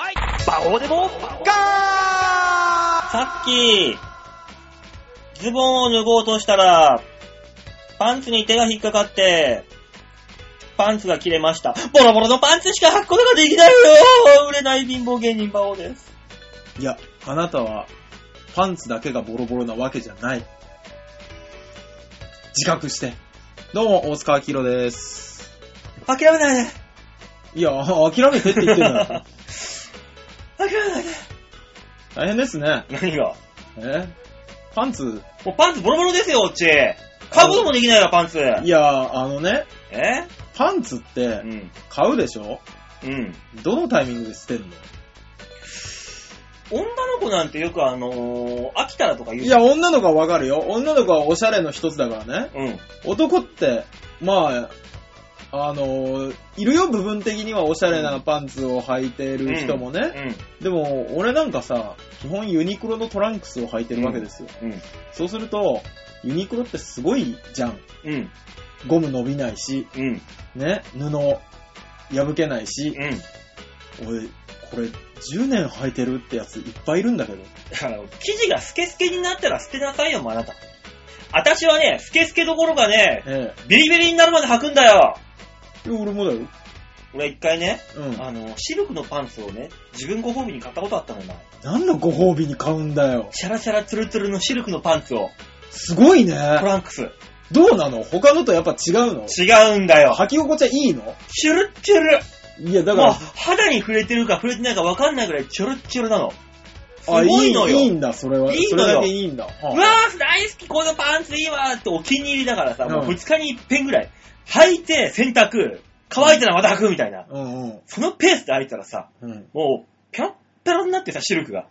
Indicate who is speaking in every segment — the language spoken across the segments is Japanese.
Speaker 1: ここでも、ガー
Speaker 2: さっき、ズボンを脱ごうとしたら、パンツに手が引っかかって、パンツが切れました。ボロボロのパンツしか履くことができないよ売れない貧乏芸人馬王です。
Speaker 3: いや、あなたは、パンツだけがボロボロなわけじゃない。自覚して。どうも、大塚明宏です。
Speaker 2: 諦め ないで
Speaker 3: いや、諦めてって言ってんだ よ。
Speaker 2: 諦めないで
Speaker 3: 大変ですね。
Speaker 2: 何が
Speaker 3: えパンツ、
Speaker 2: もうパンツボロボロですよ、こっち。買うこともできないよ、パンツ。
Speaker 3: いや、あのね、
Speaker 2: え
Speaker 3: パンツっ
Speaker 2: う
Speaker 3: て、
Speaker 2: ん。
Speaker 3: 買うでしょ
Speaker 2: うん。
Speaker 3: どのタイミングで捨てんの
Speaker 2: 女の子なんてよくあのー、飽きたらとか言う。
Speaker 3: い、や、女の子はわかるよ。女の子はおしゃれの一つだからね。
Speaker 2: うん。
Speaker 3: 男って、まあ、あのいるよ、部分的にはおしゃれなパンツを履いてる人もね。でも、俺なんかさ、基本ユニクロのトランクスを履いてるわけですよ。
Speaker 2: うん。うん。
Speaker 3: そうすると、ユニクロってすごいじゃん。
Speaker 2: うん。
Speaker 3: ゴム伸びないし、
Speaker 2: うん。
Speaker 3: ね、布破けないし、
Speaker 2: うん。
Speaker 3: 俺、これ10年履いてるってやついっぱいいるんだけど。
Speaker 2: だから、生地がスケスケになったら捨てなさいよ、もうあなた。私はね、スケスケどころがね、
Speaker 3: え
Speaker 2: ビリビリになるまで履くんだよ
Speaker 3: え。いや俺もだよ。
Speaker 2: 俺一回ね、
Speaker 3: うん。
Speaker 2: あの、シルクのパンツをね、自分ご褒美に買ったことあったのよ、前
Speaker 3: 何のご褒美に買うんだよ。
Speaker 2: シャラシャラツルツルのシルクのパンツを、
Speaker 3: すごい
Speaker 2: ト
Speaker 3: ね。
Speaker 2: ランクス。
Speaker 3: どうなの他のとやっぱ違うの
Speaker 2: 違うんだよ。
Speaker 3: 履き心地はいいの
Speaker 2: チュルッチュル
Speaker 3: いや、だか
Speaker 2: もう、
Speaker 3: ら、
Speaker 2: 肌に触れてるか触れてないか分かんないぐらいチュルッチュルなの。す
Speaker 3: あ、
Speaker 2: ご
Speaker 3: いい、
Speaker 2: い
Speaker 3: い
Speaker 2: のよ。
Speaker 3: いんだ、それは。
Speaker 2: いい
Speaker 3: そ
Speaker 2: のよ
Speaker 3: れだけいいんだ。はあ
Speaker 2: うわー、大好き、このパンツいいわーってお気に入りだからさ、もう
Speaker 3: うん
Speaker 2: 2日に1遍ぐらい、履いて、洗濯、乾いたらまた履くみたいな。
Speaker 3: うんうん。
Speaker 2: そのペースで履いたらさ、
Speaker 3: うん。
Speaker 2: もう、ペロッペロになってさ、シルクが。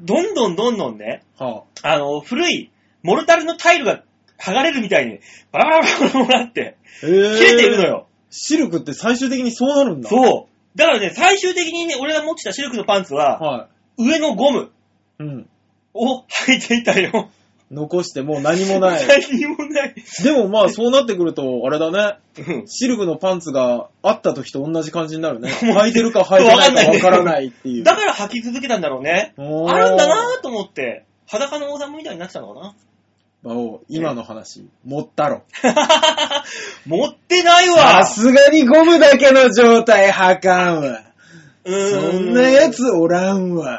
Speaker 2: どんどんどんどんね、
Speaker 3: は
Speaker 2: あの、古い、モルタルのタイルが剥がれるみたいに、バラバラバラバラって、
Speaker 3: あ。えー
Speaker 2: 切れていくのよ。
Speaker 3: シルクって最終的にそうなるんだ。
Speaker 2: そう。だからね、最終的にね、俺が持ってたシルクのパンツは、
Speaker 3: は
Speaker 2: 上のゴム
Speaker 3: い。うん。
Speaker 2: を履いていたよ。
Speaker 3: 残してもう何 もない。
Speaker 2: 何にもない。
Speaker 3: でもまあそうなってくると、あれだね。
Speaker 2: うん
Speaker 3: シルクのパンツがあった時と同じ感じにな るね。履いてるか履いてないかわからないっていう。
Speaker 2: だから履き続けたんだろうね。
Speaker 3: おー
Speaker 2: あるんだなーと思って、裸の王様みたいになってたのかな。
Speaker 3: 馬王今の話、持ったろ。
Speaker 2: 持ってないわ
Speaker 3: さすがにゴムだけの状態履かんわ。
Speaker 2: う
Speaker 3: そ
Speaker 2: ー
Speaker 3: んなや。つおらんわ。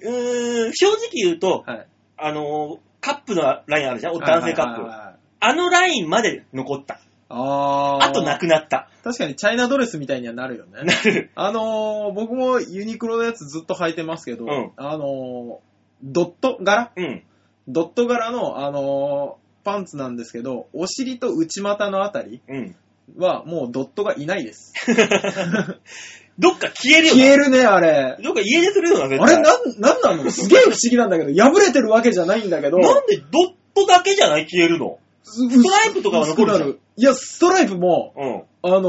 Speaker 2: うーん、正直言うと、
Speaker 3: はい。
Speaker 2: あのーカップのラインある じゃんお男性カッ
Speaker 3: はいはい
Speaker 2: プ。
Speaker 3: はいはい
Speaker 2: あのラインまで残った。
Speaker 3: あー。
Speaker 2: あとなくなった。
Speaker 3: 確かにチャイナドレスみたいにはなるよね。
Speaker 2: なる。
Speaker 3: あのー、僕もユニクロのやつずっと履いてますけど、
Speaker 2: うん
Speaker 3: あのー、ドット柄
Speaker 2: うん。
Speaker 3: ドット柄の、あのー、パンツなんですけど、お尻と内股のあたり
Speaker 2: うん。
Speaker 3: はもうドットがいないです。
Speaker 2: どっか消えるよな
Speaker 3: 消えるね、あれ。
Speaker 2: どっか家出するよな、
Speaker 3: あれ、
Speaker 2: 絶対。
Speaker 3: なん、なんなのすげえ不思議なんだけど、破れてるわけじゃないんだけど、
Speaker 2: なんでドットだけじゃない消えるの
Speaker 3: ス
Speaker 2: トライプとかは残るじゃん
Speaker 3: いや、ストライプも、
Speaker 2: うん。好
Speaker 3: あの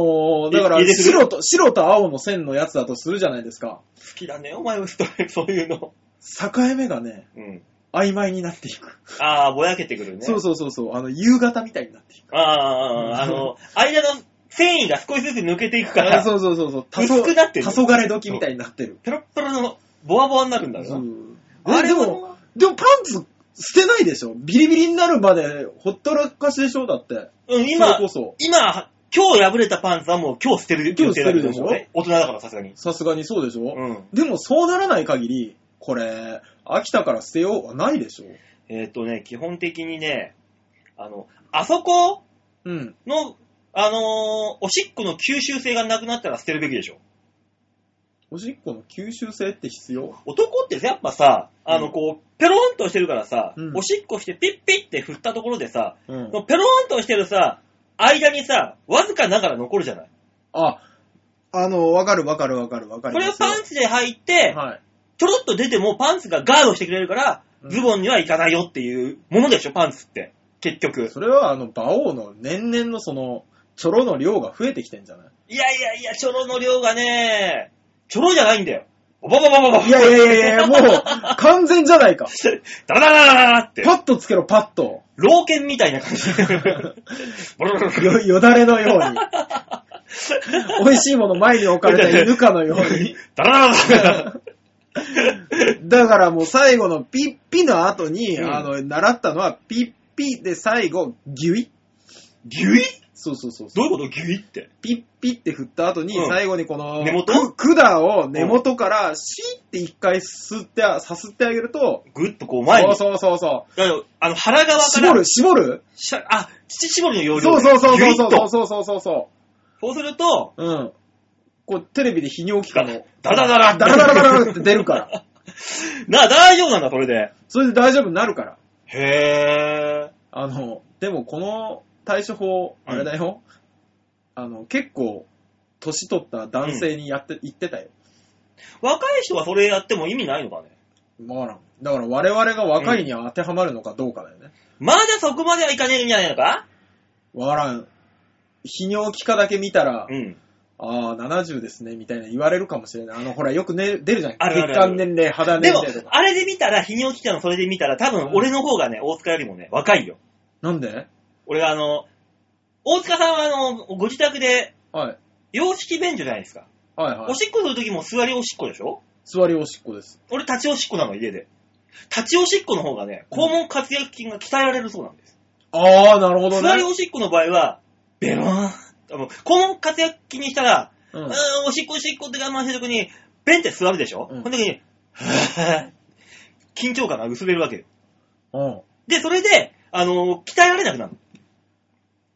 Speaker 3: ー、だから
Speaker 2: い入れてくる
Speaker 3: 白と、白と青の線のやつだとするじゃないですか。
Speaker 2: きだね、お前はストライプ、そういうの。
Speaker 3: 境目がね、
Speaker 2: うん。
Speaker 3: 曖昧になっていく。
Speaker 2: ああ、ぼやけてくるね。
Speaker 3: そうそうそうそう、あの、夕方みたいになっていく。
Speaker 2: ああ、あの、 間の繊維が少しずつ抜けていくから、
Speaker 3: そうそうそうそう。多
Speaker 2: 薄くなってる
Speaker 3: 黄昏時みたいになってる。
Speaker 2: ペロッペロのボワボワになるんだよな。
Speaker 3: うん
Speaker 2: あ
Speaker 3: え
Speaker 2: れ
Speaker 3: で
Speaker 2: は
Speaker 3: も、でもパンツ捨てないでしょビリビリになるまでほったらかしでしょだって。
Speaker 2: うん、今
Speaker 3: それこ、そ。
Speaker 2: 今、今日破れたパンツはもう今日捨てる
Speaker 3: 今日捨て
Speaker 2: 予定だ
Speaker 3: るで
Speaker 2: と
Speaker 3: しょ
Speaker 2: 思うね大人だからさすがに。
Speaker 3: さすがにそうでしょ、
Speaker 2: うん。
Speaker 3: でもそうならない限り、これ、秋田から捨てようはないでしょ
Speaker 2: えーっ、とね、基本的にね、あの、あそこ
Speaker 3: うん。
Speaker 2: の、あのーおしっこの吸収性がなくなったら捨てるべきでしょ。
Speaker 3: おしっこの吸収性って必要
Speaker 2: 男ってやっぱさ、あ
Speaker 3: う
Speaker 2: の、
Speaker 3: ん
Speaker 2: こう、ペローンとしてるからさ、
Speaker 3: うん
Speaker 2: おしっこしてピッピッって振ったところでさ、
Speaker 3: うん
Speaker 2: そ。のペローンとしてるさ、間にさ、わずかながら残るじゃない。
Speaker 3: あ、あの、わかるわかるわかるわかる。
Speaker 2: これをパンツで履いて、
Speaker 3: はい。
Speaker 2: ちょろっと出てもパンツがガードしてくれるから、
Speaker 3: うん
Speaker 2: ズボンにはいかないよっていうものでしょ、パンツって。結局。
Speaker 3: それは、あの、馬王の年々のその、チョロの量が増えてきてんじゃない
Speaker 2: いやいやいや、チョロの量がね、チョロじゃないんだよ。ババババババ
Speaker 3: いやいやいやいや、もう、完全じゃないか。
Speaker 2: ダラダラダラダラって
Speaker 3: パ、ッとつけろ、パッと。
Speaker 2: 老犬みたいな感じで。ブルルルルル
Speaker 3: よ、よだれのように。美味しいもの前に置かれた犬かのように。
Speaker 2: ダラダラダラ
Speaker 3: だからもう最後のピッピの後に、
Speaker 2: うん
Speaker 3: あの、習ったのはピッピで最後、ギュイ
Speaker 2: ギュイ
Speaker 3: そうそうそうそう。
Speaker 2: どういうことギュイって。
Speaker 3: ピッピって振った後に、
Speaker 2: うん
Speaker 3: 最後にこの、
Speaker 2: 根元
Speaker 3: く管を根元からシーって一回吸って、さすってあげると、
Speaker 2: ぐっとこう前に。
Speaker 3: そうそうそうそう。
Speaker 2: だからあの腹側か
Speaker 3: 絞
Speaker 2: ら
Speaker 3: る、、絞る
Speaker 2: しゃあ、乳絞りの要領
Speaker 3: そうそうそう
Speaker 2: ギュイッ
Speaker 3: そう
Speaker 2: と。
Speaker 3: そうそうそうそうそ
Speaker 2: そうすると、
Speaker 3: う。うん。こう、テレビで泌尿器科の、
Speaker 2: ダラダラ
Speaker 3: ダラダラダラって出る から。
Speaker 2: な、大丈夫なんだ、それで。
Speaker 3: それで大丈夫になるから。
Speaker 2: へ
Speaker 3: あの、でもこの対処法、あれだよ。あの、結構、年取った男性にやって、言ってたよ。
Speaker 2: ー。若い人はそれやっても意味ないのかね。
Speaker 3: まあ、だから我々が若いに当てはまるのかどうかだよね。
Speaker 2: まだそこまではいかねえんじゃないのか
Speaker 3: わからん。泌尿器科だけ見たら、
Speaker 2: うん。
Speaker 3: ああ、70ですね、みたいな言われるかもしれない。あの、ほら、よく、ね、出るじゃん。
Speaker 2: あるある
Speaker 3: 血管年齢、肌
Speaker 2: で
Speaker 3: 年
Speaker 2: も
Speaker 3: 齢と、か。
Speaker 2: あれで見たら、泌尿器科のそれで見たら、多分俺の方がね、大塚よりもね、若いよ。
Speaker 3: なんで
Speaker 2: 俺があの、大塚さんはあの、ご自宅で、
Speaker 3: はい。
Speaker 2: 洋式便所じゃないですか。
Speaker 3: はいは
Speaker 2: お
Speaker 3: い。
Speaker 2: しっこするときも座りおしっこでしょ
Speaker 3: 座りおしっこです。
Speaker 2: 俺立ちおしっこなの、家で。立ちおしっこの方がね、肛門活躍筋が鍛えられるそうなんです。
Speaker 3: ああ、なるほど
Speaker 2: 座り
Speaker 3: ね。
Speaker 2: おしっこの場合は、ベローン。あの肛門活躍筋にしたら、
Speaker 3: う
Speaker 2: うんーん、おしっこおしっこって我慢してるときに、ベンって座るでしょ、
Speaker 3: うん
Speaker 2: この時に、はぁ緊張感が薄れるわけよ。
Speaker 3: うん。
Speaker 2: で、それで、あのー鍛えられなくなるの。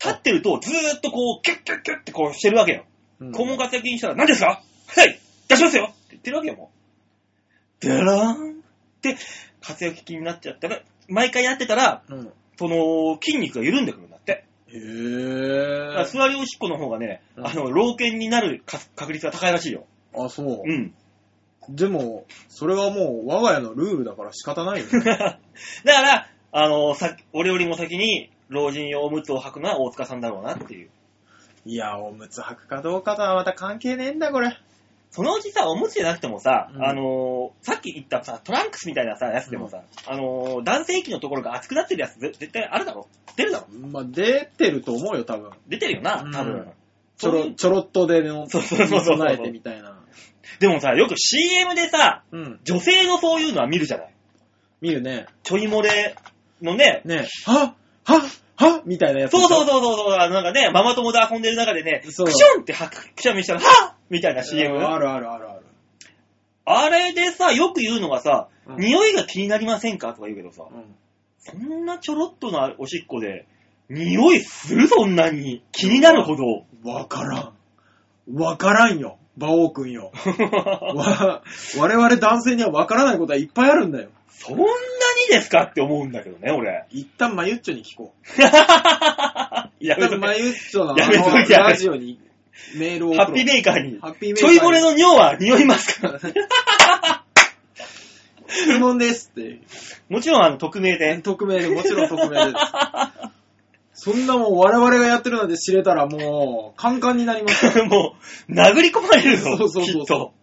Speaker 2: 立ってると、ずーっとこう、キュッキュッキュッってこうしてるわけよ。
Speaker 3: うん。
Speaker 2: 肛門活躍筋にしたら、何ですかはい出しますよって言ってるわけよ、もう。でらーんって、活躍筋になっちゃったら、毎回やってたら、
Speaker 3: うん。
Speaker 2: その、筋肉が緩んでくるんだって。
Speaker 3: へ
Speaker 2: だから
Speaker 3: え。
Speaker 2: 座りおしっこの方がね、
Speaker 3: うん
Speaker 2: あの、老犬になるか確率が高いらしいよ。
Speaker 3: あ、そう
Speaker 2: う。ん。
Speaker 3: でも、それはもう我が家のルールだから仕方ないよね。
Speaker 2: だから、あの、さ、俺よりも先に、老人用おむつを履くのは大塚さんだろうなっていう。
Speaker 3: いや、おむつ履くかどうかとはまた関係ねえんだ、これ。
Speaker 2: そのうちさ、おむつじゃなくてもさ、
Speaker 3: うん
Speaker 2: あのーさっき言ったさ、トランクスみたいなさ、やつでもさ、あのー男性器のところが熱くなってるやつ、ぜ絶対あるだろ出るだろ
Speaker 3: まあ、出てると思うよ、多分。
Speaker 2: 出てるよな、多分。
Speaker 3: うんちょろ、ちょろっとでの、
Speaker 2: そうそうそうそう
Speaker 3: 備えてみたいな。
Speaker 2: でもさ、よく CM でさ、
Speaker 3: うん。
Speaker 2: 女性のそういうのは見るじゃない。
Speaker 3: 見るね。
Speaker 2: ちょい漏れのね、
Speaker 3: ねはははみたいなやつでし
Speaker 2: そ
Speaker 3: ょ。
Speaker 2: うそうそうそうそう、あのなんかね、ママ友と遊んでる中でね、クシ
Speaker 3: そう
Speaker 2: ョンってはくくしゃみしたら、はっみたいな CM。
Speaker 3: うんあるあるあるある。
Speaker 2: あれでさ、よく言うのがさ、
Speaker 3: うん
Speaker 2: 匂いが気になりませんかとか言うけどさ、
Speaker 3: うん
Speaker 2: そんなちょろっとなおしっこで、匂いするそんなに。気になるほど。
Speaker 3: わからん。わからんよ、馬王くんよ。わ、我々男性にはわからないことはいっぱいあるんだよ。
Speaker 2: そんなにですかって思うんだけどね、俺。
Speaker 3: 一旦マユッチョに聞こう。
Speaker 2: や
Speaker 3: 一
Speaker 2: め
Speaker 3: 旦
Speaker 2: と
Speaker 3: マ
Speaker 2: け
Speaker 3: ユッチョのあ
Speaker 2: やめとけ
Speaker 3: の
Speaker 2: やめとけ
Speaker 3: ラジオにメールを
Speaker 2: ハ
Speaker 3: 送
Speaker 2: ッ
Speaker 3: ろ
Speaker 2: ピー
Speaker 3: う。
Speaker 2: メーカーに。
Speaker 3: ハッピーメー
Speaker 2: ち
Speaker 3: カー
Speaker 2: ょ
Speaker 3: に
Speaker 2: い漏れの尿は匂いますか
Speaker 3: 質問ですって。
Speaker 2: もちろん、あの、匿名で。
Speaker 3: 匿名で、もちろん匿名です。そんなもう我々がやってるなんて知れたらもう、カンカンになりますよ。
Speaker 2: もう、殴り込まれるぞ、
Speaker 3: そうそうそうそ
Speaker 2: きっと。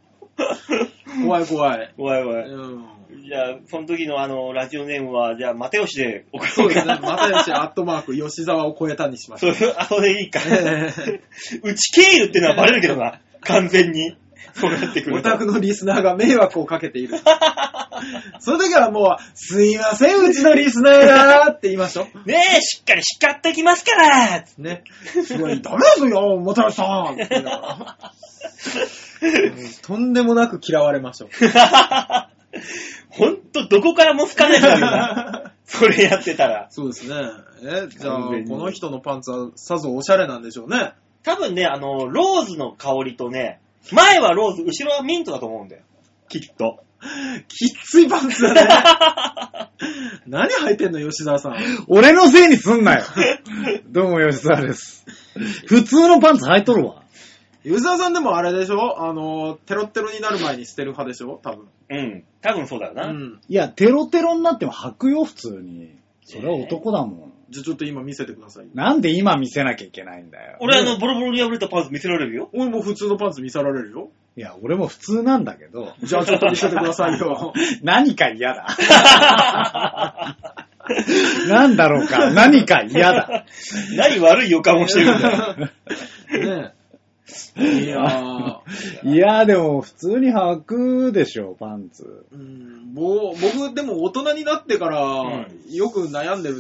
Speaker 3: 怖い怖い。
Speaker 2: 怖い怖い。
Speaker 3: うん。
Speaker 2: じゃあ、その時のあの、ラジオネームは、じゃあ、マテヨシで送
Speaker 3: そ
Speaker 2: ろ
Speaker 3: う
Speaker 2: う
Speaker 3: ですね。
Speaker 2: か。
Speaker 3: まさよしアットマーク、吉沢を超えたにしまし
Speaker 2: そう
Speaker 3: ょう。
Speaker 2: あ、それいいか。
Speaker 3: え
Speaker 2: うち経由ってのはバレるけどな。完全に。そうなってく
Speaker 3: え
Speaker 2: る
Speaker 3: お
Speaker 2: と。
Speaker 3: 宅のリスナーが迷惑をかけている。 その時はもう、すいません、うちのリスナーがって言いましょ
Speaker 2: ねえ、しっかり叱ってきますから
Speaker 3: う。ね。すごい、ダメですよ、もたらしさんって言いながらうんとんでもなく嫌われま しょう。
Speaker 2: ほんと、どこからも好かれるよ な。それやってたら。
Speaker 3: そうですね。え、じゃあ、
Speaker 2: 完
Speaker 3: こ
Speaker 2: 全に
Speaker 3: の人のパンツはさぞおしゃれなんでしょ うね。
Speaker 2: 多分ね、あの、ローズの香りとね、前はローズ、後ろはミントだと思うんだよ。きっと。
Speaker 3: きっついパンツだね。何履いてんの、吉沢さん。
Speaker 4: 俺のせいにすんな よ。どうも、吉沢です。普通のパンツ履いとるわ。
Speaker 3: 吉沢さんでもあれでしょあの、テロッテロになる前に捨てる派でしょ多分。
Speaker 2: うん。多分そうだよ
Speaker 3: う
Speaker 2: な。
Speaker 3: ん。
Speaker 4: いや、テロテロになっても履くよ、普通に。それは男だもん。
Speaker 3: じゃあちょっと今見せてください。
Speaker 4: なんで今見せなきゃいけないんだよ。
Speaker 2: 俺、あの、ボロボロに破れたパンツ見せられるよ。
Speaker 3: 俺も普通のパンツ見せられるよ。
Speaker 4: いや、俺も普通なんだけ ど、
Speaker 3: じゃあちょっと見せてくださいよ。
Speaker 4: 何か嫌だ。なんだろうか、何か嫌だ。
Speaker 2: 何悪い予感をしてるんだよ。
Speaker 3: ねえいやー。
Speaker 4: いや、でも普通に履くでしょ、パンツ。
Speaker 3: うん、ぼ僕、でも大人になってから
Speaker 2: う、
Speaker 3: よく悩んでる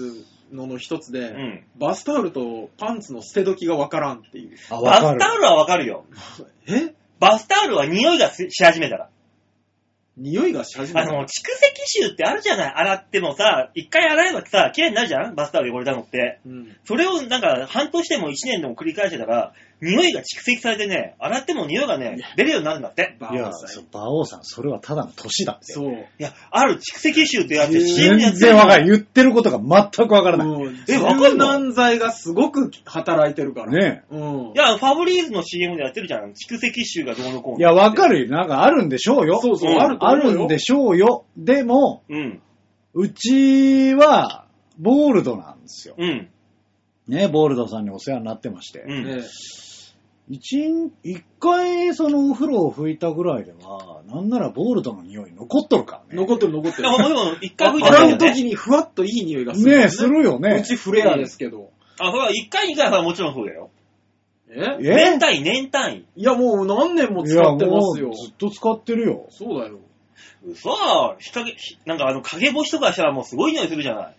Speaker 3: のの一つで、
Speaker 2: うん。
Speaker 3: バスタオルとパンツの捨て時がわからんっていう。
Speaker 4: あ、
Speaker 2: バスタオルはわかるよ。
Speaker 3: え
Speaker 2: バスタオルは匂いがしし始めたら。
Speaker 3: 匂いがし始め
Speaker 2: あ
Speaker 3: た
Speaker 2: の、蓄積臭ってあるじゃない洗ってもさ、一回洗えばさ、綺麗になるじゃんバスタオル汚れたのって。
Speaker 3: うん。
Speaker 2: それをなんか、半年でも一年でも繰り返してたら、匂いが蓄積されてね、洗っても匂いがね、出るようになるんだって。
Speaker 3: バ
Speaker 4: いや、
Speaker 3: ーサ
Speaker 4: そ
Speaker 3: イ
Speaker 4: う馬王さん、それはただの年だって。
Speaker 3: そう。
Speaker 2: いや、ある蓄積臭ってやつ、死
Speaker 4: 全
Speaker 2: んじゃって
Speaker 4: 然わかんない。言ってることが全くわからない。
Speaker 3: もう、
Speaker 2: えわか
Speaker 3: 柔
Speaker 2: んの
Speaker 3: 軟剤がすごく働いてるから。
Speaker 4: ね
Speaker 3: うん。
Speaker 2: いや、ファブリーズの CM でやってるじゃん。蓄積臭がどうのこうの。
Speaker 4: いや、わかるよ。なんかあるんでしょうよ。
Speaker 3: そうそう、
Speaker 2: うん
Speaker 3: あると
Speaker 4: あ
Speaker 3: 思うよ
Speaker 4: るんでしょうよ。でも、
Speaker 2: うん。
Speaker 4: うちは、ボールドなんですよ。
Speaker 2: うん。
Speaker 4: ね、ボールドさんにお世話になってまして。
Speaker 2: うん。
Speaker 3: ええ
Speaker 4: 一、一回、そのお風呂を拭いたぐらいでは、なんならボールドの匂い残っとるからね。
Speaker 3: 残ってる残っ
Speaker 2: で
Speaker 3: てる。
Speaker 2: も、でも、一回吹いただ
Speaker 3: 洗
Speaker 2: け
Speaker 3: う
Speaker 2: でね。
Speaker 3: 時にふわっといい匂いがする、
Speaker 4: ねえ、するよね
Speaker 3: う。ちフレアですけど。
Speaker 2: あ、それは一回、二回はもちろんそうだよ。
Speaker 3: え
Speaker 2: 年
Speaker 4: え
Speaker 2: 単位、年単位。
Speaker 3: いや、もう何年も
Speaker 4: い
Speaker 3: 使
Speaker 4: や、
Speaker 3: ってま
Speaker 4: もう
Speaker 3: すよ。
Speaker 4: ずっと使ってるよ。
Speaker 3: そうだよ。
Speaker 2: 嘘日陰、ひなんかあの、陰干しとかしたらもうすごい匂いするじゃない。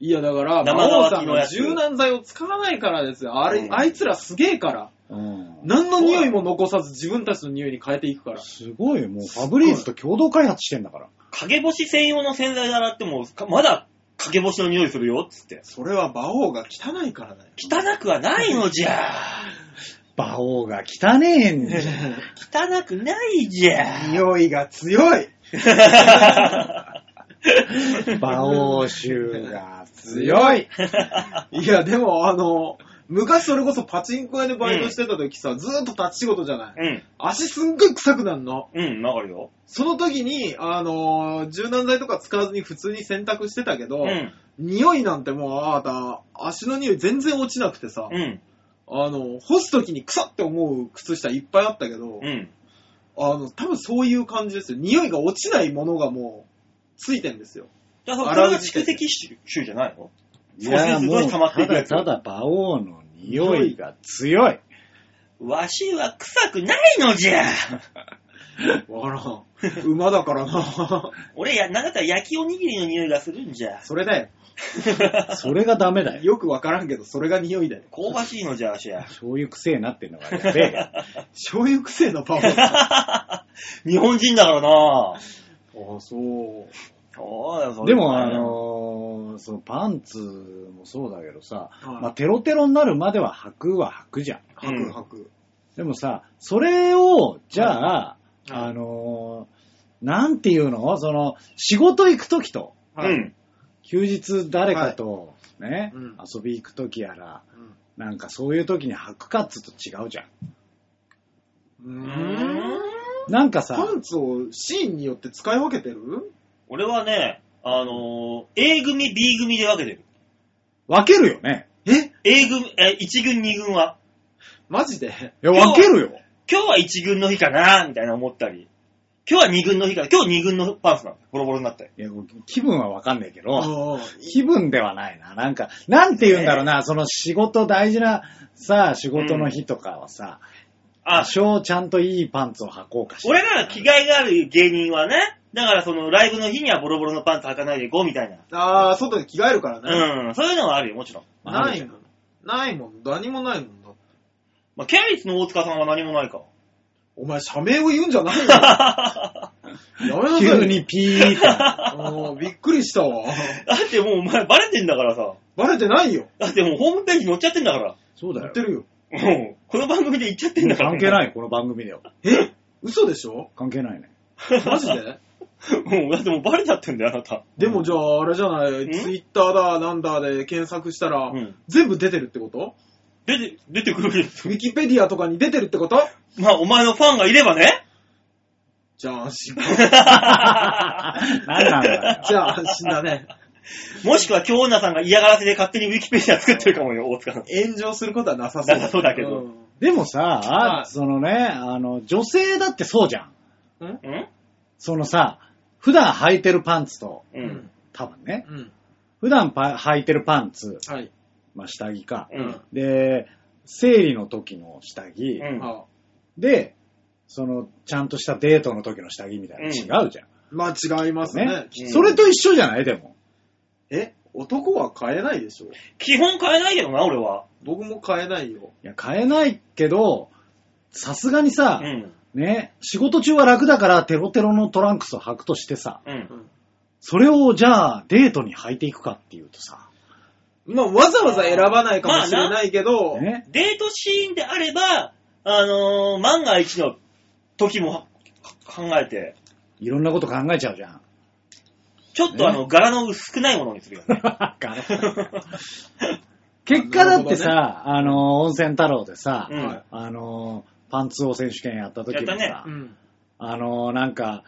Speaker 3: いや、だから、
Speaker 2: 生
Speaker 3: 魔王さ
Speaker 2: 乾
Speaker 3: ん
Speaker 2: きのや
Speaker 3: が
Speaker 2: つ
Speaker 3: 柔軟剤を使わないからですよ。あれ、
Speaker 2: うん
Speaker 3: あいつらすげえから。
Speaker 4: うん。
Speaker 3: 何の匂いも残さず自分たちの匂いに変えていくから。
Speaker 4: すごいよ、もうファブリーズと共同開発してんだから。
Speaker 2: 陰干し専用の洗剤で洗っても、かまだ陰干しの匂いするよ、つって。
Speaker 3: それは魔王が汚いからだよ。
Speaker 2: 汚くはないのじゃ。
Speaker 4: 馬王が汚ねえんじゃ。
Speaker 2: 汚くないじゃ。
Speaker 3: 匂いが強い
Speaker 4: 馬王臭が強い。
Speaker 3: いや、でも、あの、昔それこそパチンコ屋でバイトしてた時さ、ずーっと立ち仕事じゃない
Speaker 2: うん、
Speaker 3: 足すんごい臭くなるの。
Speaker 2: うん、わかるよ。
Speaker 3: その時に、あのー柔軟剤とか使わずに普通に洗濯してたけど、
Speaker 2: うん、
Speaker 3: 匂いなんてもう、あなた、足の匂い全然落ちなくてさ、
Speaker 2: うん、
Speaker 3: あの、干す時に臭って思う靴下いっぱいあったけど、
Speaker 2: うん。
Speaker 3: あの、多分そういう感じですよ。匂いが落ちないものがもう、ついてんですよ。
Speaker 2: だからそ
Speaker 3: 洗
Speaker 2: れ
Speaker 3: う
Speaker 2: が
Speaker 3: 時点
Speaker 2: 蓄積臭じゃないの
Speaker 4: いや、も
Speaker 2: 少
Speaker 4: う
Speaker 2: しずつ溜まって
Speaker 4: た
Speaker 2: いくや
Speaker 4: だ
Speaker 2: つ
Speaker 4: ただ馬王の匂いが強い。
Speaker 2: わしは臭くないのじゃ。
Speaker 3: わからん。馬だからな。
Speaker 2: 俺や、なんだったら焼きおにぎりの匂いがするんじゃ。
Speaker 3: それだよ。
Speaker 4: それがダメだよ。
Speaker 3: よくわからんけど、それが匂いだよ。
Speaker 2: 香ばしいのじゃ、わしや。
Speaker 4: そういう癖になってんのがやべえ よ。
Speaker 3: 醤油癖のパワー。あ
Speaker 2: 日本人だからな
Speaker 3: あ、そう。
Speaker 2: そうだよ、それ
Speaker 4: でも、あ、のーそのパンツもそうだけどさ、
Speaker 3: はい
Speaker 4: まあ、テロテロになるまでは履くは履くじゃん。
Speaker 3: 吐く吐く。
Speaker 4: でもさ、それを、じゃあ、
Speaker 3: い
Speaker 4: あのーなんていうのその、仕事行くときと、
Speaker 2: う。ん。
Speaker 4: 休日誰かと、ね、
Speaker 3: うん
Speaker 4: 遊び行くときやら、
Speaker 3: うん
Speaker 4: なんかそういうときに履くかっつうと違うじゃん。
Speaker 3: う
Speaker 2: う
Speaker 3: ーん
Speaker 2: ーん
Speaker 4: なんかさ
Speaker 3: パ、ンツをシーンによって使い分けてる
Speaker 2: 俺はね、あのー A 組、B 組で分けてる。
Speaker 4: 分けるよね。
Speaker 3: え
Speaker 2: A 軍、え、1軍、2軍は。
Speaker 3: マジで
Speaker 4: いや、分けるよ。
Speaker 2: 今日は1軍の日かなみたいな思ったり。今日は2軍の日かな今日2軍のパンツなの。ボロボロになって。
Speaker 4: いや気分は分かんないけ
Speaker 3: あ
Speaker 4: ど、
Speaker 3: あ
Speaker 4: 気分ではないな。なんか、なんて言うんだろうな、その仕事、大事なさ、仕事の日とかはさ、多
Speaker 2: あ、
Speaker 4: 少ちゃんといいパンツを履こうかしら。
Speaker 2: 俺なら着替えがある芸人はね、だからそのライブの日にはボロボロのパンツ履かないでいこうみたいな。
Speaker 3: ああ、外で着替えるからね。
Speaker 2: うん、そういうのはあるよ、もちろん。
Speaker 4: あ
Speaker 3: な
Speaker 4: るじ
Speaker 3: い
Speaker 4: ゃん
Speaker 3: もん。ないもん。何もないもんだって。
Speaker 2: まあ、キャリスの大塚さんは何も ないか。
Speaker 3: お前、社名を言うんじゃないよ。やめなさいよ。
Speaker 4: 急にピ ーって。
Speaker 3: うんびっくりしたわ。
Speaker 2: だってもうお前バレてんだからさ。
Speaker 3: バレてないよ。
Speaker 2: だってもうホームページに載っちゃってんだから。
Speaker 4: そう
Speaker 3: 言
Speaker 4: だ
Speaker 3: っ
Speaker 4: よ
Speaker 3: て。るよ。
Speaker 2: うん。この番組で言っちゃってんだから。。
Speaker 4: 関係ない い、この番組では。
Speaker 3: え嘘でしょ
Speaker 4: 関係 ないね。
Speaker 3: マジで
Speaker 2: うん、だってもうバレちゃってんだよ、あなた。
Speaker 3: でもじゃあ、あれじゃない、
Speaker 2: ん
Speaker 3: ツイッターだ、なんだで検索したら、
Speaker 2: うん
Speaker 3: 全部出てるってこと
Speaker 2: 出て、出てくるんです
Speaker 3: ウィキペディアとかに出てるってこと
Speaker 2: まあ、お前のファンがいればね。
Speaker 3: じゃあ安心。
Speaker 4: 何なんだよ。
Speaker 3: じゃあ安心だね。
Speaker 2: もしくは京女さんが嫌がらせで勝手にウィキペディア作ってるかもよ、大塚さん。
Speaker 3: 炎上することはなさそう
Speaker 2: なさそうだけど
Speaker 4: でもさ、
Speaker 3: はい
Speaker 4: そのね、あの、女性だってそうじゃん。
Speaker 2: うん
Speaker 4: そのさ、普段履いてるパンツと、
Speaker 2: う
Speaker 3: うんん。。
Speaker 4: 多分ね、
Speaker 3: うん。
Speaker 4: 普段パ履いてるパンツ、
Speaker 3: はい。
Speaker 4: まあ、下着か、
Speaker 2: うん。
Speaker 4: で、生理の時の下着、
Speaker 2: うん
Speaker 3: あ
Speaker 4: で、その、ちゃんとしたデートの時の下着みたいなの違うじゃん。
Speaker 3: まあ違いますね。
Speaker 4: ね
Speaker 2: うん
Speaker 4: それと一緒じゃないでも。
Speaker 3: え、男は買えないでしょ
Speaker 2: 基本買えないけどな、俺は。
Speaker 3: 僕も買えないよ。
Speaker 4: いや、買えないけど、さすがに
Speaker 2: う
Speaker 4: さ、
Speaker 2: ん。
Speaker 4: ね、仕事中は楽だからテロテロのトランクスを履くとしてさ、
Speaker 2: うん。
Speaker 4: それをじゃあデートに履いていくかっていうとさ、
Speaker 3: まあわざわざ選ばないかもしれないけど、
Speaker 4: ね、
Speaker 2: デートシーンであれば、あのー万が一の時もは考えて、
Speaker 4: いろんなこと考えちゃうじゃん。
Speaker 2: ちょっと
Speaker 4: ね
Speaker 2: あの、柄の少ないものにするよね。
Speaker 4: 結果だってさ、あの、温泉太郎でさ、
Speaker 2: うん
Speaker 3: はい
Speaker 4: あの、パンツ王選手権やった時もさ、
Speaker 2: やった
Speaker 3: うん
Speaker 4: あの、なんか、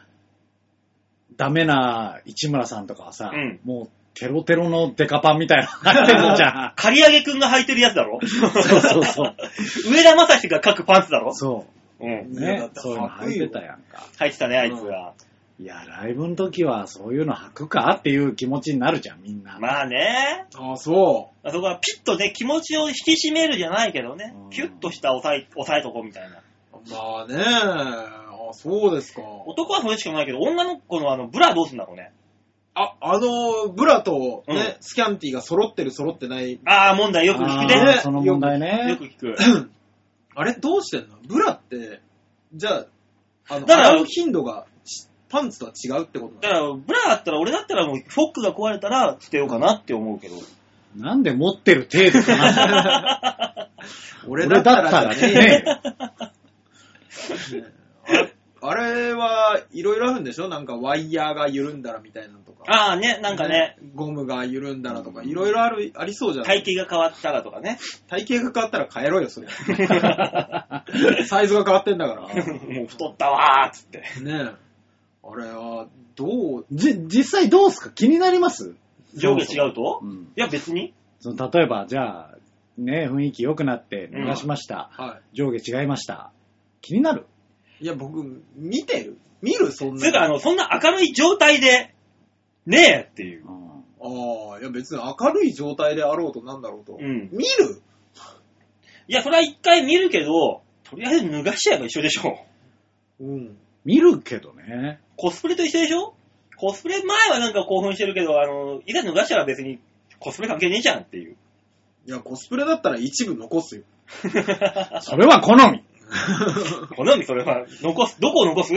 Speaker 4: ダメな市村さんとかはさ、
Speaker 2: うん。
Speaker 4: もうテロテロのデカパンみたいなの履いてるじゃん
Speaker 2: 刈り上げくんが履いてるやつだろ
Speaker 4: そうそうそう。
Speaker 2: 上田正史が書くパンツだろ
Speaker 4: そ
Speaker 2: うん。
Speaker 4: う。
Speaker 3: いやだ
Speaker 4: ね
Speaker 3: っ。て
Speaker 4: そういうの履いてたやんか。
Speaker 2: 履いてたね、あいつが。
Speaker 4: いや、ライブの時はそういうの履くかっていう気持ちになるじゃん、みんな。
Speaker 2: まあね、
Speaker 3: ああ、そ
Speaker 2: あそこはピッとね、気持ちを引き締めるじゃないけどね
Speaker 4: うん、
Speaker 2: キュッとした抑え、抑えとこうみたいな。
Speaker 3: う。まあねあそうですか。
Speaker 2: 男はそれしかないけど、女の子のあの、ブラどうすんだろうね。
Speaker 3: あ、あの、ブラとね、
Speaker 2: うん
Speaker 3: スキャンティが揃ってる揃ってない。
Speaker 2: ああ、問題よく聞く
Speaker 4: あー
Speaker 2: ね。
Speaker 4: その問題ね。
Speaker 2: よく聞く。
Speaker 3: あれどうしてんのブラって、じゃあ、あの、
Speaker 2: だから
Speaker 3: 洗う頻度がしパンツとは違うってこと
Speaker 2: だ
Speaker 3: な
Speaker 2: か
Speaker 3: の
Speaker 2: ら、ブラだったら、俺だったらもう、フォックが壊れたら捨てようかなって思うけど。
Speaker 4: なんで持ってる程度かな。
Speaker 3: 俺
Speaker 4: 俺だったら
Speaker 3: じゃねえよ
Speaker 4: ね。
Speaker 3: あれはいろいろあるんでしょなんかワイヤーが緩んだらみたいなのとか。
Speaker 2: ああね、なんかね、。
Speaker 3: ゴムが緩んだらとか、いろいろある、ありそうじゃん。
Speaker 2: 体型が変わったらとかね。
Speaker 3: 体型が変わったら変えろよ、そ れ。サイズが変わってんだから。ね
Speaker 2: もう太ったわーっつって。
Speaker 3: え。あれは、どう、
Speaker 4: じ、実際どうすか気になります
Speaker 2: 上下違うと
Speaker 4: うん
Speaker 2: いや、別に。
Speaker 4: その例えば、じゃあ、ね、雰囲気良くなって流しました。
Speaker 3: は
Speaker 4: 上下違いました。気になる
Speaker 3: い。いや、僕、見てる見るそん
Speaker 2: つ
Speaker 3: な
Speaker 2: うか、あ
Speaker 3: の。
Speaker 2: の、そんな明るい状態で、ねえっていう。
Speaker 4: うん
Speaker 3: ああ、いや、別に明るい状態であろうとなんだろうと。
Speaker 2: うん
Speaker 3: 見る
Speaker 2: いや、それは一回見るけど、とりあえず脱がしちゃえば一緒でしょ。
Speaker 3: うん。
Speaker 4: 見るけどね。
Speaker 2: コスプレと一緒でしょコスプレ前はなんか興奮してるけど、あの、いざ脱がしたら別にコスプレ関係ねえじゃんっていう。
Speaker 3: いや、コスプレだったら一部残すよ。
Speaker 4: それは好み。
Speaker 2: 好みそれは、残す、どこを残す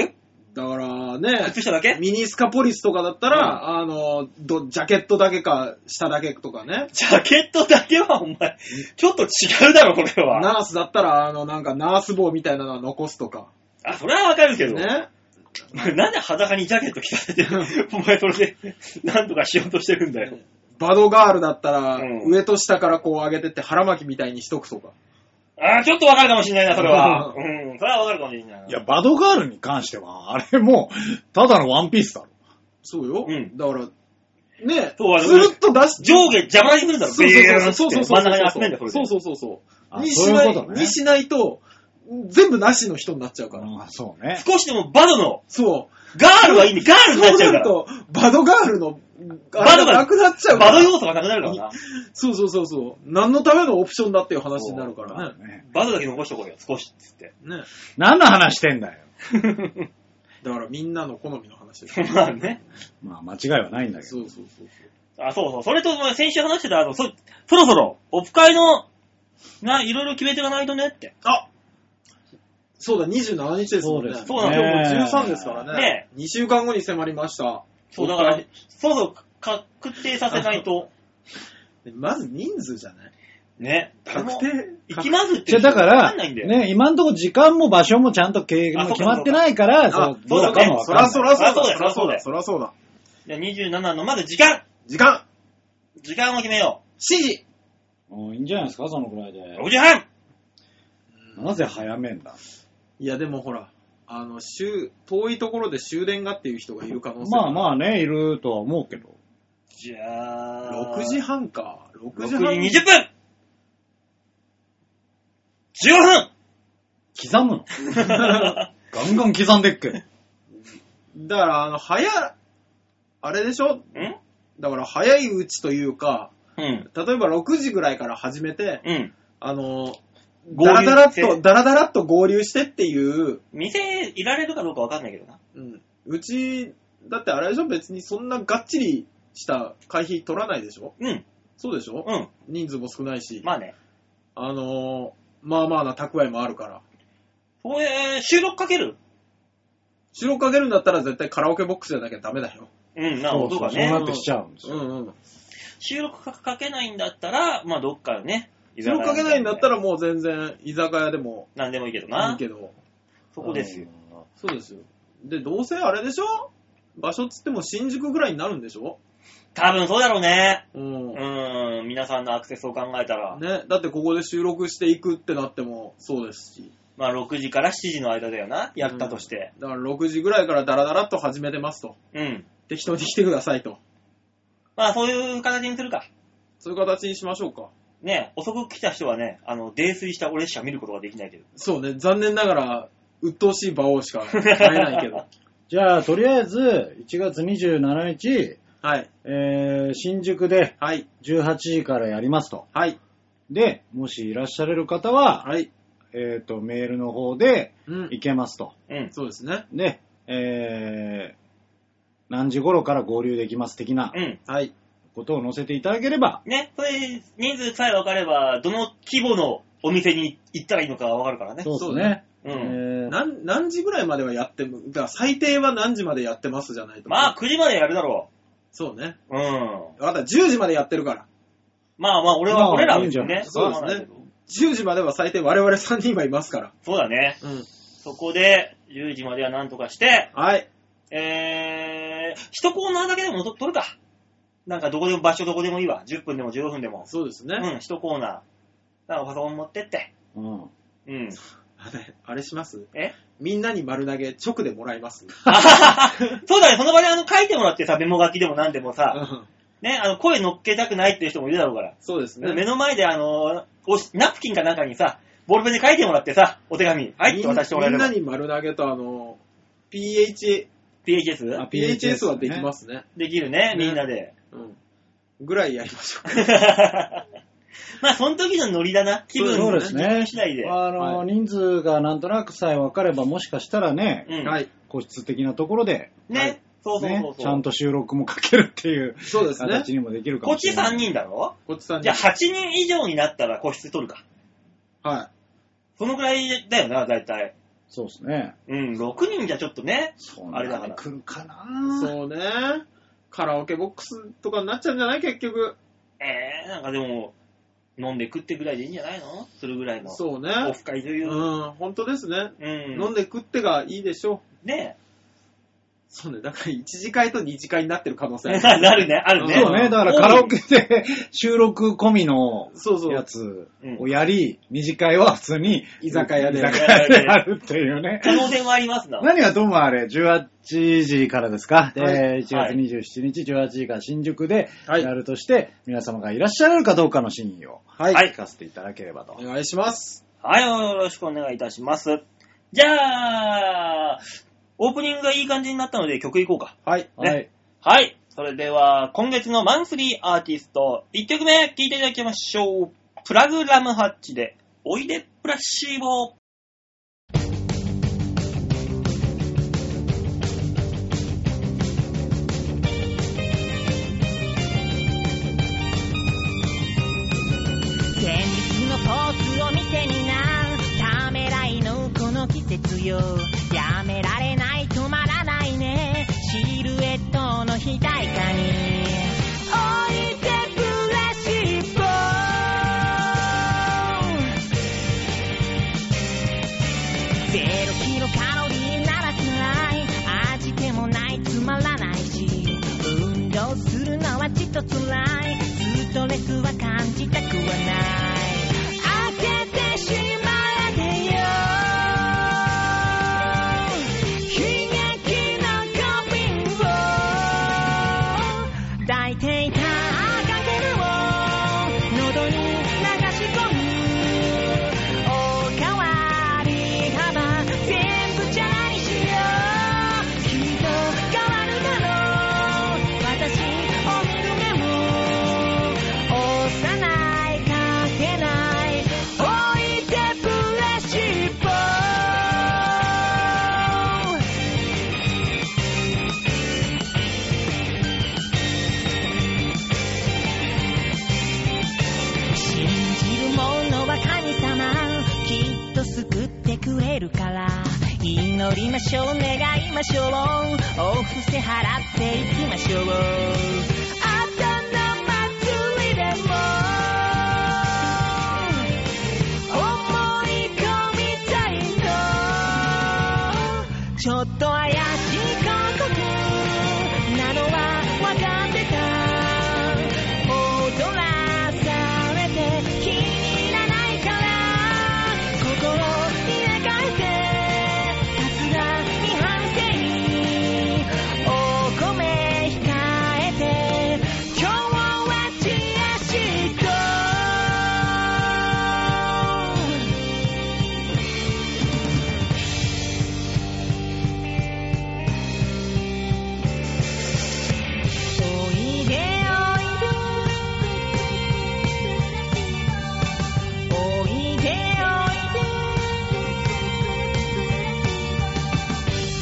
Speaker 3: だからね
Speaker 2: 靴、下だけ
Speaker 3: ミニスカポリスとかだったら、あの、ど、ジャケットだけか、下だけとかね。
Speaker 2: ジャケットだけはお前、ちょっと違うだろ、これは。
Speaker 3: ナースだったら、あの、なんか、ナース帽みたいなのは残すとか。
Speaker 2: あ、それはわかるけど。
Speaker 3: ね。
Speaker 2: なんで裸にジャケット着させて、お前それで、なんとかしようとしてるんだよ。
Speaker 3: バドガールだったら、
Speaker 2: うん
Speaker 3: 上と下からこう上げてって腹巻きみたいにしとくとか。
Speaker 2: あーちょっとわかるかもしれないな、それは。うん、それはわかるかもしれないな。
Speaker 4: いや、バドガールに関しては、あれもう、ただのワンピースだろ。
Speaker 3: そうよ。
Speaker 2: うん
Speaker 3: だから、ね
Speaker 2: そうあの
Speaker 3: ずるっと出し
Speaker 2: 上下邪魔にするんだろ、
Speaker 3: そ
Speaker 2: そ
Speaker 3: うそう
Speaker 2: そそ。
Speaker 3: うそううそうう。
Speaker 2: 真ん中に集めるんだよ、そ
Speaker 3: そ
Speaker 2: れ
Speaker 3: う
Speaker 2: で。
Speaker 3: そうそうそ
Speaker 4: あ
Speaker 3: う。に
Speaker 4: そ
Speaker 3: し
Speaker 4: うい
Speaker 3: な
Speaker 4: うこと
Speaker 3: い、
Speaker 4: ね
Speaker 3: にしないと、全部なしの人になっちゃうから。
Speaker 4: うんそうね。
Speaker 2: 少しでもバドの、
Speaker 3: そう。
Speaker 2: ガールはいいね、ガールになっちゃうか
Speaker 3: そうなると、バドガールの、
Speaker 2: バ
Speaker 3: あ
Speaker 2: ドが
Speaker 3: れがなくなっちゃ
Speaker 2: ら。
Speaker 3: うか
Speaker 2: バド
Speaker 3: ら。
Speaker 2: 要素がなくなるからな。
Speaker 3: そうそうそうそう。何のためのオプションだっていう話になるからね。
Speaker 4: ね。
Speaker 2: バドだけ残しとこうよ、少しっつって。
Speaker 3: ね。
Speaker 4: 何の話してんだよ。
Speaker 3: だからみんなの好みの話です。
Speaker 2: まあね。
Speaker 4: まあ、間違いはないんだけど。
Speaker 3: そうそうそうそう。
Speaker 2: あ、そうそう。それと、まあ先週話してた、あの、そ、そろそろ、オフ会の、な、いろいろ決めていかないとねって。
Speaker 3: あそうだ、27日ですもんね。
Speaker 4: そうです
Speaker 2: そうなん
Speaker 4: で
Speaker 3: 今
Speaker 4: す
Speaker 3: 日も13ですからね
Speaker 2: ね。
Speaker 3: 2週間後に迫りました。
Speaker 2: そう、だから、そろそろ確定させないと。
Speaker 3: でまず人数じゃない
Speaker 2: ね。誰
Speaker 3: 確
Speaker 2: も
Speaker 3: 定。
Speaker 2: 行きますって
Speaker 4: じゃあだか、
Speaker 2: わからんないんだよ。
Speaker 4: ね、今んとこ時間も場所もちゃんと経営
Speaker 2: あそ
Speaker 4: も
Speaker 2: うか
Speaker 4: 決まってないから、
Speaker 3: あ
Speaker 4: そうどうかもわ
Speaker 3: そ
Speaker 4: かんな
Speaker 3: ら
Speaker 4: い
Speaker 3: そらそうだ。
Speaker 2: そらそうだ
Speaker 3: そらそうだ。
Speaker 2: じゃあ27の、まず時間
Speaker 3: 時間
Speaker 2: 時間を決めよ
Speaker 3: !7 時
Speaker 4: うんいいんじゃないですか、そのくらいで。
Speaker 2: う。6時半
Speaker 4: なぜ早めんだ
Speaker 3: いや、でもほら、あの、終遠いところで終電がっていう人がいる可能性
Speaker 4: まあ
Speaker 3: あ。
Speaker 4: まあね、いるとは思うけど。
Speaker 2: じゃあ、
Speaker 3: 6時半か。6
Speaker 2: 6
Speaker 3: 時
Speaker 2: 時
Speaker 3: 半。
Speaker 2: 20分 !15 分
Speaker 4: 刻むのガンガン刻んで っけ。
Speaker 3: だから、あの、早、あれでしょ
Speaker 2: ん
Speaker 3: だから、早いうちというか、
Speaker 2: うん。
Speaker 3: 例えば6時ぐらいから始めて、
Speaker 2: うん。
Speaker 3: あの、
Speaker 2: 合
Speaker 3: ダラダラっ
Speaker 2: 流して
Speaker 3: と、ダラダラっと合流してっていう、
Speaker 2: 店いられるかどうかわかんないけどな。
Speaker 3: うん。うち、だってあれでしょ別にそんながっちりした会費取らないでしょ
Speaker 2: うん、
Speaker 3: そうでしょ、
Speaker 2: うん。
Speaker 3: 人数も少ないし、
Speaker 2: まあね。
Speaker 3: あのー、まあまあな蓄えもあるから。
Speaker 2: これ、収録かける
Speaker 3: 収録かけるんだったら絶対カラオケボックスじゃなきゃダメだよ。
Speaker 2: うん、な、
Speaker 4: そう
Speaker 2: 音
Speaker 4: そう
Speaker 2: が
Speaker 4: そうな
Speaker 2: ね。
Speaker 4: ってきちゃうんです
Speaker 3: う
Speaker 4: よ。
Speaker 3: んうん。
Speaker 2: 収録かかけないんだったら、まあどっかね。
Speaker 3: 収録かけないんだった
Speaker 2: ら。
Speaker 3: らもう全然居酒屋でも
Speaker 2: なんでもいいけど
Speaker 3: い。
Speaker 2: ない
Speaker 3: けど。
Speaker 2: そこですよ。
Speaker 3: そうですよ。で、どうせあれでしょ場所っつっても新宿ぐらいになるんでしょ
Speaker 2: 多分そうだろうね。
Speaker 3: うん
Speaker 2: う。ーん、皆さんのアクセスを考えたら。
Speaker 3: ね、だってここで収録していくってなってもそうですし。
Speaker 2: まあ6時から7時の間だよな。やったとして。
Speaker 3: だから6時ぐらいからダラダラっと始めてますと。
Speaker 2: うん。
Speaker 3: 適当に来てくださいと。
Speaker 2: まあそういう形にするか。
Speaker 3: そういう形にしましょうか。
Speaker 2: ね、遅く来た人はね、あの、泥酔した俺しか見ることができないけど。
Speaker 3: そうね、残念ながら、鬱陶しい馬王しか買えないけど。
Speaker 4: じゃあ、とりあえず、1月27日、
Speaker 3: はい、
Speaker 4: えー、新宿で
Speaker 3: はい、
Speaker 4: 18時からやりますと。
Speaker 3: はい、
Speaker 4: で、もしいらっしゃれる方は、
Speaker 3: はい。
Speaker 4: えっ、と、メールの方で
Speaker 3: うん、
Speaker 4: 行けますと。
Speaker 2: うん。
Speaker 3: そうですね。
Speaker 4: で、えー、何時頃から合流できます的な
Speaker 2: うん。
Speaker 3: はい。
Speaker 4: ことを載せていただければ、
Speaker 2: ね、それ、人数さえ分かれば、どの規模のお店に行ったらいいのか分かるからね。
Speaker 4: そうう
Speaker 3: でね
Speaker 4: ですすね。
Speaker 2: う
Speaker 4: え
Speaker 2: ん。
Speaker 4: ー
Speaker 3: 何、何時ぐらいまではやっても、だから最低は何時までやってますじゃないと。
Speaker 2: まあ、9時までやるだろ
Speaker 3: そうね。
Speaker 2: う。うん。
Speaker 3: わかった、10時までやってるから。
Speaker 2: まあまあ、俺は、
Speaker 4: まあ
Speaker 2: 俺らはい
Speaker 4: いんじゃん
Speaker 2: ね。
Speaker 3: そうですね10時までは最低我々3人はいますから。
Speaker 2: そうだね。
Speaker 3: うん。
Speaker 2: そこで、10時まではなんとかして、
Speaker 3: はい。
Speaker 2: えー、一コーナーだけでもと取るか。なんかどこでも、場所どこでもいいわ。10分でも15分でも。
Speaker 3: そうですね。
Speaker 2: うん、一コーナー。だからパソコン持ってって。
Speaker 4: うん、
Speaker 2: うん。
Speaker 3: あれ、あれします
Speaker 2: え
Speaker 3: みんなに丸投げ直でもらいます。
Speaker 2: そうだね、その場であの書いてもらってさ、メモ書きでも何でも
Speaker 3: う
Speaker 2: さ、
Speaker 3: ん
Speaker 2: ね、あの、声乗っけたくないっていう人もいるだろうから。
Speaker 3: そうです
Speaker 2: 目
Speaker 3: ね。
Speaker 2: の前であの、おしナプキンかなんかにさ、ボールペンで書いてもらってさ、お手紙、はいって渡してもらえ
Speaker 3: み
Speaker 2: れ
Speaker 3: んな
Speaker 2: ば。
Speaker 3: に丸投げとあの、PH、
Speaker 2: PHS?
Speaker 4: あ
Speaker 3: PHS はできますね。
Speaker 2: できるね、みんな で。
Speaker 3: うん。ぐらいやりましょうか。
Speaker 2: まあ、その時のノリだな。気分
Speaker 4: そうですね
Speaker 2: 気分次第で。
Speaker 4: あの、
Speaker 3: はい
Speaker 4: 人数がなんとなくさえ分かれば、もしかしたらね、
Speaker 2: うん。
Speaker 3: はい。
Speaker 4: 個室的なところで、
Speaker 2: ね。そうそうそう
Speaker 4: ね
Speaker 2: そう、
Speaker 4: ちゃんと収録もかけるっていう
Speaker 3: そうですね
Speaker 4: 形。にもできるか
Speaker 2: こ
Speaker 4: も
Speaker 2: っ
Speaker 4: し
Speaker 2: ち
Speaker 4: れない。
Speaker 2: 3人だろ
Speaker 3: こっちさん
Speaker 2: じゃあ8人以上になったら個室取るか。
Speaker 3: は
Speaker 2: そのぐらいだよな、大体。
Speaker 4: そうですね。
Speaker 2: うん、6人じゃちょっとね。
Speaker 4: そん
Speaker 2: あれだ
Speaker 4: な
Speaker 2: か
Speaker 4: に
Speaker 2: ら
Speaker 4: 来るか
Speaker 3: い。
Speaker 4: な
Speaker 3: そうね。カラオケボックスとかになっちゃうんじゃない結局。
Speaker 2: えー、なんかでも、飲んで食ってぐらいでいいんじゃないのするぐらいの。
Speaker 3: そう
Speaker 2: オ
Speaker 3: ね。
Speaker 2: フ会と
Speaker 3: う
Speaker 2: いう。
Speaker 3: ん、本当ですね。
Speaker 2: うん。
Speaker 3: 飲んで食ってがいいでしょう。
Speaker 2: ね
Speaker 3: そうね。だから1次会と2次会になってる可能性あ ります
Speaker 2: なるね、あるね。
Speaker 4: そうね。だからカラオケで収録込みの
Speaker 3: そうそう。
Speaker 4: やつ
Speaker 2: うん
Speaker 4: をやり、二次会は普通に
Speaker 3: 居酒屋で
Speaker 4: 居酒屋であるっていうね。
Speaker 2: 可能性もありますな。
Speaker 4: 何はともあれ、18時からです
Speaker 3: は
Speaker 4: か、で、1月27日、18時から新宿で
Speaker 3: は
Speaker 4: や
Speaker 3: い
Speaker 4: るとして、皆様がいらっしゃるかどうかの真意を
Speaker 3: はい。
Speaker 2: はい
Speaker 4: 聞かせていただければと。
Speaker 3: お願いします。
Speaker 2: はい、よろしくお願いいたします。じゃあ、オープニングがいい感じになったので曲いこうか。
Speaker 3: はい。
Speaker 4: はい。
Speaker 2: はい、それでは今月のマンスリーアーティスト、1曲目聴いていただきましょう。プラグラムハッチで、おいでプラシーボ
Speaker 5: 現実のポーズを見てになためらいのこの季節よやめられない止まらないねシルエットの非対化に置いてブラシッポンゼロキロカロリーなら辛い味気もないつまらないし運動するのはちっと辛いストレスは感じたくはない開けてしまえでよ悲劇のコンビを抱いていた祈りましょう願いましょうお布施払っていきましょうあだ名祭りでも思い込みたいのちょっと怪しい感覚なのはわかってた踊らされて気に入らないから心を入れ替えてさすがに反省お米控えて今日はチアシート「おいでおいで」「おいでおいで」「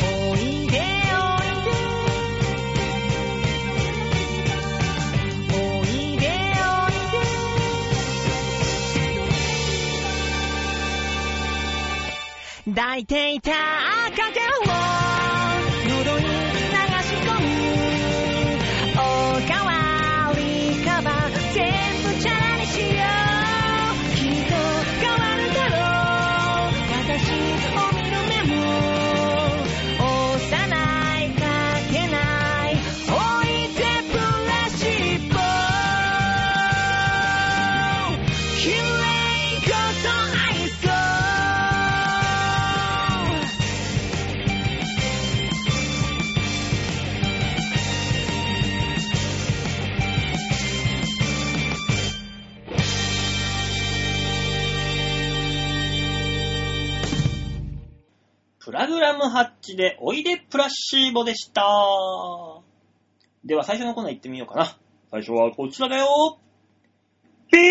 Speaker 5: おいでおいで」「おいでおいで」抱いていた赤毛を喉に流し込むおかわりかば全部チャラにしようきっと変わるだろう私を見る目も幼いかけないおいでブラシッポ綺麗こそ愛そう
Speaker 2: プラグラムハッチでおいでプラシーボでした。では最初のコーナー行ってみようかな。最初はこちらだよ。PHS!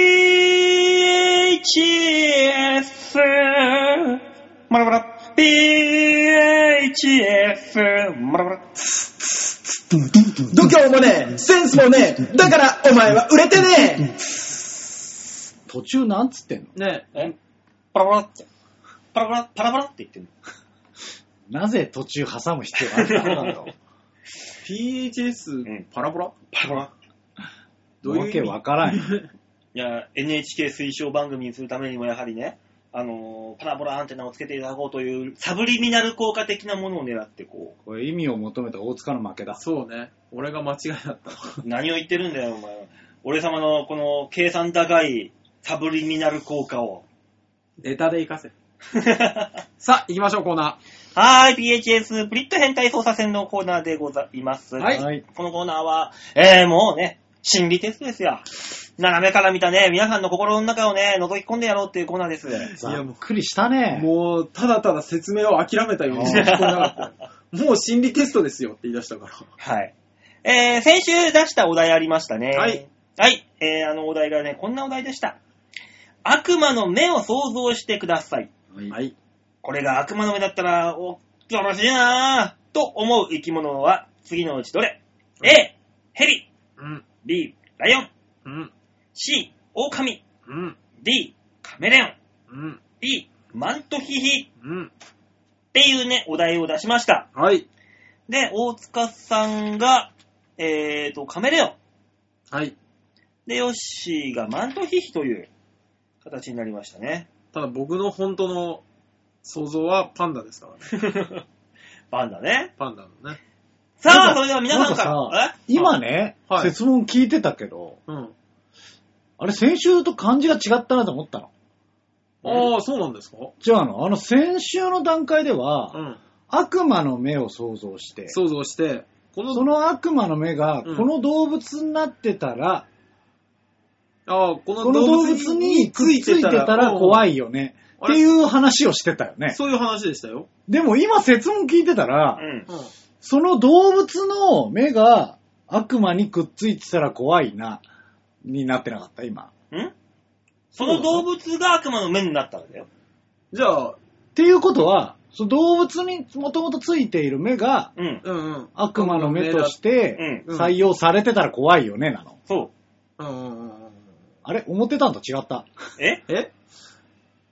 Speaker 2: マラマラ !PHS! マラマラ
Speaker 3: 度胸もねえ、センスもねえ、だからお前は売れてね
Speaker 4: 途中なんつってんの
Speaker 3: えね
Speaker 2: えパラパラって。パラパラ、パラパラって言ってんの。
Speaker 4: なぜ途中挟む必要があったんだろう。
Speaker 3: PHS
Speaker 2: ん
Speaker 3: パラボラ
Speaker 2: パラパラ。
Speaker 3: どういう
Speaker 4: わ
Speaker 3: 意
Speaker 4: け
Speaker 3: 味
Speaker 4: わからんよ。
Speaker 2: いや、NHK 推奨番組にするためにもやはりね、あのーパラボラアンテナをつけていただこうというサブリミナル効果的なものを狙ってこ
Speaker 4: これ意味を求めた大塚の負けだ。
Speaker 3: そうね。俺が間違いだ
Speaker 2: う、
Speaker 3: った。
Speaker 2: 何を言ってるんだよ、お前は。俺様のこの計算高いサブリミナル効果を。
Speaker 3: ネタで活かせ。
Speaker 2: は
Speaker 3: さあ、行きましょう、コーナ
Speaker 2: ーい、PHS プリット変態操作戦のコーナーでございます。
Speaker 3: はい
Speaker 4: はい。
Speaker 2: このコーナーは、えー、もうね、心理テストですよ。斜めから見たね、皆さんの心の中をね、覗き込んでやろうっていうコーナーです。
Speaker 4: ざっくりしたね
Speaker 3: ー。。もう、ただただ説明を諦めたようにしか聞こえなかったよ。もう心理テストですよって言い出したから。
Speaker 2: はい。えー、先週出したお題ありましたね。
Speaker 3: はい。
Speaker 2: はい。えー、あのお題がね、こんなお題でした。悪魔の目を想像してください。
Speaker 4: は。
Speaker 3: はいい。
Speaker 2: これが悪魔の目だったら、お、よろしいなぁ、と思う生き物は次のうちどれ ?A、ヘビ。
Speaker 3: うん、
Speaker 2: B、ライオン。
Speaker 3: うん、
Speaker 2: C、オオカミ。
Speaker 3: うん、
Speaker 2: D、カメレオン。
Speaker 3: うん、
Speaker 2: E、マントヒヒ。っ
Speaker 3: うん。
Speaker 2: ていうね、お題を出しました。
Speaker 3: はい。
Speaker 2: で、大塚さんが、えーと、カメレオン。
Speaker 3: はい。
Speaker 2: で、ヨッシーがマントヒヒという形になりましたね。
Speaker 3: ただ僕の本当の想像はパンダですからね。
Speaker 2: パンダね。
Speaker 3: パンダのね。
Speaker 2: さ
Speaker 4: な
Speaker 2: あ、
Speaker 4: んか
Speaker 2: それでは皆さんか
Speaker 4: なん
Speaker 2: ら
Speaker 4: か。今ね、
Speaker 3: はい
Speaker 4: 説問聞いてたけど、
Speaker 3: うん。
Speaker 4: あれ先週と漢字が違ったなと思ったの。
Speaker 3: ああ、そうなんですか
Speaker 4: 違うのあの先週の段階では、
Speaker 3: うん。
Speaker 4: 悪魔の目を想像して、
Speaker 3: 想像して、この、
Speaker 4: その悪魔の目が、
Speaker 3: うん
Speaker 4: この動物になってたら、
Speaker 3: ああ、こ
Speaker 4: こ
Speaker 3: の
Speaker 4: の
Speaker 3: 動
Speaker 4: 動
Speaker 3: 物
Speaker 4: 物
Speaker 3: に
Speaker 4: に
Speaker 3: つ
Speaker 4: くっ
Speaker 3: い
Speaker 4: つい
Speaker 3: て
Speaker 4: て
Speaker 3: た
Speaker 4: た
Speaker 3: ら
Speaker 4: ら怖
Speaker 3: い。
Speaker 4: いよね。
Speaker 3: うん
Speaker 4: っていう話をしてたよね。
Speaker 3: そういう話でしたよ。
Speaker 4: でも今説問聞いてたら
Speaker 2: う、ん。
Speaker 3: うん。
Speaker 4: その動物の目が悪魔にくっついてたら怖いな、になってなかった、今。
Speaker 2: んその動物が悪魔の目になったんだよ。
Speaker 3: じゃあ、
Speaker 4: っていうことは、その動物にもともとついている目が
Speaker 2: うん。
Speaker 3: うんうん。
Speaker 4: 悪魔の目とし
Speaker 2: う
Speaker 4: て
Speaker 2: ん。
Speaker 3: うん
Speaker 4: 採用されてたら怖いよね、なの。
Speaker 2: そう。
Speaker 3: うんうんうんうん。
Speaker 4: あれ思ってたんと違った。
Speaker 2: え
Speaker 3: え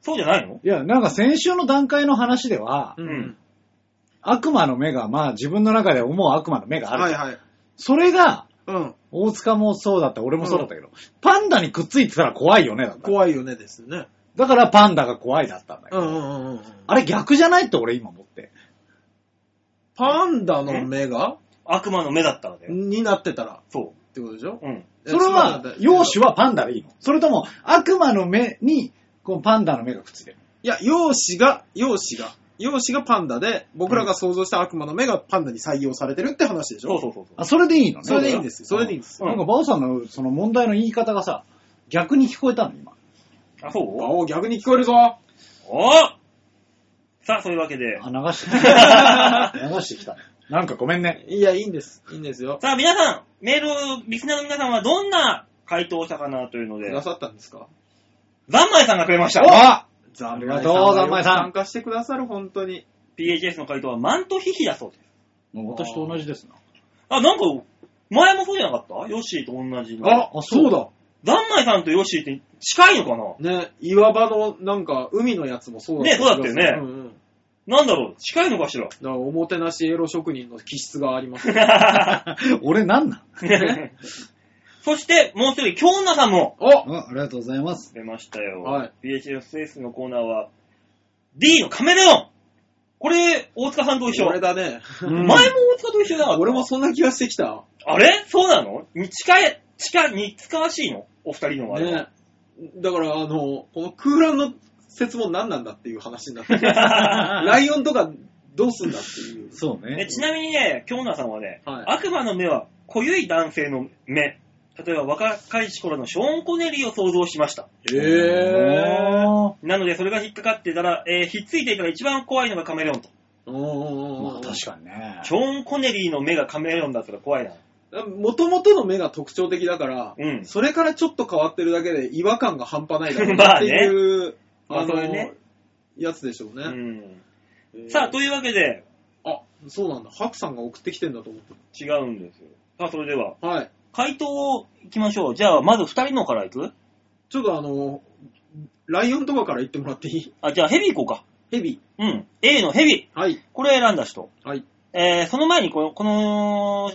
Speaker 2: そうじゃないの
Speaker 4: いや、なんか先週の段階の話では
Speaker 3: う、
Speaker 2: ん
Speaker 3: ん。
Speaker 4: 悪魔の目が、まあ自分の中で思う悪魔の目がある。
Speaker 3: はいはい。
Speaker 4: それが、
Speaker 3: うん。
Speaker 4: 大塚もそうだった、俺もそうだったけど、パンダにくっついてたら怖いよね、だった。
Speaker 3: 怖いよねですよね。
Speaker 4: だからパンダが怖いだったんだけ
Speaker 3: う
Speaker 4: ど。
Speaker 3: んうんうんうん。
Speaker 4: あれ逆じゃないって俺今思って。
Speaker 3: パンダの目が
Speaker 2: 悪魔の目だったわけ。
Speaker 3: になってたらっ
Speaker 2: そ
Speaker 3: てことでしょ
Speaker 2: う。うん。
Speaker 4: それは、容姿はパンダでいいのそれとも、悪魔の目に、このパンダの目がくっついてる。
Speaker 3: いや、容姿が、容姿が、容姿がパンダで、僕らが想像した悪魔の目がパンダに採用されてるって話でし
Speaker 2: そう
Speaker 3: ょ
Speaker 2: そうそうそう。
Speaker 4: あ、それでいいのね。
Speaker 3: それでいいんですよ。それでいいんですよ。
Speaker 4: うん。なんか、バオさんのその問題の言い方がさ、逆に聞こえたの、今。
Speaker 2: あ、そう
Speaker 3: おー逆に聞こえるぞ
Speaker 2: おさあ、そういうわけで。
Speaker 4: あ、流してきた。流してきた。なんかごめんね。
Speaker 3: いや、いいんです。いいんですよ。
Speaker 2: さあ、皆さん、メール、リスナーの皆さんはどんな回答をしたかなというので
Speaker 3: く、ださったんですか
Speaker 2: ザンマイさんがくれました。
Speaker 4: あ
Speaker 3: ざ
Speaker 4: んまいさんありがとうざんまいさん
Speaker 3: 参加してくださる、本当に。
Speaker 2: PHS の回答はマントヒヒだそうです。
Speaker 4: もう私と同じですな。
Speaker 2: あ、なんか、前もそうじゃなかったヨッシーと同じの。
Speaker 3: あ、
Speaker 4: あ
Speaker 3: そうだ。
Speaker 2: ザンマイさんとヨッシーって近いのかな
Speaker 3: ね、岩場の、なんか、海のやつもそうだ
Speaker 2: ねそうだったよね
Speaker 3: うんうん。だ
Speaker 2: なんだろう近いのかし ら
Speaker 3: から、おもてなしエロ職人の気質があります。
Speaker 4: 俺なんなん
Speaker 2: そして、もう一人、京女さんも
Speaker 3: お
Speaker 4: あありがとうござい ます。
Speaker 2: 出ましたよ。
Speaker 3: はい
Speaker 2: PHS のコーナーは、D のカメレオンこれ、大塚さんと一緒。
Speaker 3: 俺だね。
Speaker 2: 前も大塚と一緒だから。
Speaker 3: 俺もそんな気がしてきた。
Speaker 2: あれそうなのに近い、近い、に近わしいのお二人のあ れは。
Speaker 3: ね。だから、あの、この空欄の説も何なんだっていう話になってる ライオンとかどうすんだっていう。
Speaker 4: そう
Speaker 2: え
Speaker 4: ね。
Speaker 2: ちなみにね、京奈さんはね、
Speaker 3: はい
Speaker 2: 悪魔の目は濃ゆい男性の目。例えば若かりし頃のショーン・コネリーを想像しました。
Speaker 3: へぇー。
Speaker 4: ま
Speaker 2: なのでそれが引っかかってたら、えーひっついていたら一番怖いのがカメレオンと。
Speaker 3: ま
Speaker 4: あ確かにね。
Speaker 2: ショーン・コネリーの目がカメレオンだったら怖いな。
Speaker 3: もともとの目が特徴的だから、
Speaker 2: うん
Speaker 3: それからちょっと変わってるだけで違和感が半端ないだろ う
Speaker 2: ま
Speaker 3: な
Speaker 2: あ
Speaker 3: っ
Speaker 2: ね
Speaker 3: ていう、
Speaker 2: まあそれね
Speaker 3: やつでしょう
Speaker 2: う
Speaker 3: ね。
Speaker 2: ん。
Speaker 3: えー
Speaker 2: さあ、というわけで、
Speaker 3: あ、そうなんだ。ハクさんが送ってきてんだと思っ
Speaker 2: 違うんですよ。さあ、それでは、
Speaker 3: た。はい。
Speaker 2: 回答をいきましょう。じゃあ、まず二人のからいく
Speaker 3: ちょっとあの、ライオンとかから言ってもらってい い
Speaker 2: あ、じゃあヘビいこうか。
Speaker 3: ヘビ。
Speaker 2: うん。A のヘビ。
Speaker 3: はい。
Speaker 2: これ選んだ人。
Speaker 3: はい。
Speaker 2: えー、その前にこの、この、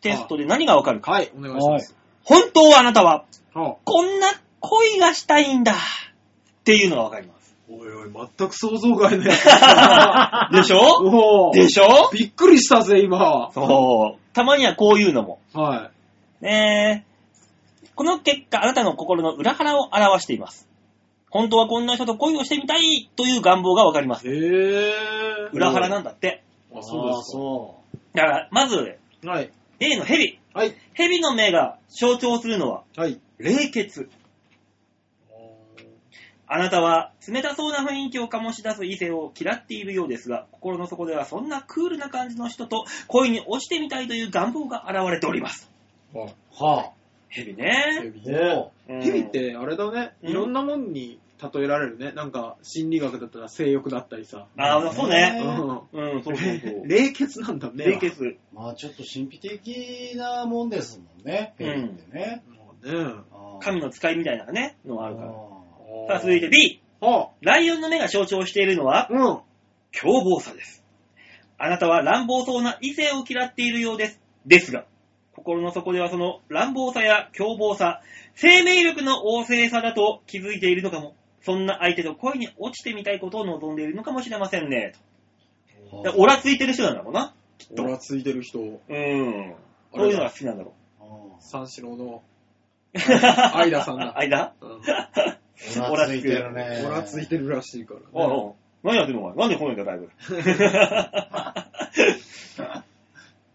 Speaker 2: テストで何がわかるか。
Speaker 3: はい、お願いします。
Speaker 2: 本当はあなたは、
Speaker 3: はあ、
Speaker 2: こんな恋がしたいんだっていうのがわかります。
Speaker 3: おいおい、全く想像外のやつ。
Speaker 2: でしょ
Speaker 3: お
Speaker 2: で
Speaker 3: ー
Speaker 2: しょ
Speaker 3: びっくりしたぜ、今。
Speaker 2: そう。たまにはこういうのも。
Speaker 3: は
Speaker 2: えー、この結果、あなたの心の裏腹を表しています。本当はこんな人と恋をしてみたいという願望がわかります
Speaker 3: い。。へぇー。
Speaker 2: 裏腹なんんだって。
Speaker 3: あ、そうですか
Speaker 4: そ
Speaker 2: だから、まず、
Speaker 3: はい。
Speaker 2: A のヘビ。
Speaker 3: はい。
Speaker 2: ヘビの目が象徴するのは、
Speaker 3: はい。
Speaker 2: 冷血。あなたは冷たそうな雰囲気を醸し出す異性を嫌っているようですが、心の底ではそんなクールな感じの人と恋に落ちてみたいという願望が現れております。
Speaker 3: あ
Speaker 4: う。は
Speaker 2: ヘビ
Speaker 3: ヘ
Speaker 2: ね。
Speaker 3: ビ
Speaker 4: あ。お
Speaker 2: うん
Speaker 3: ヘビっ、てあれだね、
Speaker 2: うん
Speaker 3: いろんなもんに例えられるね。なんか心理学だったら性欲だったりさ。
Speaker 2: ああ、そう
Speaker 3: う
Speaker 2: ね。う
Speaker 3: ん
Speaker 2: ん、そうそうそう。
Speaker 3: 冷血なんだね。
Speaker 2: 冷血。
Speaker 4: まあちょっと神秘的なもんですもんね。
Speaker 2: うん
Speaker 4: ヘビってね。
Speaker 3: もうね。
Speaker 4: あー
Speaker 2: 神の使いみたいなね、のがあるから。
Speaker 4: あ
Speaker 2: さあ、続いて B。
Speaker 3: は
Speaker 2: ライオンの目が象徴しているのは
Speaker 3: あ、うん。
Speaker 2: 凶暴さです。あなたは乱暴そうな異性を嫌っているようです。ですが、心の底ではその乱暴さや凶暴さ、生命力の旺盛さだと気づいているのかも。そんな相手と恋に落ちてみたいことを望んでいるのかもしれませんね。
Speaker 4: ー
Speaker 2: とだからオラついてる人なんだろうな。
Speaker 3: オラついてる人、
Speaker 2: うん。そういうのが好きなんだろう。
Speaker 4: あー
Speaker 3: 三四郎の、あいださ んだ。
Speaker 2: 間
Speaker 3: うん
Speaker 4: おらついてるね。
Speaker 3: オラついてるらしいからね。
Speaker 2: おいおい何やってんのお前。なんで来ないんだ、だい ぶ。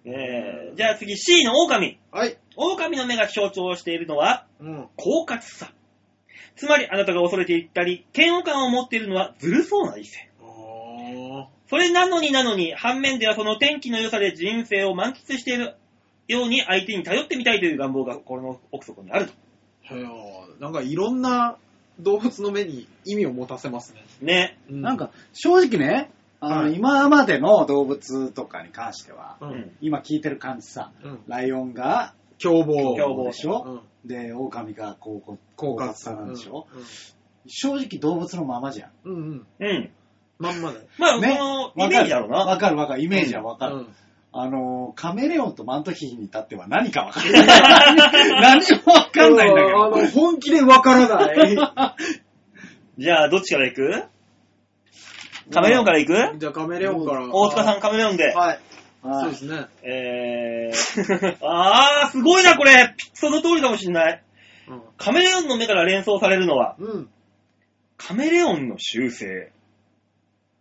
Speaker 2: ねえじゃあ次、C の狼。
Speaker 3: はい。
Speaker 2: 狼の目が象徴しているのは、
Speaker 3: うん。
Speaker 2: 狡猾さ。つまり、あなたが恐れていったり、嫌悪感を持っているのはずるそうな異性。
Speaker 3: あ
Speaker 2: それなのになのに、反面ではその天気の良さで人生を満喫しているように相手に頼ってみたいという願望が心の奥底にあると。
Speaker 3: ーへーなんかいろんな動物の目に意味を持たせますね。
Speaker 2: ね。
Speaker 3: う
Speaker 4: なん、か正直ね、あ
Speaker 3: は
Speaker 4: の
Speaker 3: い
Speaker 4: 今までの動物とかに関しては、
Speaker 3: う。
Speaker 2: うんん。
Speaker 4: 今聞いてる感じさ、
Speaker 3: うん。
Speaker 4: ライオンが
Speaker 3: 凶暴。
Speaker 2: 凶暴
Speaker 4: でしょ、
Speaker 3: うん。
Speaker 4: で、狼がこうこう
Speaker 3: 狡猾
Speaker 4: 狡猾
Speaker 3: さ
Speaker 4: さ
Speaker 3: な
Speaker 4: なんん
Speaker 3: で
Speaker 4: で
Speaker 3: し
Speaker 4: し
Speaker 3: ょ
Speaker 4: ょ、正直動物のままじゃん。
Speaker 3: うんうん。
Speaker 2: うん。
Speaker 3: まんまだよ。
Speaker 2: まあ、
Speaker 4: ね
Speaker 2: この
Speaker 4: わ
Speaker 2: イ
Speaker 4: か
Speaker 2: メー
Speaker 4: る
Speaker 2: ジだろうな。
Speaker 4: わかるわかる。イメージはわ
Speaker 3: う
Speaker 4: かる。
Speaker 3: ん。
Speaker 4: あのー、カメレオンとマントヒヒに至っては何かわかんない。何もわかんないんだけ
Speaker 3: あ
Speaker 4: ど。
Speaker 3: の、本気でわから ない。
Speaker 2: じゃあ、どっちから行くカメレオンから行く
Speaker 3: じゃあカメレオンから。
Speaker 2: 大塚さんカメレオンで。
Speaker 3: はい。
Speaker 4: は
Speaker 3: そう
Speaker 4: い
Speaker 3: ですね。
Speaker 2: えー、 あー、すごいな、これ。その通りかもしんない。
Speaker 3: うん
Speaker 2: カメレオンの目から連想されるのは、
Speaker 3: うん。
Speaker 2: カメレオンの習性。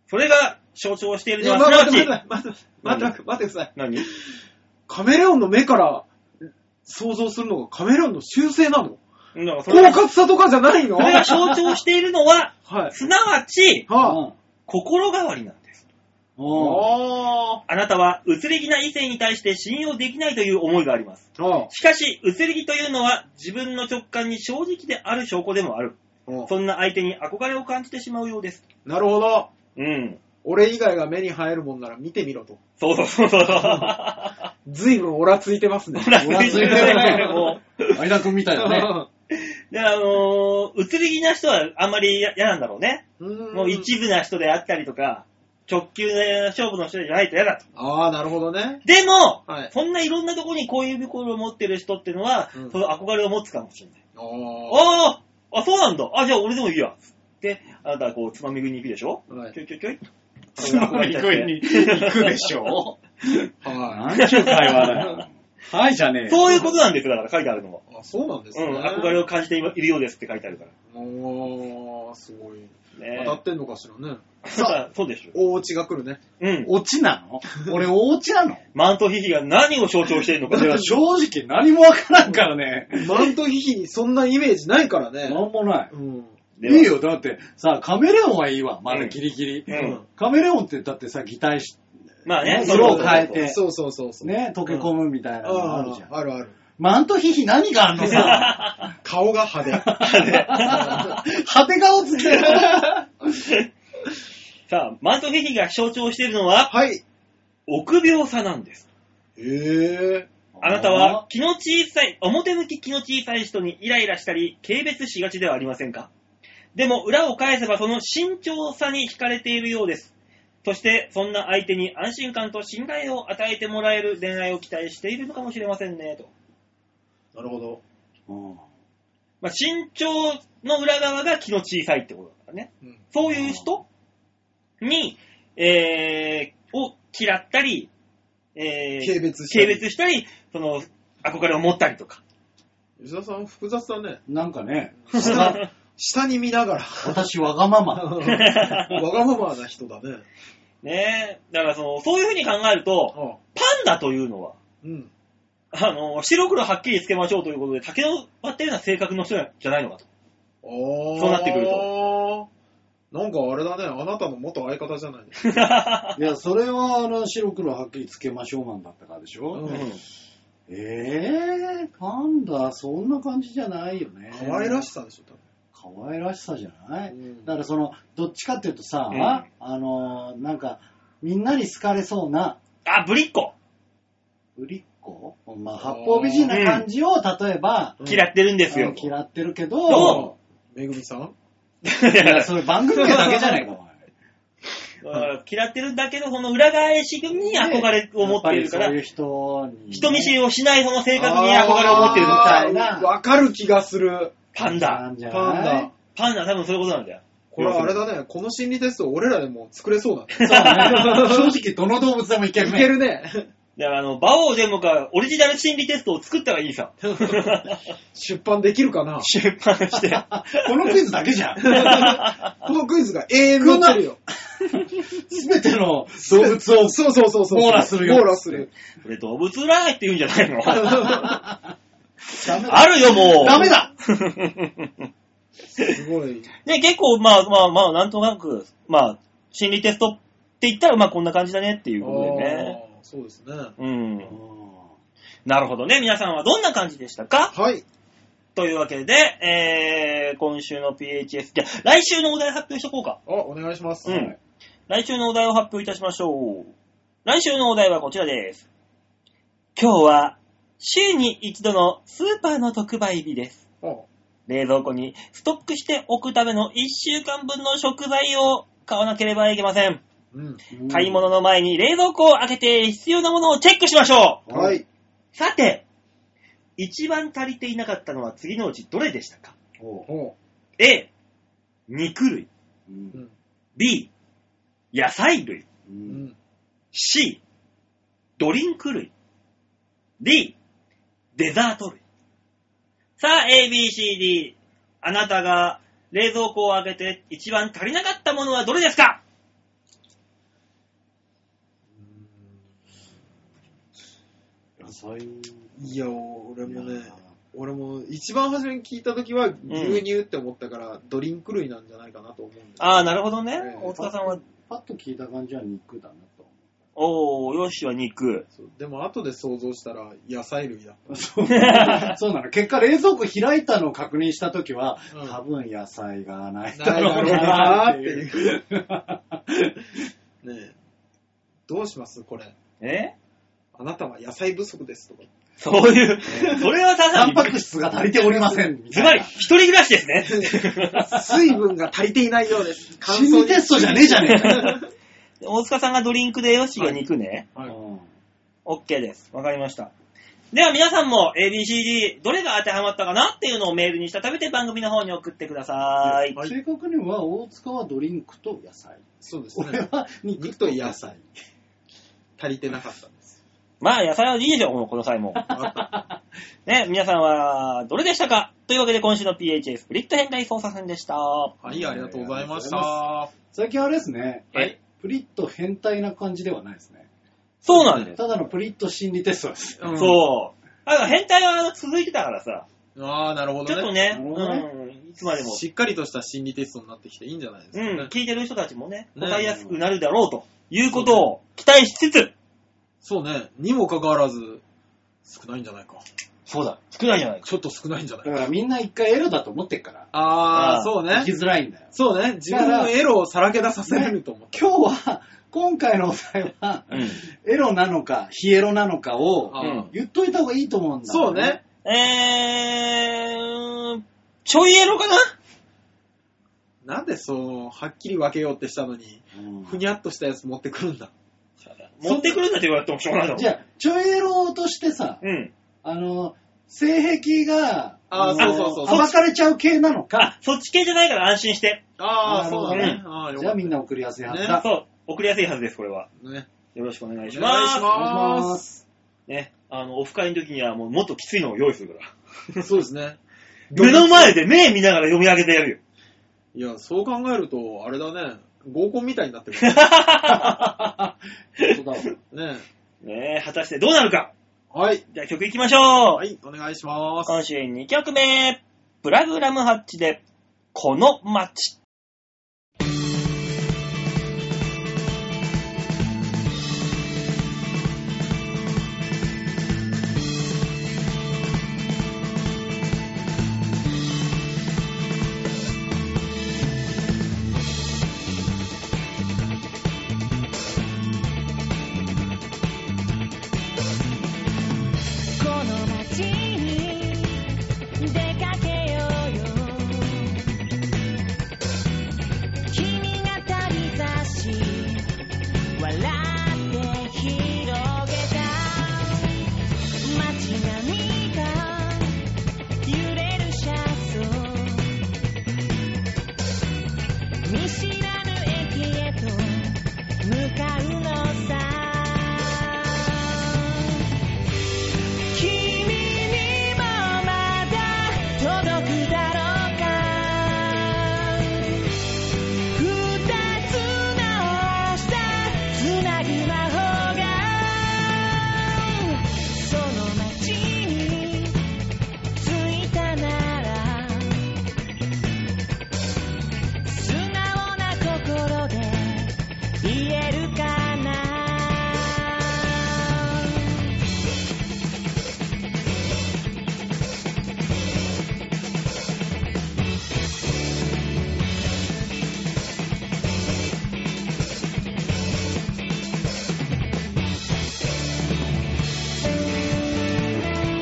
Speaker 2: それが象徴している
Speaker 3: い
Speaker 2: の
Speaker 3: や
Speaker 2: は、
Speaker 3: ます
Speaker 2: なわち、
Speaker 3: 待って待って待って待って待ってください。
Speaker 2: 何
Speaker 3: カメレオンの目から想像するのがカメレオンの習性なの
Speaker 2: なんかそれ
Speaker 3: 狡
Speaker 2: が
Speaker 3: 猾さとかじゃないの
Speaker 2: それ
Speaker 3: は
Speaker 2: が象徴しているのは、
Speaker 3: い。
Speaker 2: すなわち、
Speaker 3: はあ。
Speaker 2: 心変わりなんです。
Speaker 4: うん。
Speaker 3: あ
Speaker 2: あなたは、移り気な異性に対して信用できないという思いがあります。
Speaker 3: ーあ
Speaker 2: しかし、移り気というのは自分の直感に正直である証拠でもある。
Speaker 3: ー。
Speaker 2: そんな相手に憧れを感じてしまうようです。
Speaker 3: なるほど。
Speaker 2: うん。
Speaker 3: 俺以外が目に入るもんなら見てみろと。
Speaker 2: そうそうそう そう。
Speaker 3: ずいぶんオラついてますね。
Speaker 2: ほらついてるねもう
Speaker 4: 相田くんみたいだね。
Speaker 2: で、あのー、移り気な人はあんまり嫌なんだろうね。も
Speaker 3: も
Speaker 2: う一部な人であったりとか、直球で勝負の人じゃないと嫌だと。
Speaker 3: ああ、なるほどね。
Speaker 2: でも、
Speaker 3: はい
Speaker 2: そんないろんなとこにこういう心を持ってる人っていうのは、
Speaker 3: うん
Speaker 2: その憧れを持つかもしれない。
Speaker 3: あ
Speaker 2: あああ、そうなんだ。あ、じゃあ俺でもいいや。で、あなたはこう、つまみ食いに行くでしょ
Speaker 3: あ。はい
Speaker 2: ちょいちょいちょい。
Speaker 4: つまり食いに行くでしょ。
Speaker 3: は
Speaker 4: 何ちゅう会話だよ。はいじゃねえよ。
Speaker 2: そういうことなんですよだから書いてあるのは。
Speaker 3: い。あ、そうなんです
Speaker 2: う
Speaker 3: ね。
Speaker 2: ん、憧れを感じているようですって書いてあるから。
Speaker 3: おー、すごい。
Speaker 2: ね
Speaker 3: 当たってんのかしらね。
Speaker 2: さあ、そうでしょ。
Speaker 3: お家が来るね。
Speaker 2: うん。
Speaker 4: オチなの俺、オチなの
Speaker 2: マントヒヒが何を象徴している のか、それは
Speaker 4: 正直何もわからんからね。
Speaker 3: マントヒヒにそんなイメージないからね。
Speaker 4: なんもない。
Speaker 3: うん。
Speaker 2: ではい
Speaker 4: いよ、だって、さ、カメレオンはいいわ、ま
Speaker 2: う
Speaker 4: だ
Speaker 2: ん
Speaker 4: ギリギリ。
Speaker 2: うん
Speaker 4: カメレオンってだってさ、擬態し、
Speaker 2: まあね、
Speaker 4: ね色を変えて
Speaker 3: そうそうそうそう。
Speaker 4: ね、溶け込むみたいなのあるじゃん。
Speaker 3: ああるある。
Speaker 4: マントヒヒ何があんの さ、
Speaker 3: 顔が 派手。
Speaker 4: 派手顔つけ る。
Speaker 2: さあ、マントヒヒが象徴しているのは、
Speaker 3: はい。
Speaker 2: 臆病さなんです。
Speaker 3: へえ。
Speaker 2: あなたは気の小さい、表向き気の小さい人にイライラしたり、軽蔑しがちではありませんかでも裏を返せばその慎重さに惹かれているようです。そして、そんな相手に安心感と信頼を与えてもらえる恋愛を期待しているのかもしれませんね、と。
Speaker 3: なるほど。
Speaker 4: うん。
Speaker 2: まあ、身長の裏側が気の小さいってことだからね。
Speaker 3: うん
Speaker 2: そういう人に、えー、を嫌ったり、えー、
Speaker 3: 軽蔑した
Speaker 2: 軽
Speaker 3: り
Speaker 2: 蔑したり、その、憧れを持ったりとか。
Speaker 3: 吉田さん複雑だね。
Speaker 4: なんかね、
Speaker 3: 下、下に見ながら。
Speaker 4: 私わがまま。
Speaker 3: わがままな人だね。
Speaker 2: ねえ。だからその、そういうふうに考えると、
Speaker 3: ああ
Speaker 2: パンダというのは、
Speaker 3: うん。
Speaker 2: あの、白黒はっきりつけましょうということで、竹を割ってるような性格の人じゃないのかと。
Speaker 3: あー
Speaker 2: そうなってくる
Speaker 3: なんかあれだね、あなたの元相方じゃない ですか。
Speaker 4: いや、それは、あの、白黒はっきりつけましょうなんだったからでしょ、
Speaker 3: うん
Speaker 4: えー、パンダ、そんな感じじゃないよね。
Speaker 3: 可愛らしさでしょ、多
Speaker 4: 可愛らしさじゃない、
Speaker 3: うん
Speaker 4: だからその、どっちかっていうとさ、
Speaker 2: うん
Speaker 4: あの、なんか、みんなに好かれそうな、
Speaker 2: あ、ぶりっ子
Speaker 4: 売りっ子まあ、八方美人な感じを、例えば、
Speaker 3: 分。
Speaker 2: 嫌
Speaker 3: い。
Speaker 2: ってるんです
Speaker 4: あ
Speaker 2: よ
Speaker 4: の。嫌ってるけ
Speaker 2: ど
Speaker 4: ど、
Speaker 3: めぐみさん
Speaker 4: いや、それ番組名だけじゃないか、お前。
Speaker 2: だから嫌ってるんだけど、その裏返しに憧れを持っているか
Speaker 4: や
Speaker 2: ら
Speaker 4: っぱ、りそういう人に、
Speaker 2: 人見知
Speaker 4: り
Speaker 2: りをしないその性格に憧れを持ってるみたい
Speaker 4: いな
Speaker 3: あーわかる気がする。
Speaker 2: パン
Speaker 4: な
Speaker 2: ダ。
Speaker 4: んじゃ
Speaker 3: パン
Speaker 4: な
Speaker 3: ダ
Speaker 4: い。
Speaker 2: パンダ多分そういうことなんだよ。
Speaker 3: これはあれだね、この心理テスト俺らでも作れそうだ ね。
Speaker 4: そうね。 正直、どの動物でもいける
Speaker 3: い
Speaker 4: ね。
Speaker 3: けるね。
Speaker 2: だからあの、バオーデモがオリジナル心理テストを作ったらいいさ。
Speaker 3: 出版できるかな
Speaker 2: 出版して。
Speaker 4: このクイズだけ じゃん。
Speaker 3: このクイズが永遠にってるよ。
Speaker 4: すべての動物を
Speaker 3: そうそうそうそう。
Speaker 4: 網羅するよ
Speaker 3: 網羅 する。
Speaker 2: これ動物占いって言うんじゃないの
Speaker 4: ダメだ
Speaker 2: あるよ、もう。
Speaker 4: ダメだ
Speaker 3: すごい。
Speaker 2: ね、結構、まあまあまあ、なんとなく、まあ、心理テストって言ったら、まあこんな感じだねっていうことでね。
Speaker 3: あーそうですね。
Speaker 2: うん。
Speaker 4: う
Speaker 2: なるほどね。皆さんはどんな感じでしたか
Speaker 3: はい。
Speaker 2: というわけで、えー、今週の PHS、じゃあ来週のお題発表しとこうか。
Speaker 3: あ、お願いします。
Speaker 2: うん。来週のお題を発表いたしましょう。来週のお題はこちらです。今日は週に一度のスーパーの特売日です。
Speaker 3: あ
Speaker 2: 冷蔵庫にストックしておくための1週間分の食材を買わなければいけません。
Speaker 3: うん。
Speaker 2: 買い物の前に冷蔵庫を開けて必要なものをチェックしましょう
Speaker 3: はい。
Speaker 2: さて、一番足りていなかったのは次のうちどれでしたか
Speaker 4: おう
Speaker 3: お
Speaker 2: ?A、肉類。
Speaker 4: う
Speaker 3: うんん。
Speaker 2: B、野菜類。
Speaker 4: う
Speaker 3: うんん。
Speaker 2: C、ドリンク類。D、デザート類。さあ、A、B、C、D。あなたが冷蔵庫を開けて一番足りなかったものはどれですか
Speaker 4: 野菜。
Speaker 3: いや、俺もね、俺も一番初めに聞いた時は牛乳って思ったから、ドリンク類なんじゃないかなと思うんだよ
Speaker 2: ああ、なるほど
Speaker 3: え
Speaker 2: ね
Speaker 3: え。
Speaker 2: 大塚さんは、
Speaker 4: パッと聞いた感じは肉だなと
Speaker 2: おー、よしは肉。
Speaker 3: そうでも後で想像したら野菜類だ。
Speaker 4: 思う。そうなの。結果、冷蔵庫開いたのを確認したときは、
Speaker 3: うん
Speaker 4: 多分野菜がない
Speaker 3: な
Speaker 4: だ
Speaker 3: い
Speaker 4: ろ
Speaker 3: だ
Speaker 4: う
Speaker 3: ろう
Speaker 4: な
Speaker 3: な
Speaker 4: っ
Speaker 3: ー
Speaker 4: て
Speaker 3: って
Speaker 4: いう。
Speaker 3: いう。ねえ。どうしますこれ。
Speaker 2: え
Speaker 3: あなたは野菜不足ですとか。
Speaker 2: そういう、それはただ
Speaker 4: タ
Speaker 2: に
Speaker 4: ン、パク質が足りておりません。
Speaker 2: ずばり、一人暮らしですね。
Speaker 3: 水分が足りていないよう です。
Speaker 4: 心理テストじゃねえじゃねえかよ。
Speaker 2: 大塚さんがドリンクでよしが肉ね。
Speaker 3: はいう
Speaker 2: OK です。わかりました。では皆さんも ABCD どれが当てはまったかなっていうのをメールにしたためて番組の方に送ってください。
Speaker 4: ん正確には、大塚はドリンクと野菜。
Speaker 3: そうです
Speaker 4: 俺
Speaker 3: ね。
Speaker 4: は肉と野菜。
Speaker 3: 足りてなかったん です。
Speaker 2: まあ野菜はいいでしょう、もうこの際 も。ね、皆さんはどれでしたかというわけで今週の PHS スプリット変態操作編でした。
Speaker 3: はい、ありがとうございました。
Speaker 4: 最近あれですね、
Speaker 2: はい
Speaker 4: プリッと変態な感じではないですね。
Speaker 2: そうなんです。
Speaker 4: ただのプリッと心理テストです。
Speaker 3: うん
Speaker 2: そう。だから変態はあの続いてたからさ、
Speaker 3: ああ、なるほ
Speaker 2: ちょっ
Speaker 3: ど
Speaker 2: と
Speaker 3: ね。
Speaker 2: ね、
Speaker 4: なるほどね
Speaker 2: うん、いつまでも、
Speaker 3: しっかりとした心理テストになってきていいんじゃないで
Speaker 2: う
Speaker 3: すかね。
Speaker 2: ん、聞いてる人たちもね、
Speaker 3: ね
Speaker 2: 答えやすくなるだろうということを期待しつつ、
Speaker 3: そうね。にもかかわらず、少ないんじゃないか。
Speaker 2: そうだ、少ないじゃないか。
Speaker 3: ちょっと少ないんじゃない
Speaker 4: だ
Speaker 3: か。
Speaker 4: からみんな一回エロだと思ってっから。
Speaker 3: あ
Speaker 2: あー
Speaker 3: あ、そう
Speaker 4: 生
Speaker 3: ね
Speaker 4: き。づらいんだよ。
Speaker 3: そうね。自分のエロをさらけ出させると思って。
Speaker 4: 今日は、今回のお題は、
Speaker 2: うん。
Speaker 4: エロなのか、ヒエロなのかを
Speaker 3: あー
Speaker 2: うん
Speaker 4: 言っといた方がいいと思うんだ、
Speaker 3: そうね。。
Speaker 2: えー、ちょいエロかな
Speaker 3: なんでそう、はっきり分けようってしたのに、
Speaker 4: うん
Speaker 3: ふにゃっとしたやつ持ってくるんだ。
Speaker 2: 持ってくるんだって言われてもしょうがないだろ。
Speaker 4: じゃあ、ちょいエロとしてさ、
Speaker 2: うん。
Speaker 4: あの、性癖が、
Speaker 3: あーそう
Speaker 4: の
Speaker 3: そうそう
Speaker 4: 暴かれちゃう系なの
Speaker 2: あ
Speaker 4: か、、
Speaker 2: そっち系じゃないから安心して。
Speaker 3: あ
Speaker 4: な
Speaker 3: あ、
Speaker 4: る
Speaker 3: そ
Speaker 4: ほ
Speaker 3: う
Speaker 4: ど
Speaker 3: だ
Speaker 4: ね
Speaker 3: ね。ああ、よ
Speaker 4: じゃ
Speaker 3: か
Speaker 4: あ
Speaker 3: っ
Speaker 4: みんな送りやすいはず
Speaker 3: あ
Speaker 4: だ。
Speaker 2: そう、送りやすいはずです、これは。
Speaker 3: た。ね。
Speaker 2: よろしくお願いし
Speaker 3: お願
Speaker 2: ま
Speaker 3: い
Speaker 2: す。
Speaker 3: し
Speaker 4: お願いし
Speaker 3: ま
Speaker 4: ます
Speaker 3: す。
Speaker 2: ね、あの、オフ会の時にはもうもっときついのを用意するから。
Speaker 3: そうですね。
Speaker 2: 目の前で目見ながら読み上げて やるよ。
Speaker 3: いや、そう考えると、あれだね。合コンみたいになってくる。
Speaker 4: そうだわ
Speaker 3: ね。
Speaker 2: ねえ、果たしてどうなるか。
Speaker 3: はい。
Speaker 2: じゃあ曲行きましょう。
Speaker 3: はい、お願いします。
Speaker 2: 今週2曲目。プラグラムハッチで、この街。
Speaker 5: この街に出かけようよ君が旅立ち笑って広げた街並みが揺れる車窓見知らぬ駅へと向かうのさ「君にもまだ届くだろうか」「二つの下つなぎ魔法が」「その街に着いたなら」「素直な心で言えるかな」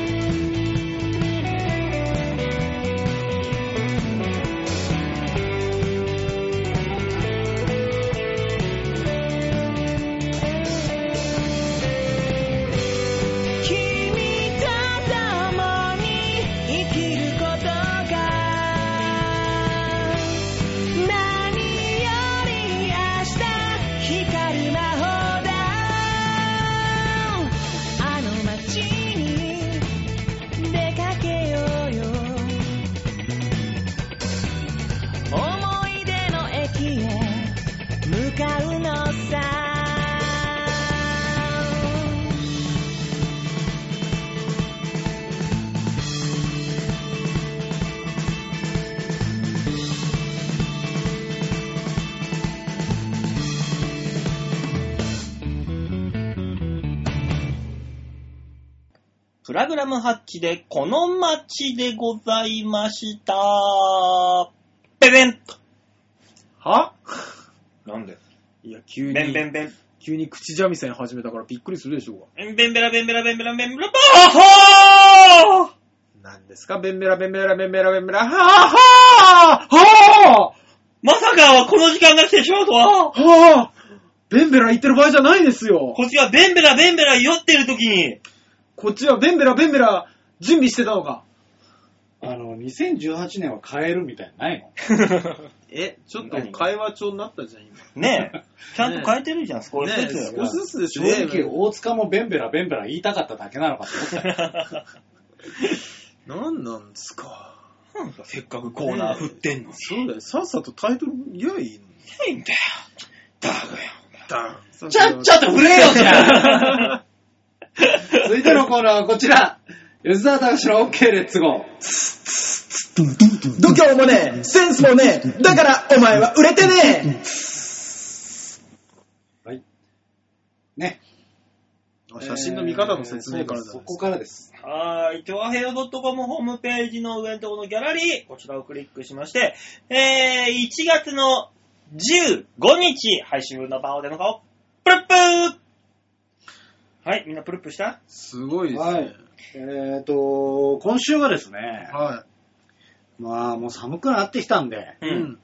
Speaker 5: 「君にもまだ届くだろうか」
Speaker 2: プラグラムハッチでこの街でございました。ベベン
Speaker 3: は
Speaker 2: なんで
Speaker 3: いや、急
Speaker 2: ベ
Speaker 3: に、
Speaker 2: ンベンベン。
Speaker 3: 急に口三味線始めたからびっくりするでしょう
Speaker 2: ベンベンベラベンベラベンベラベンベラバーホー
Speaker 3: が。なんですかベンベラベンベラベンベラベンベラ、はぁはぁは
Speaker 2: まさかこの時間が来てしまうとは
Speaker 3: ぁはぁベンベラ言ってる場合じゃないですよ
Speaker 2: こっちがベンベラベンベラ酔ってる時に、
Speaker 3: こっちはベンベラベンベラ準備してたのか。
Speaker 4: あの、2018年は変えるみたいなのないの
Speaker 3: え、ちょっと
Speaker 2: 何
Speaker 3: 会話調になったじゃん、今。
Speaker 2: ねえ、ちゃんと変えてるじゃん、少し
Speaker 3: ね
Speaker 2: ず
Speaker 3: え
Speaker 2: つ。
Speaker 3: 少しずつでしょ
Speaker 4: 正直、大塚もベンベラベンベラ言いたかっただけなのかと思ったよ。
Speaker 3: なんなんですか。
Speaker 2: なんだせっかくコーナー振ってんのに。
Speaker 3: そうだよ。さっさとタイトル言えばいいのに。
Speaker 2: ないんだよ。だがよ。
Speaker 3: ダン。
Speaker 4: ちゃっちゃと触れよ、じゃあ 続いてのコーナーはこちら。吉沢隆の OK レッツゴー。
Speaker 3: 度胸もねえ、センスもねえ、だからお前は売れてね
Speaker 4: ね。
Speaker 3: え写真の見方の説明から
Speaker 4: えー
Speaker 3: だ、
Speaker 4: そうですそこからです。
Speaker 2: はーい。今日は .com ホームページの上のところのギャラリー、こちらをクリックしまして、えー、1月の15日、配信分のバオでの顔、プルップーはい、みんなプルップした
Speaker 3: すごいですね。
Speaker 4: はいえっ、と、今週はですね、
Speaker 3: は
Speaker 4: まあもう寒くなってきたんで、
Speaker 3: い。うん。。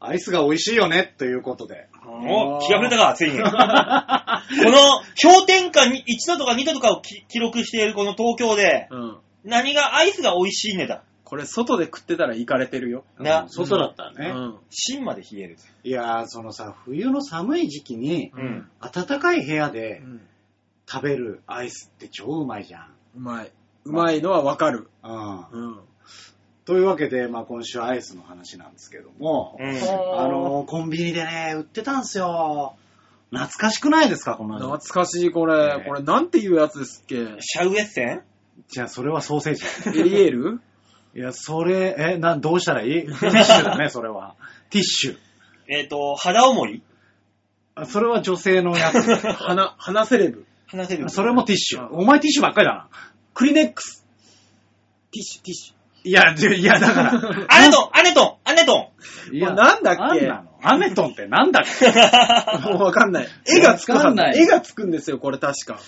Speaker 4: アイスが美味しいよね、ということ で。
Speaker 2: お、気が触れたか、つ いに。この氷点下に1度とか2度とかをき記録しているこの東京で、
Speaker 3: うん。
Speaker 2: 何がアイスが美味しいねだ。
Speaker 3: これ外で食ってたら行かれてるよ。
Speaker 2: な、
Speaker 4: 外だったら
Speaker 3: う
Speaker 4: ね。
Speaker 3: ん。
Speaker 2: 芯まで冷える。
Speaker 4: いやー、そのさ、冬の寒い時期に、
Speaker 2: うん。
Speaker 4: 暖かい部屋
Speaker 3: う
Speaker 4: で
Speaker 3: ん
Speaker 4: 食べるアイスって超うまいじゃん。
Speaker 3: うまい。うまいのはわかる。
Speaker 4: うん。
Speaker 3: うん。
Speaker 4: というわけで、まあ今週アイスの話なんですけども、
Speaker 2: うん。
Speaker 4: あのー、コンビニでね、売ってたんすよ。懐かしくないですか、この
Speaker 3: 懐
Speaker 4: 味。
Speaker 3: かしい、これ。
Speaker 4: ね
Speaker 3: これ、なんていうやつですっけ
Speaker 2: シャウエッセン
Speaker 4: じゃあ、それはソーセージ。
Speaker 3: エリエール
Speaker 4: いや、それ、え、なん、どうしたらいいティッシュだね、それは。ティッシュ。
Speaker 2: えっ、と、肌重り
Speaker 4: あそれは女性の やつ。
Speaker 3: 花、花セレブ。
Speaker 2: 話せる
Speaker 4: それもティッシュ。お前ティッシュばっかりだな。
Speaker 3: クリネックス。ティッシュ、ティッシ
Speaker 4: いや、じゃいや、だ から。
Speaker 2: アネトンアネトンアネト
Speaker 4: い
Speaker 3: もうなんだっけ
Speaker 4: なんなのアメトンってなんだっけ
Speaker 3: ュ。もうわかんない。絵がつくはず
Speaker 4: わかんない
Speaker 3: 絵がつくんですよ、これ確か。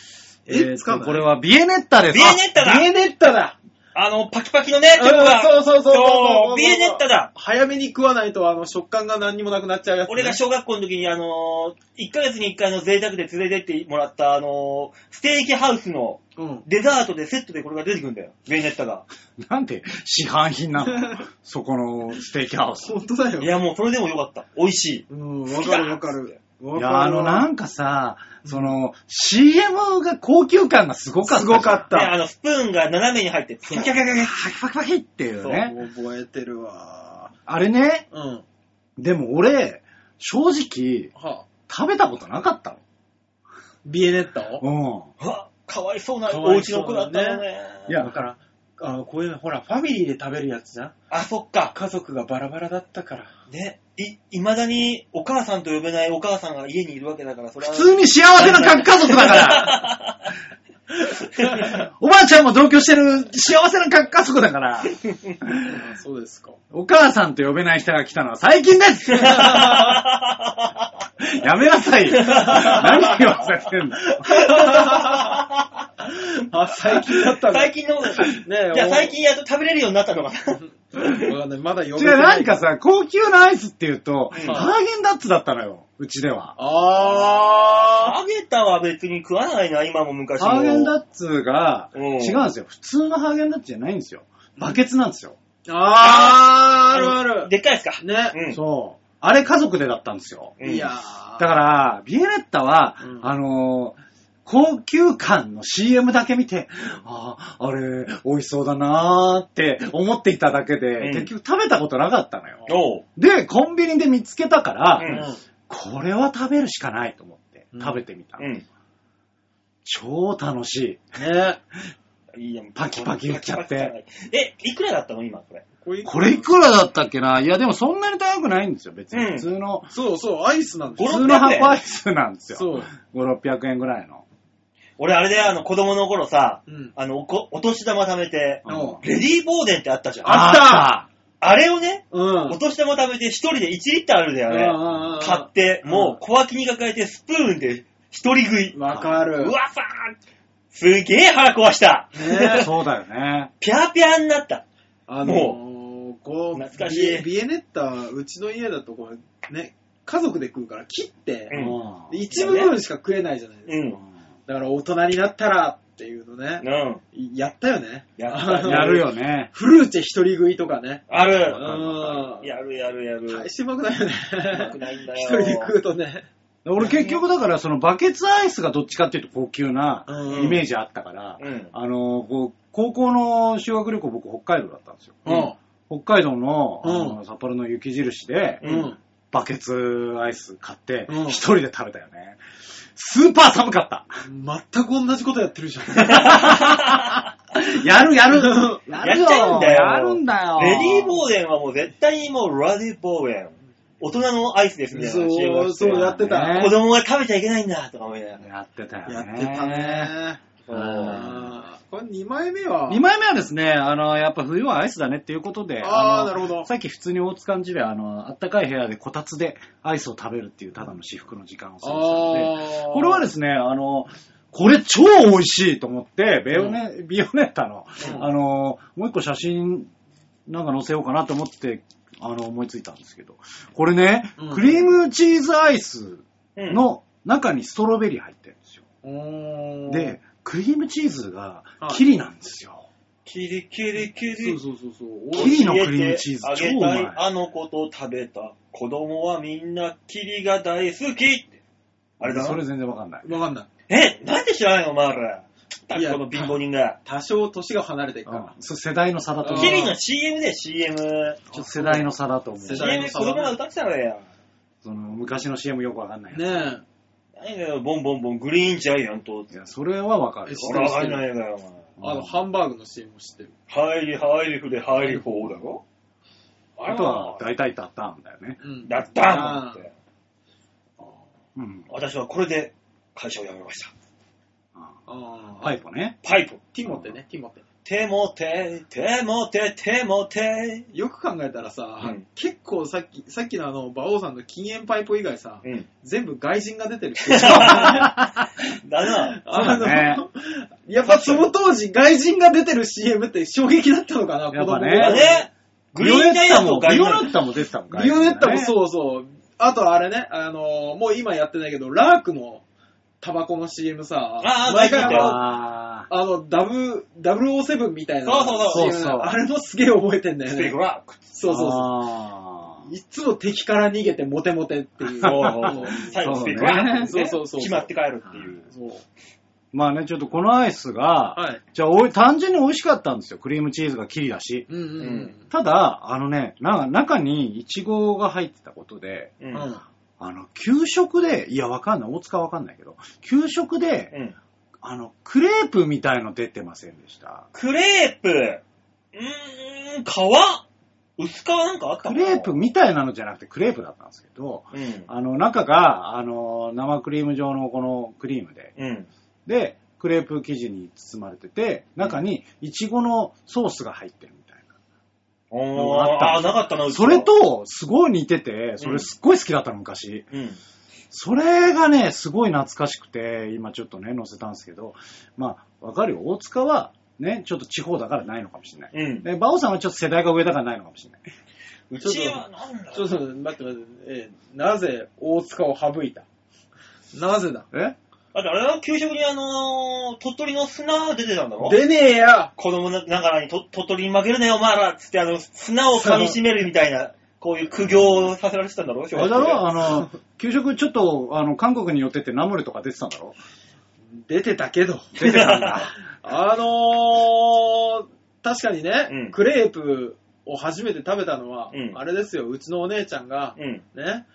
Speaker 4: え
Speaker 3: え
Speaker 4: っ
Speaker 3: つか
Speaker 4: と、
Speaker 3: ない
Speaker 4: これはビエネッタです。
Speaker 2: ビエネッタだ
Speaker 4: あビエネッタだ
Speaker 2: あの、パキパキのね、チョップが。
Speaker 3: うんそうそうそうそう
Speaker 2: そうビエネッタだ。
Speaker 3: 早めに食わないと、あの、食感が何にもなくなっちゃうやつね、
Speaker 2: 俺が小学校の時に、あの1ヶ月に1回の贅沢で連れてってもらった、あのステーキハウスの
Speaker 3: うん。
Speaker 2: デザートでセットでこれが出てくるんだよ。ビエネッタ が。
Speaker 4: なんで市販品な のそこのステーキハウス。
Speaker 3: 本当だよ。
Speaker 2: いや、もうそれでもよかった。美味しい。
Speaker 3: うん、わかるわかる。
Speaker 4: い
Speaker 3: い
Speaker 4: や、あの、なんかさ、その、CM が高級感がすごかっ
Speaker 3: す
Speaker 4: たじゃん。
Speaker 3: ごかっ
Speaker 2: ね、あ
Speaker 3: た。
Speaker 2: の、スプーンが斜めに入って、キャキャキャキャキャ
Speaker 4: パキパキパキっていうね。
Speaker 3: 覚えてるわ。
Speaker 4: あれね、
Speaker 3: うん。は
Speaker 4: でも俺、正直、
Speaker 3: あ、
Speaker 4: 食べたことなかった
Speaker 3: ビエネッタを
Speaker 4: の。
Speaker 2: うわかわいそうな
Speaker 3: か
Speaker 2: お
Speaker 3: わい
Speaker 2: 家
Speaker 3: そ
Speaker 2: の子
Speaker 3: う
Speaker 2: だっ
Speaker 3: だね
Speaker 2: たのね。
Speaker 4: いや
Speaker 3: だから、あの、こういうの、ほら、ファミリーで食べるやつじゃん
Speaker 2: あ、そっか。
Speaker 3: 家族がバラバラだったから。
Speaker 2: ね、い、未だにお母さんと呼べないお母さんが家にいるわけだから、それ
Speaker 4: 普
Speaker 2: は。
Speaker 4: 通に幸せな核家族だ から。おばあちゃんも同居してる幸せな核家族だ から。
Speaker 3: あそうですか。
Speaker 4: お母さんと呼べない人が来たのは最近です やめなさいよ。何言わせてんだよ。
Speaker 3: あ、最近だ ったんだ。
Speaker 2: 最近のことね
Speaker 3: ねえ
Speaker 2: じゃあ
Speaker 3: お
Speaker 2: 最近やっと食べれるようになったのかな。
Speaker 3: わかんない。まだ読
Speaker 4: 違う、
Speaker 3: めてない。
Speaker 4: なんかさ、高級なアイスって言うと、
Speaker 2: うん
Speaker 4: ハーゲンダッツだったのよ、うちでは。
Speaker 3: あ
Speaker 2: ハーゲンダッツは別に食わないな、今も昔も。
Speaker 4: ハーゲンダ
Speaker 2: ッ
Speaker 4: ッツが、
Speaker 2: うん
Speaker 4: 違うんですよ。普通のハーゲンダッツじゃないんですよ。バケツなんですよ。
Speaker 3: ー。あー、あるある。
Speaker 2: でっかいですか。
Speaker 3: ね。
Speaker 2: うん。
Speaker 4: そう。あれ家族でだったんですよ。
Speaker 2: うん
Speaker 3: いや
Speaker 4: だ
Speaker 3: ー。
Speaker 4: から、ビエネッタは、
Speaker 3: うん
Speaker 4: あのー高級感の CM だけ見て、ああ、あれ、美味しそうだなーって思っていただけで、
Speaker 2: うん
Speaker 4: 結局食べたことなかったのよ。
Speaker 2: おう。
Speaker 4: で、コンビニで見つけたから、
Speaker 2: うん
Speaker 4: これは食べるしかないと思って、
Speaker 3: うん
Speaker 4: 食べてみた。
Speaker 2: うん。
Speaker 4: 超楽しい。
Speaker 3: ね。
Speaker 2: いいやん
Speaker 4: パキパキ言っちゃって。
Speaker 2: パキパキえ、いくらだったの今、これ。
Speaker 3: これ
Speaker 4: これいくらだったっけないや、でもそんなに高くないんですよ、別に。
Speaker 2: うん
Speaker 4: 普通の、
Speaker 3: そうそう、アイスなんです
Speaker 2: ご
Speaker 4: 普
Speaker 2: ろ
Speaker 4: 通の
Speaker 2: 500円
Speaker 4: 箱アイスなんですよ。
Speaker 3: そう。
Speaker 4: 5、600円ぐらいの。
Speaker 2: 俺あれだよ、あの子供の頃さ、
Speaker 3: うん。
Speaker 2: あの、おこお年玉貯めて、
Speaker 4: うん
Speaker 3: おう
Speaker 2: レディーボーデンってあったじゃん。あ
Speaker 3: あった
Speaker 2: れをね、
Speaker 3: うん。うん
Speaker 2: お年玉貯めて一人で1リッターあるんだ
Speaker 3: う
Speaker 2: よね。
Speaker 3: んうん
Speaker 2: 買って、
Speaker 3: うん
Speaker 2: もう小脇に抱えてスプーンで一人食い。うわ
Speaker 3: わかる。
Speaker 2: さーすげえ腹壊した。
Speaker 3: ね
Speaker 4: そうだよね。
Speaker 2: ぴゃーぴゃーになった。
Speaker 3: あのー、こう、
Speaker 2: 懐かしい
Speaker 3: ビエビエネッタ、うちの家だとこう、ね、家族で食うから切って、
Speaker 2: うん
Speaker 4: う
Speaker 3: で一部分しか食えないじゃないですか。
Speaker 2: うん。
Speaker 3: だから大人になったらっていうのね、
Speaker 2: うん。
Speaker 3: やったよね。
Speaker 2: やっ
Speaker 4: ん
Speaker 2: た
Speaker 4: やるよね。
Speaker 3: フルーチェ一人食いとかね。
Speaker 2: あ
Speaker 3: う
Speaker 2: る。
Speaker 3: ん。
Speaker 2: やるやるやる。
Speaker 3: 大してうまくないよね。
Speaker 2: うまくないんだよ
Speaker 3: 一人で食うとね。
Speaker 4: 俺結局だからそのバケツアイスがどっちかっていうと高級な
Speaker 3: うん
Speaker 4: イメージあったから、
Speaker 2: うん。
Speaker 4: あの、こう高校の修学旅行僕北海道だったんですよ。
Speaker 3: うん。
Speaker 4: 北海道のあ
Speaker 3: う
Speaker 4: の札幌の雪印で
Speaker 2: うん
Speaker 3: うん
Speaker 4: バケツアイス買って
Speaker 3: うん
Speaker 4: 一人で食べたよね。スーパー寒かった。
Speaker 3: 全く同じことやって るじゃん。
Speaker 4: やるやる
Speaker 2: やっ
Speaker 4: や
Speaker 2: ちゃうんだよ。
Speaker 4: やるんだよ。
Speaker 2: レディー・ボーデンはもう絶対にもうラディ・ボーデン。大人のアイスですみたいな CM
Speaker 3: そ
Speaker 2: を
Speaker 3: う、
Speaker 2: して
Speaker 3: そうやってた。
Speaker 4: ね
Speaker 2: 子供が食べちゃいけないんだとか思いながら。
Speaker 4: やってたよね。
Speaker 3: やってたね。あーこれ2枚目は
Speaker 4: 2枚目はですね、あの、やっぱ冬はアイスだねっていうことで、
Speaker 3: あー
Speaker 4: の
Speaker 3: なるほど
Speaker 4: さっき普通に大塚んちで、あの、あったかい部屋でこたつでアイスを食べるっていうただの至福の時間を過ごしたので、
Speaker 3: あー
Speaker 4: これはですね、あの、これ超美味しいと思って、ベヨネ、ビオネッタの、
Speaker 2: うん
Speaker 4: あの、もう一個写真なんか載せようかなと思って、あの、思いついたんですけど、これね、
Speaker 3: うん
Speaker 4: クリームチーズアイス
Speaker 2: うん
Speaker 4: の中にストロベリー入ってるんですよ。
Speaker 3: おー
Speaker 4: で、クリームチーズが
Speaker 3: はい
Speaker 4: キリなんですよ。
Speaker 2: キリキリキ
Speaker 3: そ
Speaker 2: リ
Speaker 3: う。そうそうそう。
Speaker 4: キリのクリームチーズ
Speaker 2: あ
Speaker 4: 超
Speaker 2: げ
Speaker 4: うま
Speaker 2: た
Speaker 4: い
Speaker 2: い。あの子と食べた。子供はみんなキリが大好きって。あれだ
Speaker 4: それ
Speaker 2: な。
Speaker 4: 全然わかんない。
Speaker 3: わかんない。
Speaker 2: え、なんで知らないのお前ら。
Speaker 3: いや
Speaker 2: この貧乏人が。
Speaker 3: 多少年が離れていくから。
Speaker 4: そう世代の差だと思う。
Speaker 2: キ
Speaker 4: ち
Speaker 2: リの CM で CM。
Speaker 4: ょっと世代の差だと思う。
Speaker 3: 世代
Speaker 2: CM で子供が歌ってたのよ。
Speaker 4: その昔の CM よくわかんない。
Speaker 3: ね
Speaker 2: 何だよ、ボンボンボン、グリーンジャイアントっ
Speaker 4: い
Speaker 2: て。
Speaker 4: や、それはわかるよ。
Speaker 3: 知っ
Speaker 2: ほ
Speaker 3: てる
Speaker 2: ら、入んないのよ、お前。
Speaker 3: え、あの、ハンバーグのシーンも知ってる。
Speaker 2: 入り、入り、筆、入り、方だろ
Speaker 4: あとは、大体タッタンだよね。
Speaker 3: うん。
Speaker 2: だったもんって。
Speaker 4: うん。
Speaker 2: 私はこれで会社を辞めました。
Speaker 3: あー
Speaker 4: パイ。プね。
Speaker 2: パイプ。
Speaker 3: ティモテね、ティモテ。
Speaker 2: 手も手、手も手、手も手。
Speaker 3: よく考えたらさ、
Speaker 2: うん
Speaker 3: 結構さっき、さっきのあの、馬王さんの禁煙パイプ以外さ、
Speaker 2: うん。
Speaker 3: 全部外人が出てる 人あ
Speaker 2: だな。
Speaker 4: そうだね
Speaker 3: のやっぱその当時、外人が出てる CM って衝撃だったのかな、
Speaker 4: やっぱね
Speaker 2: だね。グリーンダイヤと
Speaker 4: も、
Speaker 2: ガ
Speaker 4: ビ
Speaker 2: イ
Speaker 4: オ
Speaker 2: ド
Speaker 4: ネッタも出てたもん
Speaker 3: 子供リオネッタも
Speaker 4: う。
Speaker 3: そうそう。あとあれね、あのーもう今やってないけど、ラークのタバコの CM さ、
Speaker 2: あー
Speaker 3: 毎
Speaker 2: 外
Speaker 3: 回
Speaker 2: 人だよ
Speaker 3: あの、
Speaker 4: あ
Speaker 3: あの、ダブ、007みたいな。
Speaker 2: そうそう
Speaker 4: そ
Speaker 3: CM
Speaker 4: うそうそう
Speaker 3: あれもすげえ覚えてんだよ
Speaker 2: ステーク
Speaker 3: ね。
Speaker 2: ラック。
Speaker 4: ー
Speaker 3: そうそうそ
Speaker 4: あ
Speaker 3: う。いつも敵から逃げてモテモテっていう。
Speaker 2: 最後ステーク
Speaker 4: そうね
Speaker 2: ラック。
Speaker 3: そうそうそう
Speaker 2: 決まって帰るっていう。
Speaker 3: そう
Speaker 4: ーまあね、ちょっとこのアイスが、
Speaker 3: はい。
Speaker 4: じゃあおい、単純に美味しかったんですよ。クリームチーズがキリだし。
Speaker 3: うんうん
Speaker 4: ただ、あのね、な中にイチゴが入ってたことで、
Speaker 2: う。
Speaker 3: うんん。
Speaker 2: う。
Speaker 3: うんん。
Speaker 4: あの、給食で、いや、わかんない、大塚わかんないけど、給食で、あの、クレープみたいの出てませんでした。
Speaker 2: クレープ。うーん、皮薄皮なんかあった
Speaker 4: ク
Speaker 2: かな
Speaker 4: レープみたいなのじゃなくてクレープだったんですけど、
Speaker 2: うん。
Speaker 4: あの、中が、あの、生クリーム状のこのクリームで、
Speaker 2: うん。
Speaker 4: で、クレープ生地に包まれてて、中にイチゴのソースが入ってるみたい
Speaker 2: おー、
Speaker 4: あった
Speaker 2: あー、なかったな、う
Speaker 4: な。
Speaker 2: ち
Speaker 4: そ
Speaker 2: は
Speaker 4: れ、と、すごい似てて、それすっごい好きだったの、昔。
Speaker 2: うん。
Speaker 4: それがね、すごい懐かしくて、今ちょっとね、載せたんですけど、まあ、わかるよ。大塚は、ね、ちょっと地方だからないのかもしれない。
Speaker 2: うん。
Speaker 4: で、バオさんはちょっと世代が上だからないのかもしれない。
Speaker 2: うちは、なんだ
Speaker 3: ちょっと待って待って、えーなぜ大塚を省いたなぜだ
Speaker 4: え
Speaker 2: あとあれは給食にあのー、鳥取の砂出てたんだろ
Speaker 3: 出ねえや
Speaker 2: 子供ながらにと鳥取に負けるなよ、お前らっつって、あの、砂を噛み締めるみたいな、こういう苦行をさせられてたんだろ小
Speaker 4: あれ
Speaker 2: 学
Speaker 4: だ
Speaker 2: 生で
Speaker 4: ろあの、給食ちょっと、あの、韓国に寄ってってナムルとか出てたんだろ
Speaker 3: 出てたけど。
Speaker 4: 出てたんだ。
Speaker 3: あのー、確かにね、
Speaker 2: うん
Speaker 3: クレープを初めて食べたのは、
Speaker 2: うん
Speaker 3: あれですよ、うちのお姉ちゃんが、
Speaker 2: うん。
Speaker 3: ね、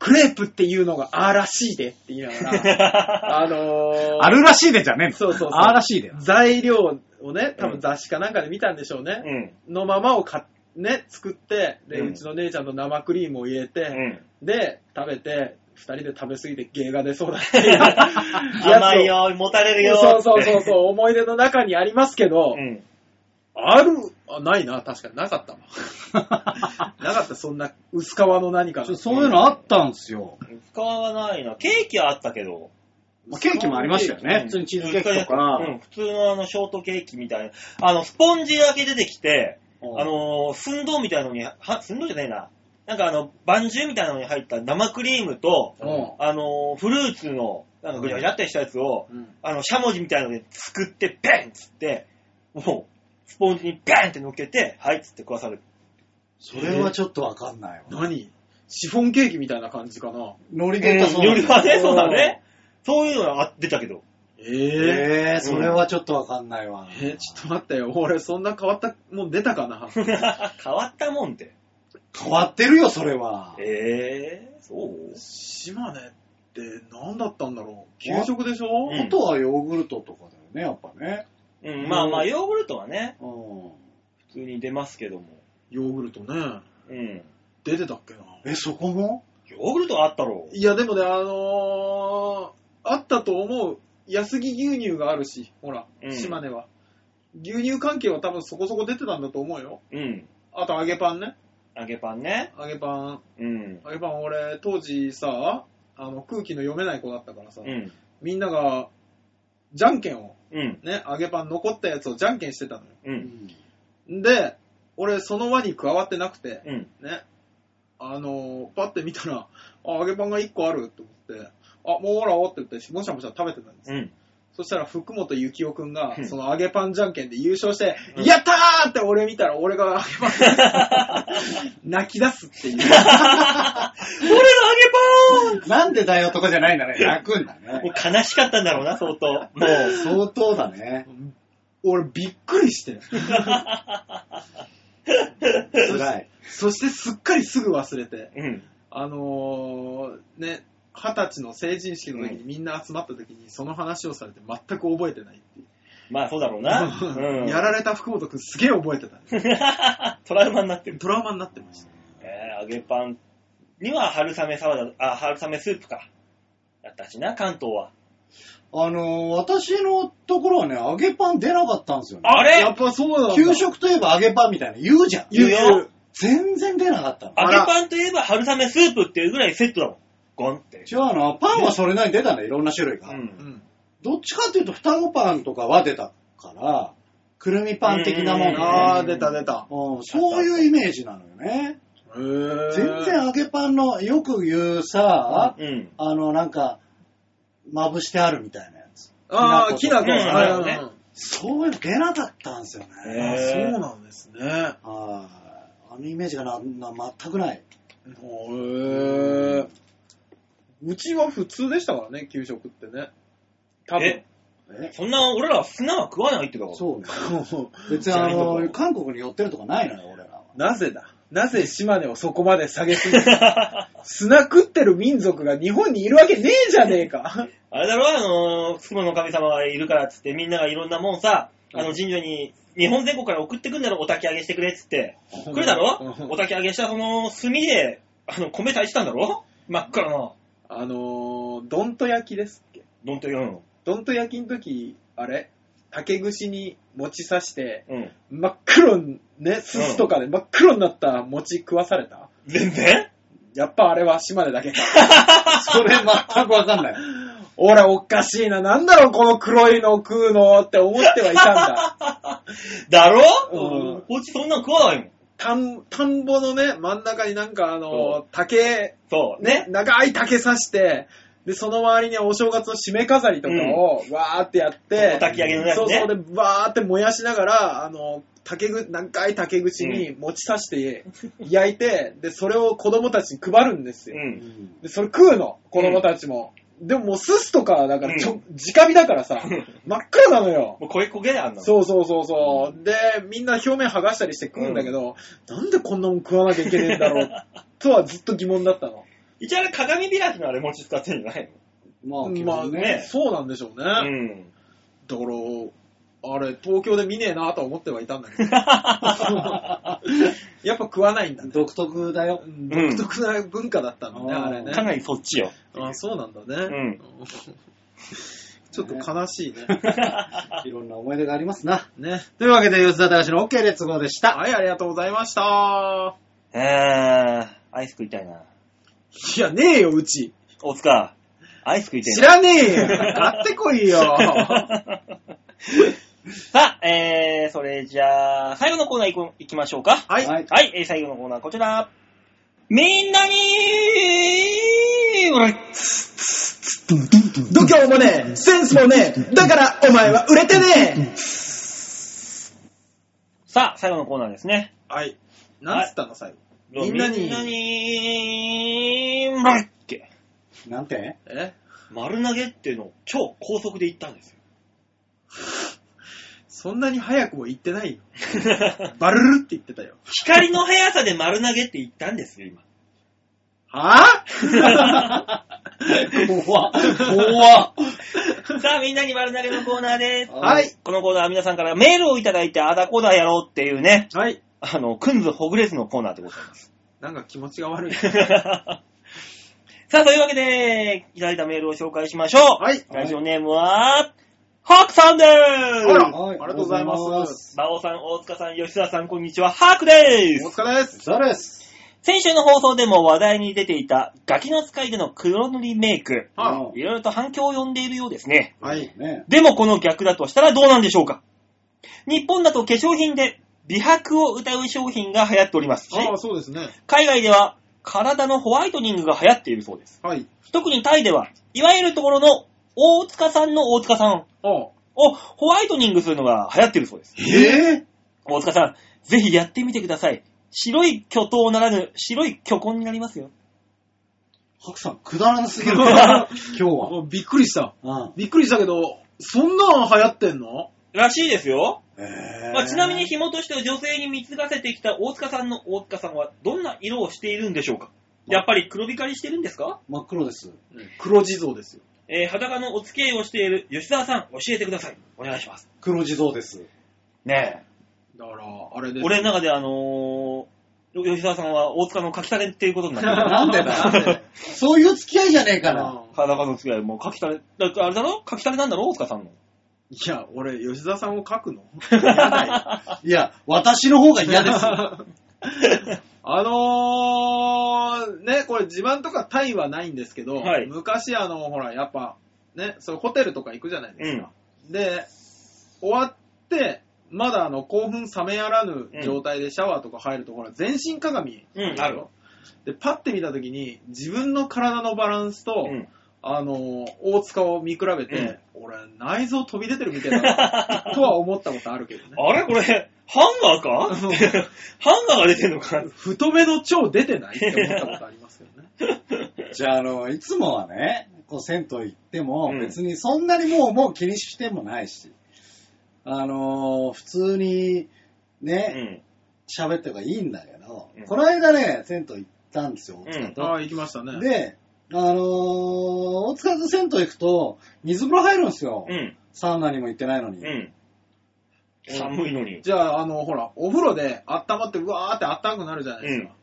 Speaker 3: クレープっていうのがあーらしいでって言いなが ら、あのー、
Speaker 4: あるらしいでじゃねえの。
Speaker 3: そうそうそう
Speaker 4: あーらしいで。
Speaker 3: 材料をね、多
Speaker 2: う
Speaker 3: 分
Speaker 2: ん
Speaker 3: 雑誌かなんかで見たんでしょうね、
Speaker 2: うん。
Speaker 3: のままを買っね、作って、で、
Speaker 2: うん
Speaker 3: うちの姉ちゃんの生クリームを入れ
Speaker 2: う
Speaker 3: て、
Speaker 2: ん。
Speaker 3: で、食べて、二人で食べ過ぎて芸が出そうだって いうや
Speaker 2: 甘いよ、持たれるよ。
Speaker 3: そうそうそう
Speaker 2: う。
Speaker 3: そう、思い出の中にありますけど、
Speaker 2: うん。
Speaker 3: ある、あ、ないな、確かになかった わ。なかった、そんな薄皮の何か
Speaker 4: ちょ。そういうのあったんすよ。
Speaker 2: 使わないな。ケーキはあったけど。
Speaker 4: まあケーキもありましたよね。普通にチーズケーキとか。
Speaker 2: うん、普通のあの、ショートケーキみたいな。あの、スポンジだけ出てきて、あのー、寸胴みたいなのに、は、寸胴じゃないな。なんかあの、バンジューみたいなのに入った生クリームと、
Speaker 3: う
Speaker 2: あのー、フルーツの、なんかぐちゃぐちゃってしたやつを、
Speaker 3: ん。うん
Speaker 2: あの、しゃもじみたいなのですくって、ペンっつって、もう、スポンジにペンって乗っけて、はいっつって食わされる。
Speaker 4: それはちょっとわかんないわ。
Speaker 3: 何シフォンケーキみたいな感じかな。
Speaker 4: ノリ
Speaker 2: え
Speaker 4: で
Speaker 2: ー
Speaker 4: 言ったそう
Speaker 2: よりはね、
Speaker 4: そ
Speaker 2: そうう
Speaker 4: だ
Speaker 2: だ
Speaker 4: ね
Speaker 2: ね。そういうのが出たけど。
Speaker 3: ええ
Speaker 4: えー、それはちょっとわかんないわ。
Speaker 3: えーちょっと待ってよ。俺、そんな変わった、もう出たかな
Speaker 2: 変わったもんって。
Speaker 4: 変わってるよ、それは。
Speaker 2: ええそう
Speaker 3: 島根って何だったんだろう給食でしょ、
Speaker 2: うん
Speaker 4: あとはヨーグルトとかだよね、やっぱね。
Speaker 2: うん、まあまあ、ヨーグルトはね、
Speaker 4: うん。
Speaker 2: 普通に出ますけども。
Speaker 3: ヨーグルトね。
Speaker 2: うん。
Speaker 3: 出てたっけな
Speaker 4: え、そこも
Speaker 2: ヨーグルトあったろう。
Speaker 3: いや、でもね、あのー、あったと思う。安木牛乳があるし、ほら、
Speaker 2: うん
Speaker 3: 島根は。牛乳関係は多分そこそこ出てたんだと思うよ。
Speaker 2: うん。
Speaker 3: あと揚げパンね。
Speaker 2: 揚げパンね。
Speaker 3: 揚げパン。
Speaker 2: うん。
Speaker 3: 揚げパン俺、当時さ、あの、空気の読めない子だったからさ、
Speaker 2: うん。
Speaker 3: みんなが、じゃんけんを、
Speaker 2: うん。
Speaker 3: ね、揚げパン残ったやつをじゃんけんしてたの
Speaker 2: う。
Speaker 4: うんん。
Speaker 3: よ。で、俺、その輪に加わってなくて、
Speaker 2: うん。
Speaker 3: ね、あのー、パッて見たら、あ、揚げパンが1個あるって思って、あ、もうほらおって言って、もしゃもしゃ食べてたんですよ
Speaker 2: うん。
Speaker 3: そしたら福本幸雄くんが
Speaker 2: う、ん
Speaker 3: その揚げパンじゃんけんで優勝して、
Speaker 2: うん
Speaker 3: やったーって俺見たら俺が揚げパン泣き出すっていう。
Speaker 2: 俺の揚げ
Speaker 4: なんでだよとかじゃないんだね。泣くんだ
Speaker 2: パン
Speaker 4: ね。
Speaker 2: もう悲しかったんだろうな、相当。もう。
Speaker 4: 相当だね。
Speaker 3: 俺びっくりして。
Speaker 4: 辛い。
Speaker 3: そしてすっかりすぐ忘れて、
Speaker 2: うん。
Speaker 3: あのー、ね、二十歳の成人式の時にみんな集まった時にその話をされて全く覚えてないっていう。
Speaker 2: まあ、そうだろうな。うん。
Speaker 3: やられた福本くんすげえ覚えてた、
Speaker 2: トラウマになってる。
Speaker 3: トラウマになってました。
Speaker 2: えー、揚げパンには春雨サラダ、あ、春雨スープか。だったしな、関東は。
Speaker 4: あのー、私のところはね、揚げパン出なかったんですよね。
Speaker 2: あ
Speaker 3: やっ
Speaker 2: れ
Speaker 3: ぱそうなんだ。
Speaker 4: 給食といえば揚げパンみたいな言うじゃん。
Speaker 2: 言うよ。
Speaker 4: 全然出なかったの。
Speaker 2: 揚げパンといえば春雨スープっていうぐらいセットだもん。ゴンって。
Speaker 4: 違うな、パンはそれなりに出たんだ、いろんな種類が。
Speaker 2: うん
Speaker 3: うん。
Speaker 4: どっちかっていうと、双子パンとかは出たから、くるみパン的なもん
Speaker 2: うん
Speaker 4: ね
Speaker 3: あー、出た出た。
Speaker 4: うんそういうイメージなのよね。
Speaker 3: へー
Speaker 4: 全然揚げパンの、よく言うさ、
Speaker 2: うん。
Speaker 4: あの、なんか、まぶしてあるみたいなやつ。
Speaker 3: ああ、きなこ。
Speaker 2: うん
Speaker 3: はいはい
Speaker 2: な
Speaker 3: はい
Speaker 2: るほど
Speaker 4: そういうの出なかったんですよ
Speaker 2: へ
Speaker 4: ね。
Speaker 3: あ
Speaker 2: ー
Speaker 3: そうなんですね。
Speaker 4: はいあのイメージがな、な全くない。
Speaker 3: へえ。うちは普通でしたからね、給食ってね。多分
Speaker 2: え。
Speaker 4: え
Speaker 2: そんな俺ら砂は食わないってだから。
Speaker 4: そうね。別に あの、韓国に寄ってるとかないのよ、俺らは。
Speaker 3: なぜだなぜ島根をそこまで下げすぎ た砂食ってる民族が日本にいるわけねえじゃねえか。
Speaker 2: あれだろあのー、雲の神様がいるからっつってみんながいろんなもんさ、あの神社に日本全国から送ってくんだろ、お焚き上げしてくれっつって。来るだろ
Speaker 3: うん
Speaker 2: お焚き上げしたその炭で、あの、米炊いてたんだろ真っ暗な。
Speaker 3: あのー、どんと焼きですっけ
Speaker 2: どんと言うの。
Speaker 3: どんと焼きの時、あれ竹串に餅刺して、
Speaker 2: うん。
Speaker 3: 真っ黒に、ね、すすとかで真っ黒になった餅食わされた
Speaker 2: 全然
Speaker 3: やっぱあれは島根だけか。
Speaker 4: それ全くわかんない。
Speaker 3: 俺おかしいな、なんだろうこの黒いの食うのって思ってはいたん だ。
Speaker 2: だろ
Speaker 3: うん
Speaker 2: こっちそんなん食わないもん。
Speaker 3: 田ん、田んぼのね、真ん中になんかあ
Speaker 2: そ
Speaker 3: の、竹、
Speaker 2: そう。
Speaker 3: ね
Speaker 2: ね、。
Speaker 3: 長い竹刺して、で、その周りにはお正月の締め飾りとかを、わーってやって、
Speaker 2: お焚き上げのやつね
Speaker 3: そうそう、で、わーって燃やしながら、あの、竹ぐ、長い竹口に餅刺して焼いて、で、それを子供たちに配るんです
Speaker 2: う
Speaker 3: よ。
Speaker 2: ん。
Speaker 3: で、それ食うの、子供たちも。でももうすすとか、だからちょ、
Speaker 2: うん
Speaker 3: 直火だから さ、真っ暗なのよ。
Speaker 2: もう声焦げだあんなの。
Speaker 3: そうそうそうそう。で、みんな表面剥がしたりして食うんだけど、なんでこんなもん食わなきゃいけねえんだろう、とはずっと疑問だったの。
Speaker 2: 一応あれ鏡開きのあれ餅使ってんじゃない
Speaker 4: まあ、基
Speaker 3: まあ
Speaker 4: 本 ね。
Speaker 3: ね、そうなんでしょうね。だか
Speaker 2: の
Speaker 3: ら、あれ、東京で見ねえなとは思ってはいたんだけど。 やっぱ食わないんだね。
Speaker 4: 独特だよ
Speaker 3: う。ん独特な文化だったのね、
Speaker 4: うん
Speaker 3: あれね。
Speaker 2: かなりそっちよ。
Speaker 3: あそうなんだね。
Speaker 2: うん
Speaker 3: ちょっと悲しいね。
Speaker 4: いろんな思い出がありますな。
Speaker 3: ね。
Speaker 4: というわけで、吉田隆の OK 列号でした。
Speaker 3: はい、ありがとうございました。
Speaker 2: えー、アイス食いたいな。
Speaker 3: いや、ねえよ、うち。
Speaker 2: 大塚、アイス食いたい
Speaker 3: 知
Speaker 2: な。
Speaker 3: らねえよ。買ってこいよ。
Speaker 2: さあ、えー、それじゃあ、最後のコーナー行こ行きましょうか。
Speaker 3: はい。
Speaker 4: はい。
Speaker 2: はい、えー、最後のコーナーこちら。みんなに俺
Speaker 3: 度胸もねえ、センスもねえ、だからお前は売れてねえ。
Speaker 2: さあ、最後のコーナーですね。
Speaker 3: はい。なんつったの、最後。みんなに
Speaker 2: みんなに丸って、
Speaker 4: なんて
Speaker 3: え
Speaker 2: 丸投げっていうのを超高速で言ったん ですよ。
Speaker 3: そんなに早くも言ってないよ。バルルルって言ってたよ。
Speaker 2: 光の速さで丸投げって言ったんですよ、今。
Speaker 3: は
Speaker 4: 怖っ。怖っ。
Speaker 2: さあ、みんなに丸投げのコーナーです。
Speaker 3: ぁはい。
Speaker 2: このコーナーは皆さんからメールをいただいて、あだこだやろうっていうね、
Speaker 3: はい。
Speaker 2: あの、くんずほぐれずのコーナーでございます。
Speaker 3: なんか気持ちが悪い。
Speaker 2: さあ、というわけで、いただいたメールを紹介しましょう。
Speaker 3: はい。
Speaker 2: ラジオネームは、ハークさんで
Speaker 3: あら、
Speaker 2: ー
Speaker 4: はい
Speaker 3: ありがとうございま。
Speaker 4: ありがとうございます
Speaker 2: す馬王さん、大塚さん、吉田さん、こんにちは。ハークで
Speaker 3: お
Speaker 2: す
Speaker 3: 疲れです。
Speaker 4: ザです。
Speaker 2: 先週の放送でも話題に出ていた、ガキの使いでの黒塗りメイク。
Speaker 3: は
Speaker 2: 色々と反響を呼んでいるようですね。
Speaker 3: はい。
Speaker 4: ね。
Speaker 2: でもこの逆だとしたらどうなんでしょうか日本だと化粧品で美白を歌う商品が流行っておりますし、
Speaker 3: ああ、そうですね。
Speaker 2: 海外では体のホワイトニングが流行っているそうです。
Speaker 3: はい。
Speaker 2: 特にタイでは、いわゆるところの大塚さんの大塚さん
Speaker 3: ああ。
Speaker 2: をホワイトニングするのが流行っているそうです。
Speaker 3: ええ
Speaker 2: 大塚さん、ぜひやってみてください。白い巨頭ならぬ白い巨根になりますよ。
Speaker 4: ハクさん、くだらなすぎ る。今日は。
Speaker 3: びっくりした。
Speaker 4: うん。
Speaker 3: びっくりしたけど、そんなん流行ってんの
Speaker 2: らしいですよ。
Speaker 4: え
Speaker 2: まあ、ちなみに、紐として女性に貢がせてきた大塚さんの大塚さんはどんな色をしているんでしょうかやっぱり黒光りしてるんですか、
Speaker 4: 真っ黒です。
Speaker 3: 黒地蔵ですよ。
Speaker 2: えー裸のお付き合いをしている吉沢さん、教えてください。お願いします。
Speaker 4: 黒地蔵です。
Speaker 2: ね
Speaker 3: だから、あれで
Speaker 2: え。
Speaker 3: す。
Speaker 2: 俺の中であのー吉沢さんは大塚の書きたれっていう ことになってる。
Speaker 4: なんでだそういう付き合いじゃねえか
Speaker 3: から
Speaker 4: ら。。
Speaker 2: 裸の付き合い、もう書きたれ、だってあれだろ書きたれなんだろ大塚 さんの。
Speaker 3: いや、俺、吉沢さんを書くのやだ
Speaker 4: いや、私の方が
Speaker 3: よ。
Speaker 4: 嫌です。
Speaker 3: あのー、ね、これ自慢とかタイはないんですけど、
Speaker 2: はい
Speaker 3: 昔あの、ほら、やっぱ、ね、そうホテルとか行くじゃないですか。で、終わって、まだあの、興奮冷めやらぬ状態でシャワーとか入ると、ほら、全身鏡。
Speaker 2: うんあるよ。
Speaker 3: で、パッて見た時に、自分の体のバランスと、
Speaker 2: うん。
Speaker 3: あの、大塚を見比べて、俺、内臓飛び出てるみたいだ な、とは思ったことあるけどね。
Speaker 2: あれこれ、ハンガーか ハンガーが出てんのか
Speaker 3: 太めの腸出てないって思ったことありますけ どね。
Speaker 4: じゃあ、あの、いつもはね、こう、銭湯行っても
Speaker 2: う、ん
Speaker 4: 別にそんなにもう、もう気にしてもないし、あのー、普通に、
Speaker 2: う
Speaker 4: ね、
Speaker 2: ん。
Speaker 4: 喋ってがいいんだけど
Speaker 2: うん、
Speaker 4: この間ね、銭湯行ったんですよ、大塚
Speaker 3: あ
Speaker 4: と。
Speaker 3: あ、行きましたね。
Speaker 4: で、あのー、大塚と銭湯行くと、水風呂入るんですよ
Speaker 2: う。ん。
Speaker 4: サウナにも行ってないのに。
Speaker 2: うん。寒いのに。
Speaker 3: じゃあ、あの、ほら、お風呂で温まって、うわーって温かくなるじゃないですか。
Speaker 2: うん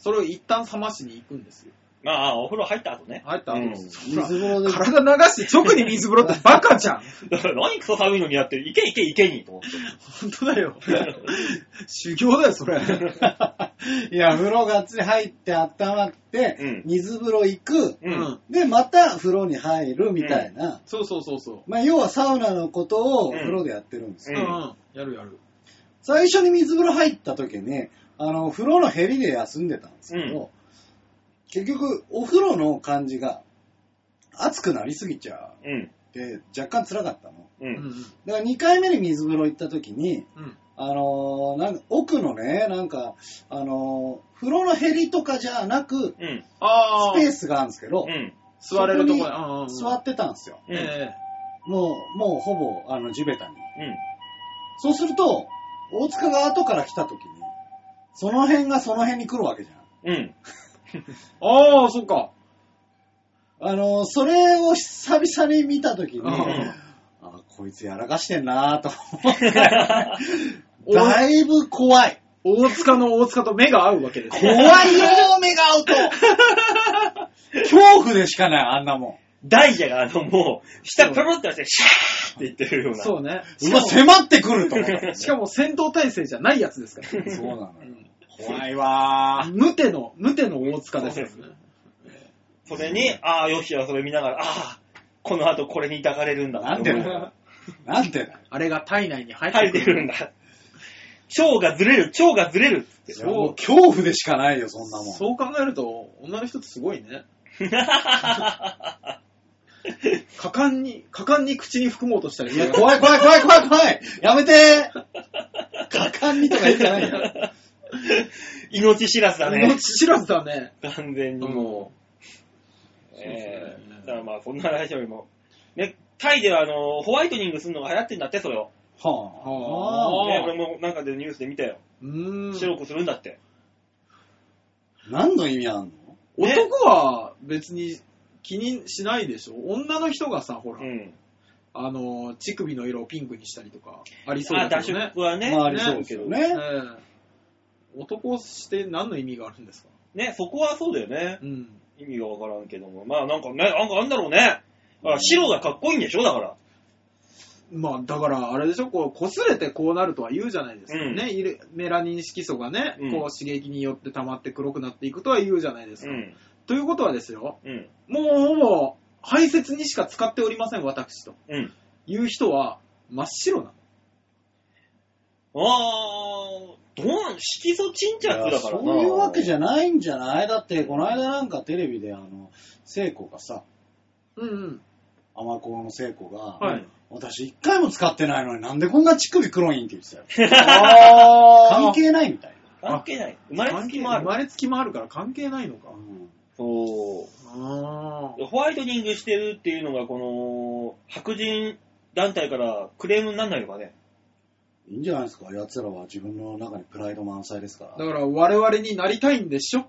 Speaker 3: それを一旦冷ましに行くんですよ。
Speaker 2: まあ、お風呂入った後ね。
Speaker 3: 入った後、
Speaker 2: うん
Speaker 3: そ
Speaker 4: 水
Speaker 3: ら
Speaker 4: 風呂で、
Speaker 3: 体流して、直に水風呂ってバカじゃん。
Speaker 2: だから何クソ寒いのにやってる。行け行け行けにと思って。
Speaker 3: 本当だよ。 修行だよ、それ。
Speaker 4: いや、風呂がっつり入って温まって、
Speaker 2: うん
Speaker 4: 水風呂行く、
Speaker 2: う
Speaker 3: うんん。
Speaker 4: で、また風呂に入るみたいな。
Speaker 3: そうそうそうそう。
Speaker 4: まあ、要はサウナのことを
Speaker 2: うん
Speaker 4: 風呂でやってるんです
Speaker 3: う
Speaker 4: よ、
Speaker 3: ん、
Speaker 2: う
Speaker 3: うんん。やるやる。
Speaker 4: 最初に水風呂入った時に、あの、風呂のヘりで休んでたんですけど、結局、お風呂の感じが熱くなりすぎちゃ
Speaker 2: うん。
Speaker 4: って、若干辛かったの。
Speaker 2: う。
Speaker 3: うんん。
Speaker 4: だから2回目に水風呂行った時に、
Speaker 3: うん。
Speaker 4: あのーなんか奥のね、なんか、あのー風呂のヘりとかじゃなく、
Speaker 2: うん。
Speaker 3: ああ
Speaker 4: ス、ペースがあるんですけど
Speaker 2: う、ん。
Speaker 3: 座れるとこ
Speaker 4: そこ
Speaker 3: ろ
Speaker 4: に
Speaker 3: うんうんうん。
Speaker 4: 座ってたんですよ。
Speaker 2: うん。
Speaker 3: え
Speaker 4: もう、もうほぼ、あの、地べた
Speaker 2: う
Speaker 4: に。
Speaker 2: ん。
Speaker 4: そうすると、大塚が後から来た時に、その辺がその辺に来るわけじゃん。
Speaker 2: うん。
Speaker 3: えああ、そっか。
Speaker 4: あの、それを久々に見た時に、
Speaker 3: うん
Speaker 4: あ、こいつやらかしてんなーと思って。だいぶ怖い。
Speaker 3: 大塚の大塚と目が合うわけです
Speaker 4: 怖
Speaker 3: よ。
Speaker 4: いよー、目が合うと。恐怖でしかない、あんなも
Speaker 2: ダイヤがあのもう、下プロってして、シャーって言ってるような。
Speaker 3: そうね。
Speaker 4: ん。うわ、迫ってくると思って。
Speaker 3: しかも戦闘体制じゃないやつですから。
Speaker 4: そうなのよ。怖いわー。
Speaker 3: 無手の、無手の大塚ですよ
Speaker 2: そう
Speaker 3: ね。
Speaker 2: それに、ああ、よしよ、それ見ながら、ああ、この後これに抱かれるんだ
Speaker 4: なん
Speaker 2: って
Speaker 4: で
Speaker 2: 思う
Speaker 4: だよ。なんでだよ。
Speaker 3: あれが体内に入
Speaker 2: 入
Speaker 3: っ
Speaker 2: ってて
Speaker 3: く
Speaker 2: く
Speaker 3: る。
Speaker 2: るんだ。腸がずれる、腸がずれるっつ
Speaker 4: い
Speaker 2: っ
Speaker 4: やもう恐怖でしかないよ、そんなもん。
Speaker 3: そう考えると、女の人ってすごいね。
Speaker 2: て。
Speaker 3: 果敢に、果敢に口に含もうとしたり
Speaker 4: い
Speaker 3: する
Speaker 4: や、怖い怖い怖い怖い怖いやめてー果敢にとか言ってないよ。
Speaker 2: 命知らずだね
Speaker 3: 命。知らずだね。
Speaker 2: 完全にもう。え
Speaker 3: んそうです
Speaker 2: え
Speaker 3: ね
Speaker 2: だからまあ、そんな話よりも。ね、タイではあの、ホワイトニングするのが流行ってんだって、それを。
Speaker 4: は
Speaker 3: あ
Speaker 2: ね、俺もなんかでニュースで見たよ。
Speaker 3: うーん。
Speaker 2: 白くするんだって。
Speaker 4: ぁ。何の意味あんの
Speaker 2: ね
Speaker 3: 男は別に気にしないでしょ。女の人がさ、ほら、
Speaker 2: うん。
Speaker 3: あの、乳首の色をピンクにしたりとか、ありそう
Speaker 2: あ、
Speaker 3: だ
Speaker 2: 脱
Speaker 3: けどね。
Speaker 2: 色はね、
Speaker 4: まあありそうですよね。
Speaker 3: ええ男して何の意味があるんですか
Speaker 2: ね、そこはそうだよね。
Speaker 3: うん。
Speaker 2: 意味がわからんけども。まあなんかね、なんかあんだろうね。あ白がかっこいいんでしょだから。
Speaker 3: まあ、だから、あれでしょ、こう、擦れてこうなるとは言うじゃないですか。
Speaker 2: うん
Speaker 3: ね、いるメラニン色素がね、
Speaker 2: うん
Speaker 3: こう、刺激によって溜まって黒くなっていくとは言うじゃないです
Speaker 2: う
Speaker 3: か。
Speaker 2: ん。
Speaker 3: ということはですよ、
Speaker 2: うん。
Speaker 3: もうほぼ、排泄にしか使っておりません、私と。
Speaker 2: うん。
Speaker 3: いう人は、真っ白な
Speaker 2: あー、どん、色素沈着だからな。
Speaker 4: そういうわけじゃないんじゃないだって、この間なんかテレビで、あの、聖子がさ、
Speaker 3: の。うんうん。
Speaker 4: アマコの聖子が、
Speaker 3: はい
Speaker 4: 私一回も使ってないのになんでこんな乳首黒いんって言ってたよ。
Speaker 3: あ
Speaker 4: 関係ないみたい
Speaker 2: 関係ない。生まれつきもあ
Speaker 3: 生
Speaker 2: る。
Speaker 3: まれつきもあるから関係ないのか
Speaker 4: な。。
Speaker 2: そ
Speaker 3: あ
Speaker 2: う。ホワイトニングしてるっていうのが、この、白人団体からクレームになんないのかね。
Speaker 4: いいんじゃないですか。奴らは自分の中にプライド満載ですか
Speaker 3: あ。だ
Speaker 4: ら。
Speaker 3: から、我々になりたいんでしょっ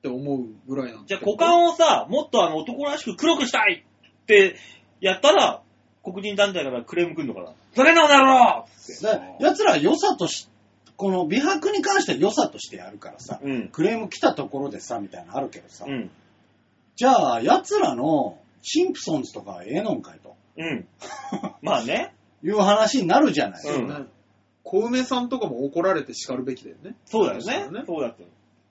Speaker 3: て思うぐらいなん
Speaker 2: じゃ
Speaker 3: だ
Speaker 2: あ
Speaker 3: けど
Speaker 2: 股間をさ、もっとあの男らしく黒くしたいってやったら、黒人団体からクレームくんのかな。それなのだろ
Speaker 4: だから奴らは良さとし、この美白に関しては良さとしてやるからさ、
Speaker 2: うん。
Speaker 4: クレーム来たところでさ、みたいなのあるけどさ、
Speaker 2: うん。
Speaker 4: じゃあ奴らのシンプソンズとかはええのんかいと
Speaker 2: うん。まあね。
Speaker 4: いう話になるじゃない。
Speaker 2: うん
Speaker 3: そうね。小梅さんとかも怒られて叱るべきだよね。
Speaker 2: そうだよね
Speaker 3: そうだ。ね
Speaker 2: そうだって。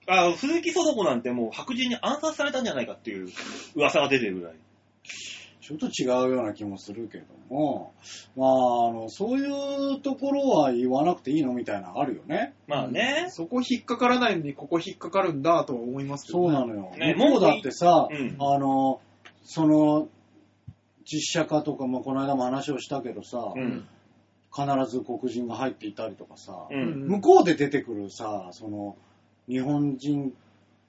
Speaker 2: あ鈴木そ子なんてもう白人に暗殺されたんじゃないかっていう噂が出てるぐらい。
Speaker 4: ちょっと違うような気もするけども、まあ、あの、そういうところは言わなくていいのみたいなのあるよね。
Speaker 2: まあね。
Speaker 3: そこ引っかからないのに、ここ引っかかるんだとは思いますけど、
Speaker 4: そうなのよ。
Speaker 2: ね
Speaker 4: 向こうだってさ、
Speaker 2: うん
Speaker 4: あの、その、実写化とかもこの間も話をしたけどさ、
Speaker 2: うん。
Speaker 4: 必ず黒人が入っていたりとかさ、
Speaker 2: う。
Speaker 3: うんん
Speaker 4: 向こうで出てくるさ、その、日本人、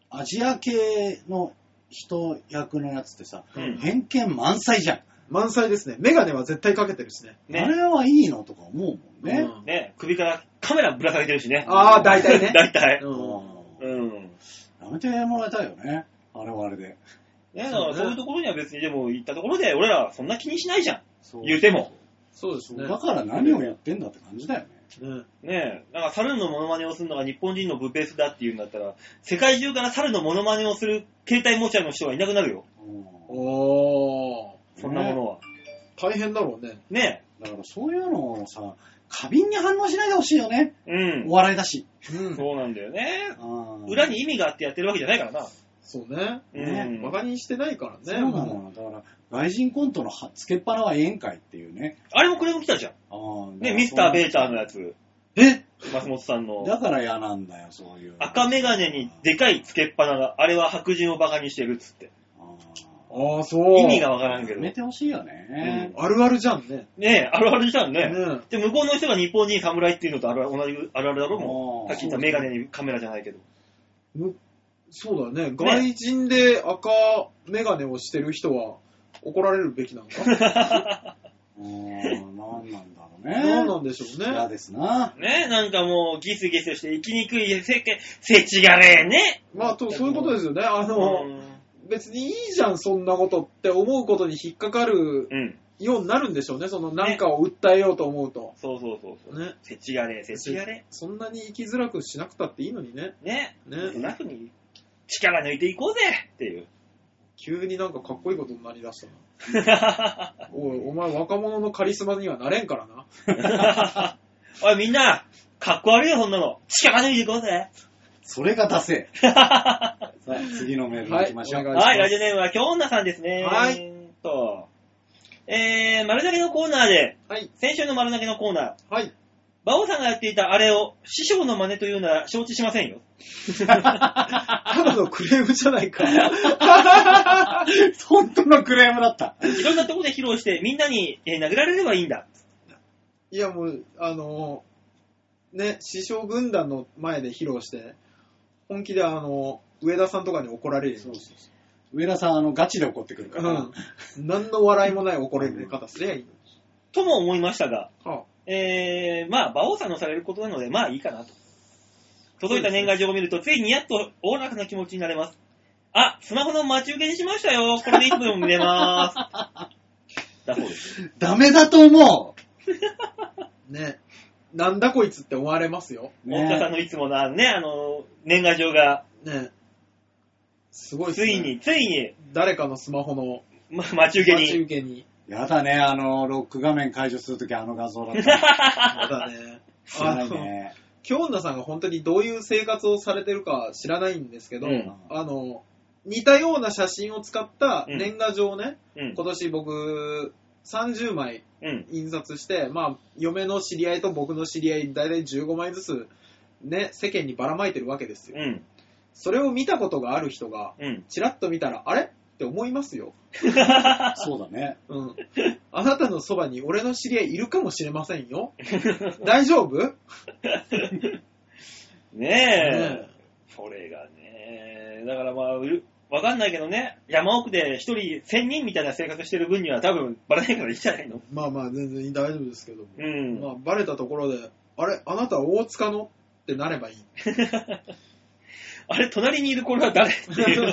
Speaker 4: アジア系の人役のやつってさ、
Speaker 2: うん
Speaker 4: 偏見満載じゃん。
Speaker 3: 満載ですね。メガネは絶対かけてるしね。
Speaker 4: あ
Speaker 2: ね。
Speaker 4: れはいいのとか思うもんね。
Speaker 3: うん
Speaker 2: ね。首からカメラぶら下げてるしね。
Speaker 3: ああ、大体ね。
Speaker 2: 大体。
Speaker 3: う
Speaker 4: うん
Speaker 3: ん
Speaker 2: うん。
Speaker 4: やめてもらいたいよね。あれはあれで。
Speaker 2: ねだから
Speaker 3: そうね
Speaker 2: そういうところには別にでも行ったところで俺らはそんな気にしないじゃん。
Speaker 4: そ
Speaker 2: 言うても。
Speaker 3: そうですね。
Speaker 4: だから何をやってんだって感じだよね。
Speaker 3: うん
Speaker 2: ねえ、なんか猿のモノマネをするのが日本人のブペースだっていうんだったら、世界中から猿のモノマネをする携帯持ち合いの人がいなくなるよ。
Speaker 4: うん
Speaker 3: おー、
Speaker 2: そんなものは。
Speaker 3: 大変だろうね。
Speaker 2: ね
Speaker 4: だからそういうのをさ、過敏に反応しないでほしいよね。
Speaker 2: え。うん
Speaker 4: お。笑いだし。
Speaker 3: うん
Speaker 2: そうなんだよね。
Speaker 4: うん
Speaker 2: 裏に意味があってやってるわけじゃないからな。
Speaker 3: そうね。
Speaker 2: うん。
Speaker 3: 馬鹿にしてないからね。
Speaker 4: そうなのよ。だから外人コントのはつけっぱなはええんかいっていうね。
Speaker 2: あれもクレーム来たじゃん。
Speaker 4: うん
Speaker 2: ね、ミスター・ベ
Speaker 4: イ
Speaker 2: ーターのやつ。
Speaker 3: え
Speaker 2: 松本さんの。
Speaker 4: だから嫌なんだよ、そういう。
Speaker 2: 赤メガネにでかいつけっぱなが、あれは白人をバカにしてるっつって。
Speaker 4: うん
Speaker 3: ああ、そう。
Speaker 2: 意味がわからんけ
Speaker 4: や
Speaker 2: ど。
Speaker 4: め
Speaker 2: ね
Speaker 4: てほしいよね。
Speaker 3: あるあるじゃんね。
Speaker 2: え、あるあるじゃんね。
Speaker 3: ね
Speaker 2: で、向こうの人が日本人侍っていうのとあるある同じあるあるだろもう。さ
Speaker 4: あー
Speaker 2: っき言ったメガネにカメラじゃないけど。
Speaker 3: むそうだよね。外人で赤メガネをしてる人は怒られるべきなのか。
Speaker 4: うんなんなんだろうね。
Speaker 3: 何なんでしょう
Speaker 4: 嫌
Speaker 3: ね。
Speaker 4: ですな。
Speaker 2: ね、なんかもうギスギスして生きにくい世間、せちがれえね。
Speaker 3: まあと、そういうことですよね。あ
Speaker 2: う
Speaker 3: の、
Speaker 2: ん。
Speaker 3: 別にいいじゃん、そんなことって思うことに引っかかる
Speaker 2: うん。
Speaker 3: ようになるんでしょうね、そのなんかを訴えようと思うと。
Speaker 2: そうそうそうそう。
Speaker 3: ね。
Speaker 2: せちがれ、せちがれ。
Speaker 3: そんなに生きづらくしなくたっていいのにね。
Speaker 2: ね。
Speaker 3: ね
Speaker 2: そんな風に力抜いていこうぜっていう。
Speaker 3: 急になんかかっこいいことになりだしたな。おい、お前若者のカリスマにはなれんからな。
Speaker 2: おいみんな、かっこ悪いよそんなの。力抜いていこうぜ。
Speaker 4: それがダセえ。さあ、次のメール行きましょう。
Speaker 3: はいお願
Speaker 2: はい、ラジオネームは京女さんですね。
Speaker 3: はい
Speaker 2: えーっと、えー、丸投げのコーナーで、
Speaker 3: はい。
Speaker 2: 先週の丸投げのコーナー、
Speaker 3: はい。
Speaker 2: 馬王さんがやっていたあれを師匠の真似というのは承知しませんよ。
Speaker 3: ただのクレームじゃないか。
Speaker 4: 本当のクレームだった。
Speaker 2: いろんなとこで披露してみんなに、えー殴られればいいんだ。
Speaker 3: いやもう、あのーね、師匠軍団の前で披露して、本気であのー上田さんとかに怒られるよ。
Speaker 4: 上田さん、あの、ガチで怒ってくるから。
Speaker 3: うん。何の笑いもない怒られる方すりゃいい
Speaker 2: とも思いましたが、
Speaker 3: の。は
Speaker 2: えー、まあ、馬王さんのされることなので、まあいいかなと。届いた年賀状を見ると、ついにやっとおおらかな気持ちになれます。あ、スマホの待ち受けにしましたよ。これで1分見れます。だ そうです。
Speaker 4: ダメだと思
Speaker 3: あね。なんだこいつって思われますよ。
Speaker 4: う。
Speaker 2: 大塚さんのいつものあのね、あの、年賀状が、
Speaker 3: ね。すごいっす
Speaker 2: つ
Speaker 3: ね
Speaker 2: いに、ついに、
Speaker 3: 誰かのスマホの
Speaker 2: ま、待ち受け
Speaker 3: 待ち
Speaker 2: に。
Speaker 3: 受けに。
Speaker 4: やだね、あの、ロック画面解除するときあの画像だった。
Speaker 3: そう だね。あ
Speaker 4: 辛い
Speaker 3: の、
Speaker 4: ね。
Speaker 3: 京女さんが本当にどういう生活をされてるか知らないんですけど、
Speaker 2: うん
Speaker 3: あの、似たような写真を使った年賀状をね、
Speaker 2: うん
Speaker 3: 今。年僕、30枚
Speaker 2: うん。
Speaker 3: 印刷して、まあ、嫁の知り合いと僕の知り合い、だいたい15枚ずつ、ね、世間にばらまいてるわけですよ。
Speaker 2: うん。
Speaker 3: それを見たことがある人が、
Speaker 2: うん。
Speaker 3: チラッと見たら、あれって思いますよ。
Speaker 4: そうだね。
Speaker 3: うん。あなたのそばに俺の知り合いいるかもしれませ んよ。大丈夫
Speaker 2: ねえ。それがね、だからまあ、うるわかんないけどね、山奥で一人千人みたいな生活してる分には多分バレないからいいじゃないの。
Speaker 3: まあまあ、全然大丈夫ですけども。
Speaker 2: うん。
Speaker 3: まあ、バレたところで、あれあなたは大塚のってなれ ばいい。
Speaker 2: あれ、隣にいるこれは誰っていう。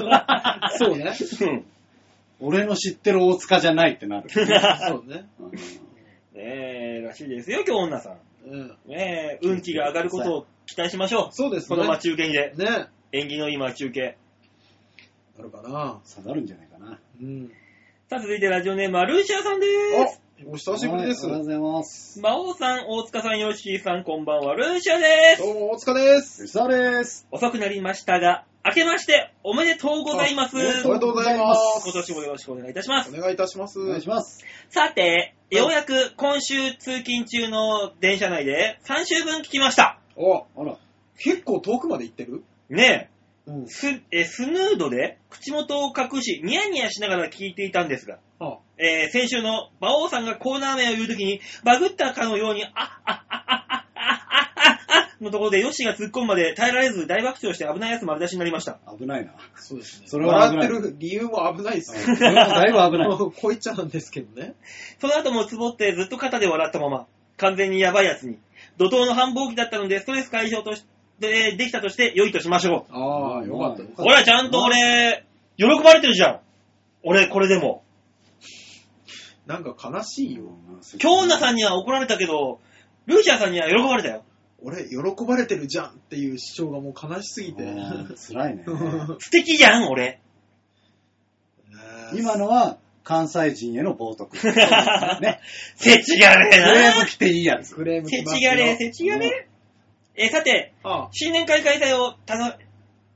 Speaker 3: そ うね。
Speaker 2: うん
Speaker 4: 俺の知ってる大塚じゃないって なる。
Speaker 3: そうね。
Speaker 4: うん
Speaker 2: ねえ、らしいですよ、今日女さ
Speaker 3: うん。
Speaker 2: ん。ねえ、運気が上がることを期待しましょ
Speaker 3: そうで
Speaker 2: う。
Speaker 3: す
Speaker 2: こ
Speaker 3: ね。
Speaker 2: の待ち受けにで。
Speaker 3: ね。な
Speaker 2: 縁起のいい待ち受け。
Speaker 3: るかな。
Speaker 4: 下がるんじゃないかな。
Speaker 3: うん。
Speaker 2: さあ、続いてラジオネームはルーシアさんでーす。
Speaker 3: あお久しぶりです。
Speaker 4: はい
Speaker 3: どう
Speaker 4: ありがとうございます。
Speaker 2: 魔王さん、大塚さん、ヨッシーさん、こんばんは、ルーシアです。
Speaker 3: も、大塚です。
Speaker 4: 吉沢です。
Speaker 2: 遅くなりましたが、明けましておめでとうございます。
Speaker 3: あおめでとうございま
Speaker 2: 今
Speaker 3: す。
Speaker 2: 年もよろしくお願いいたします。
Speaker 3: お願いいたします。
Speaker 4: お願いします。
Speaker 2: さて、
Speaker 3: はい
Speaker 2: ようやく今週通勤中の電車内で3週分聞きました。
Speaker 3: お
Speaker 4: あら、
Speaker 3: 結構遠くまで行ってる
Speaker 2: ね
Speaker 3: うん
Speaker 2: え、。すえスヌードで口元を隠し、ニヤニヤしながら聞いていたんですが、
Speaker 3: は
Speaker 2: えー先週の馬王さんがコーナー名を言うときに、バグったかのように、あっあっあっあっあっあっあっのところでヨッシーが突っ込むまで耐えられず大爆笑して危ないやつ丸出しになりました。
Speaker 4: 危ないな。
Speaker 3: あ、そうですね。
Speaker 4: それは危ない
Speaker 3: 笑ってる理由も危ないです
Speaker 4: うんそれもだいぶ 危ない。
Speaker 3: もうこう言っちゃなんですけどね。
Speaker 2: その後もつぼってずっと肩で笑ったまま、完全にやばいやつに。怒涛の繁忙期だったので、ストレス解消としでできたとして良いとしましょ
Speaker 3: ああ、よかった
Speaker 4: うん
Speaker 2: う。ほら、ちゃんと俺、喜ばれてるじゃん。俺、これでも。
Speaker 3: なんか悲しいよ。
Speaker 2: 京女
Speaker 4: ん。
Speaker 2: さんには怒られたけど、ルーシアさんには喜ばれたよ。
Speaker 3: 俺、喜ばれてるじゃんっていう主張がもう悲しすぎて。
Speaker 4: うん辛いね。
Speaker 2: 素敵じゃん、俺。
Speaker 4: 今のは、関西人への冒 涜。ね。
Speaker 2: せちがれ
Speaker 4: クレー
Speaker 2: え
Speaker 4: ム来ていいやつ。
Speaker 3: クレー
Speaker 2: な。
Speaker 3: ム
Speaker 2: せ
Speaker 3: 来ます
Speaker 2: ち
Speaker 3: よ
Speaker 2: がれえ、せちがれえ。え、さて、
Speaker 3: ああ
Speaker 2: 新年会開催を楽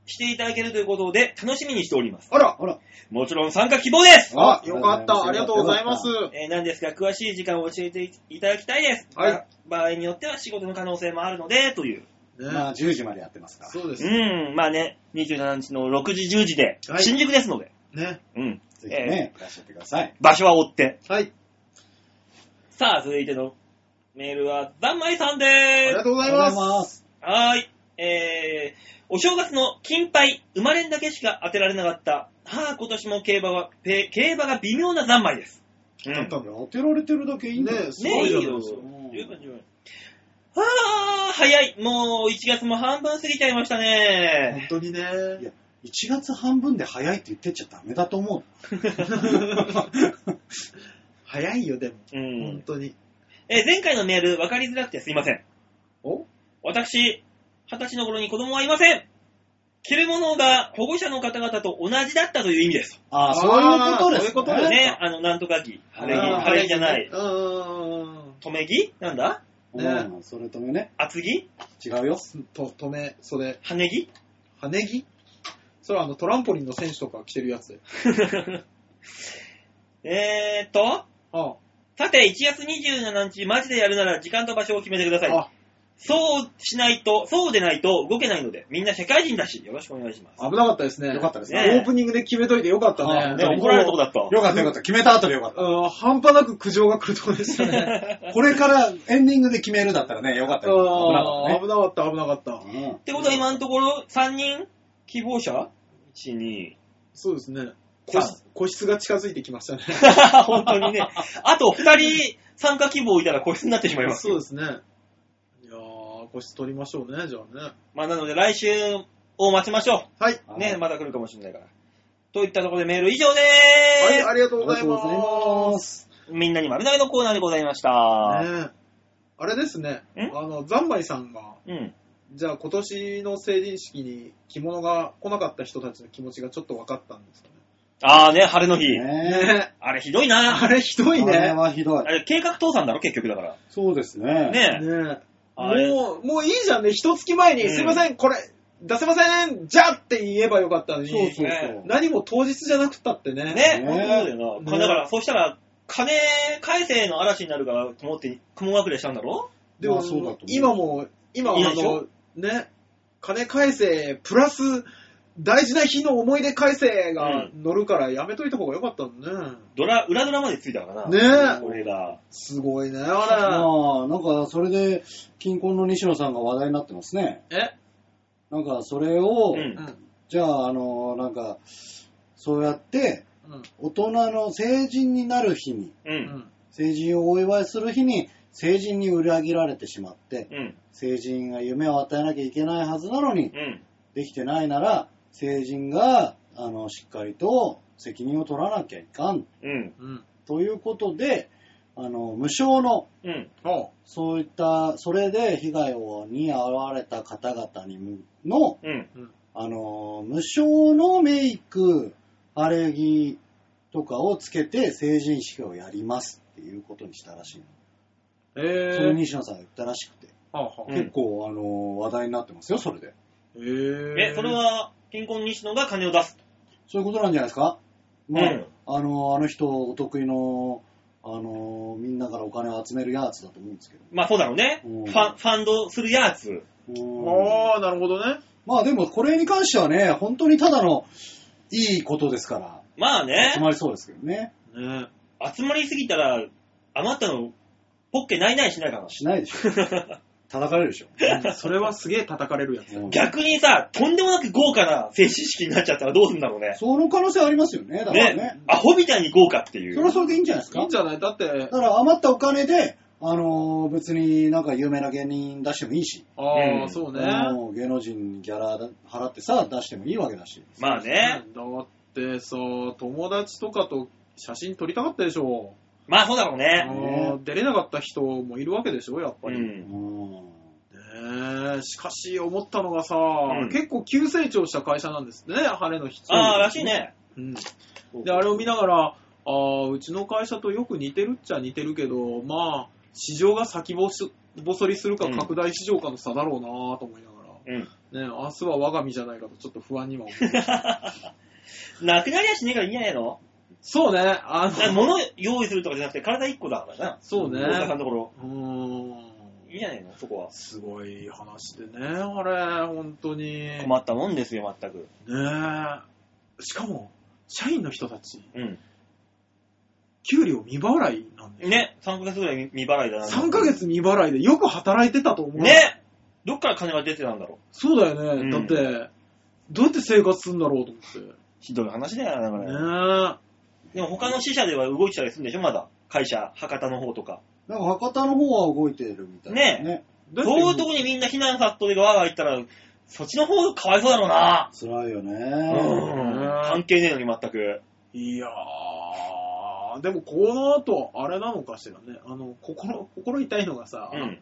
Speaker 2: していただけるということで、楽しみにしております。
Speaker 3: あら
Speaker 4: ほら。
Speaker 2: もちろん参加希望です
Speaker 3: あ、よかった。ありがとうございます。
Speaker 2: えーなんですが、詳しい時間を教えていただきたいです。
Speaker 3: はい
Speaker 2: 場合によっては仕事の可能性もあるので、という。
Speaker 4: まあ、
Speaker 3: ね、
Speaker 4: 10時までやってますから。
Speaker 3: そうで
Speaker 2: う
Speaker 3: す。
Speaker 2: ん、まあね、27日の6時、10時で、
Speaker 3: はい
Speaker 2: 新宿ですので、
Speaker 3: ね。
Speaker 2: うん、
Speaker 4: ぜひね、いらっしゃってください。
Speaker 2: 場所は追って。
Speaker 3: はい。
Speaker 2: さあ、続いてのメールは、ざんまいさんで
Speaker 3: あり
Speaker 2: ー
Speaker 3: が
Speaker 2: す。
Speaker 3: とうご
Speaker 4: あ
Speaker 3: ざい
Speaker 4: りが
Speaker 3: ま
Speaker 4: とう
Speaker 3: す
Speaker 4: ご。ざい
Speaker 2: は
Speaker 4: ます。
Speaker 2: ーい。えー、お正月の金杯、生まれんだけしか当てられなかった、はあ、今年も競馬は、ぺ競馬が微妙なざんまいです。うん
Speaker 3: だったんだ
Speaker 4: 当てられてるだけいいんだよ
Speaker 3: ねす
Speaker 2: ね
Speaker 3: ご
Speaker 2: え、
Speaker 3: い
Speaker 2: いい
Speaker 3: じゃない
Speaker 2: よ。
Speaker 3: です
Speaker 2: 十
Speaker 3: か
Speaker 2: 分十分。あー、早い。もう1月も半分過ぎちゃいました
Speaker 3: 本
Speaker 2: ね。
Speaker 3: 当にね
Speaker 4: い。や、1月半分で早いって言ってっちゃダメだと思う。
Speaker 3: 早いよ、でも。
Speaker 2: う
Speaker 3: 本
Speaker 2: ん。
Speaker 3: 当に。
Speaker 2: えー、前回のメール、わかりづらくてすいません。
Speaker 3: お
Speaker 2: 私、二十歳の頃に子供はいません。着るものが保護者の方々と同じだったという意味です。
Speaker 4: あ
Speaker 3: あ
Speaker 4: あ、そういうことで
Speaker 3: そ
Speaker 4: す、
Speaker 3: ういうことです
Speaker 2: ね、あの、なんとか着。晴れ着、
Speaker 3: あー
Speaker 2: 晴れ着じゃない。
Speaker 3: うんうんうん
Speaker 2: 止め着なんだ
Speaker 3: ね
Speaker 4: うん、それともね、
Speaker 2: 厚着
Speaker 4: 違うよ。
Speaker 3: うん。と、止め、袖、
Speaker 2: 羽ねぎ
Speaker 3: 羽ねぎそれはあの、トランポリンの選手とか着てるやつで。
Speaker 2: えーっと、
Speaker 3: あ
Speaker 2: さて、1月27日、マジでやるなら時間と場所を決めてください。
Speaker 3: あ、
Speaker 2: そうしないと、そうでないと動けないので、みんな社会人だし、よろしくお願いします。
Speaker 3: 危なかったですね。
Speaker 4: よかったです
Speaker 2: ね
Speaker 3: オープニングで決めといてよかった
Speaker 4: あ
Speaker 3: ね。
Speaker 2: ね、
Speaker 4: でも
Speaker 2: 怒られるとこだった。
Speaker 4: よかったよかった。決めた後でよかった。
Speaker 3: うん、半端なく苦情が来るとこでしたね。
Speaker 4: これからエンディングで決めるだったらね、よかった
Speaker 3: う
Speaker 4: よか
Speaker 3: ん
Speaker 4: っ
Speaker 3: 危なかった、危なかった
Speaker 4: た。。ね。
Speaker 2: ってことは今のところ3人希望者 ?1、2。
Speaker 3: そうですね。個室個室が近づいてきましたね。
Speaker 2: 本当にね。あと2人参加希望いたら個室になってしまいます。
Speaker 3: そうですね。いやー、個室取りましょうね、じゃあね。
Speaker 2: まあなので来週を待ちましょ
Speaker 3: はい。
Speaker 4: う
Speaker 2: う。
Speaker 4: ん
Speaker 2: ね、まだ来るかもしれないから。といったところでメール以上で
Speaker 3: はい、
Speaker 2: ーす、
Speaker 3: ありがと
Speaker 4: あ
Speaker 3: う
Speaker 4: り
Speaker 3: ご
Speaker 4: が
Speaker 3: ざ
Speaker 4: と
Speaker 3: いうま。
Speaker 4: ございますす。
Speaker 2: みんなに丸投げのコーナーでございました。
Speaker 3: ねえあれですね、
Speaker 2: ん
Speaker 3: あの、ザンバイさんが、
Speaker 2: うん。
Speaker 3: じゃあ今年の成人式に着物が来なかった人たちの気持ちがちょっと分かったんですか
Speaker 2: あーね、晴れの日。
Speaker 3: ね。
Speaker 4: ね
Speaker 3: ねえ
Speaker 2: あれひどい な。
Speaker 3: あれひどい
Speaker 4: あれ
Speaker 3: ね。
Speaker 4: はひどい
Speaker 2: あ。れ計画倒産だろ、結局だから。
Speaker 4: そうです
Speaker 2: ね
Speaker 4: ね。
Speaker 3: ねえ
Speaker 2: あれ
Speaker 3: もう、もういいじゃんね、一月前に、
Speaker 2: うん
Speaker 3: すいません、これ、出せません、じゃあって言えばよかったのに、
Speaker 4: そうそう
Speaker 2: ね
Speaker 4: そう。
Speaker 3: 何も当日じゃなくったってね。
Speaker 2: ね
Speaker 4: ね
Speaker 2: 本当だよな。
Speaker 3: ね
Speaker 2: だから、そうしたら、金返せの嵐になるから、と思って雲隠れしたんだろ
Speaker 3: でも、
Speaker 4: まあそうだと思う
Speaker 3: 今も、今はあ
Speaker 2: いいでし
Speaker 3: の
Speaker 2: ょ、
Speaker 3: ね、金返せ、プラス、大事な日の思い出返せが
Speaker 2: う
Speaker 3: 乗るからやめといた方がよかったのね。
Speaker 2: ドラ、裏ドラまでついたからな。
Speaker 3: ねえ
Speaker 2: 俺が。
Speaker 3: すごいね、
Speaker 4: ま
Speaker 3: あ
Speaker 4: あ、なんか、それで、近婚の西野さんが話題になってますね。
Speaker 3: れ。え
Speaker 4: なんか、それを、
Speaker 2: うん
Speaker 3: うん。
Speaker 4: じゃあ、あの、なんか、そうやって、
Speaker 3: うん。
Speaker 4: 大人の成人になる日に、
Speaker 2: う。
Speaker 3: うんん。
Speaker 4: 成人をお祝いする日に、成人に裏切られてしまって、
Speaker 2: うん。
Speaker 4: 成人が夢を与えなきゃいけないはずなのに、
Speaker 2: うん。
Speaker 4: できてないなら、成人が、あの、しっかりと責任を取らなきゃいかん。
Speaker 2: うん。
Speaker 3: うん。
Speaker 4: ということで、あの、無償の、
Speaker 2: うん。
Speaker 3: ほ
Speaker 4: そういった、それで被害をに遭われた方々にむの、
Speaker 2: うん。
Speaker 4: あの、無償のメイク、晴れ着とかをつけて成人式をやりますっていうことにしたらしいの。
Speaker 3: う。
Speaker 4: それ
Speaker 3: えー。
Speaker 4: 西野さんが言ったらしくて、
Speaker 3: はあはあ
Speaker 2: うん
Speaker 4: 結構、あの、話題になってますよ、それで。
Speaker 3: えー。
Speaker 2: え、それは、金婚西野が金を出す。
Speaker 4: そういうことなんじゃないですかまあ、
Speaker 2: うん
Speaker 4: あの、あの人、お得意の、あの、みんなからお金を集めるやつだと思うんですけど。
Speaker 2: まあそうだろうね。フ
Speaker 4: うん
Speaker 2: ァン、ファンドするやつ。
Speaker 4: うん
Speaker 3: ああ、なるほどね。
Speaker 4: まあでも、これに関してはね、本当にただのいいことですから、
Speaker 2: まあね
Speaker 4: 集、まりそうですけどね。
Speaker 3: ね
Speaker 2: 集まりすぎたら、余ったの、ポッケないないしないかな。
Speaker 4: しないでし ょ。叩かれるでしょ。
Speaker 3: うんそれはすげえ叩かれるやつ。
Speaker 4: うん
Speaker 2: 逆にさ、とんでもなく豪華な成人式になっちゃったらどうすんだろうね。
Speaker 4: その可能性ありますよね、だからね。
Speaker 2: ね。アホみたいに豪華っていう。
Speaker 4: それはそれでいいんじゃないです
Speaker 3: い
Speaker 4: か
Speaker 3: いんじゃないだって
Speaker 4: だ、から余ったお金で、あの別になんか有名な芸人出してもいいし、
Speaker 3: あ
Speaker 2: う
Speaker 3: あ、
Speaker 2: ん
Speaker 3: そうね。
Speaker 4: あの芸能人にギャラ払ってさ、出してもいいわけだし。
Speaker 2: まあね。
Speaker 3: だってさ、友達とかと写真撮りたかったでしょ。
Speaker 2: まあそうだろう
Speaker 3: あ
Speaker 2: ね。
Speaker 3: の出れなかった人もいるわけでしょ、やっぱ
Speaker 2: う
Speaker 3: り。ね
Speaker 2: ん。
Speaker 4: うん
Speaker 3: えしかし思ったのがさ、
Speaker 2: ん
Speaker 3: 結構急成長した会社なんですね、晴れの日。
Speaker 2: ああ、らしい。ね。
Speaker 3: うん。で、あれを見ながら、ああ、うちの会社とよく似てるっちゃ似てるけど、まあ、市場が先細りするか拡大市場かの差だろうなと思いなが
Speaker 2: うん。
Speaker 3: ら、ねえ、明日は我が身じゃないかとちょっと不安には思う。
Speaker 2: なくなりゃしねえからいいんじゃないの
Speaker 3: そうね、あ
Speaker 2: だから
Speaker 3: の、
Speaker 2: 物用意するとかじゃなくて体1個だからな。
Speaker 3: そうね。
Speaker 2: 大阪さんのところ。
Speaker 3: うーん。
Speaker 2: いいじゃないのそこは。
Speaker 3: すごい話でね、あれ、本当に。ね
Speaker 2: 困ったもんですよ、全く。
Speaker 3: え。しかも、社員の人たち、
Speaker 2: うん。
Speaker 3: 給料未払いなんで。
Speaker 2: ね、3ヶ月ぐらい未払いだな。
Speaker 3: 3ヶ月未払いでよく働いてたと思う。
Speaker 2: ねどっから金が出てたんだろう。
Speaker 3: そうだよね。
Speaker 2: うん
Speaker 3: だって、どうやって生活するんだろうと思って。
Speaker 2: ひどい話だよな、だから。
Speaker 3: ね
Speaker 2: でも他の支社では動いてたりするんでしょ、まだ。会社、博多の方とか。
Speaker 4: なんか博多の方は動いてるみたいですね。
Speaker 3: え。だって
Speaker 2: そういうとこにみんな避難さっとでわーわー言ったら、そっちの方かわいそうだろうな。
Speaker 4: 辛いよね。
Speaker 2: うん。関係ねえのに全く。
Speaker 3: いやー、あ、でもこの後、あれなのかしらね。あの、心、心痛いのがさ、
Speaker 2: うん。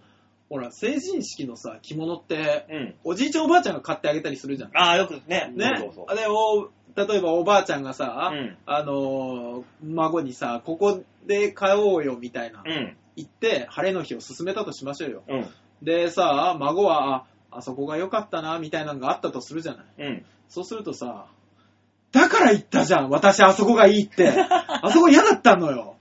Speaker 3: ほら、成人式のさ、着物って、
Speaker 2: うん。
Speaker 3: おじいちゃんおばあちゃんが買ってあげたりするじゃん。
Speaker 2: ああ、よくね。
Speaker 3: ね。
Speaker 2: そうそうそう。
Speaker 3: で、お、例えばおばあちゃんがさ、
Speaker 2: うん
Speaker 3: あのー、孫にさ、ここで買おうよみたいな、
Speaker 2: うん。
Speaker 3: 言って、晴れの日を進めたとしましょうよ。
Speaker 2: うん。
Speaker 3: でさ、孫は、あ、あそこが良かったな、みたいなのがあったとするじゃない。
Speaker 2: うん。
Speaker 3: そうするとさ、だから言ったじゃん、私あそこがいい って。あそこ嫌だったのよ。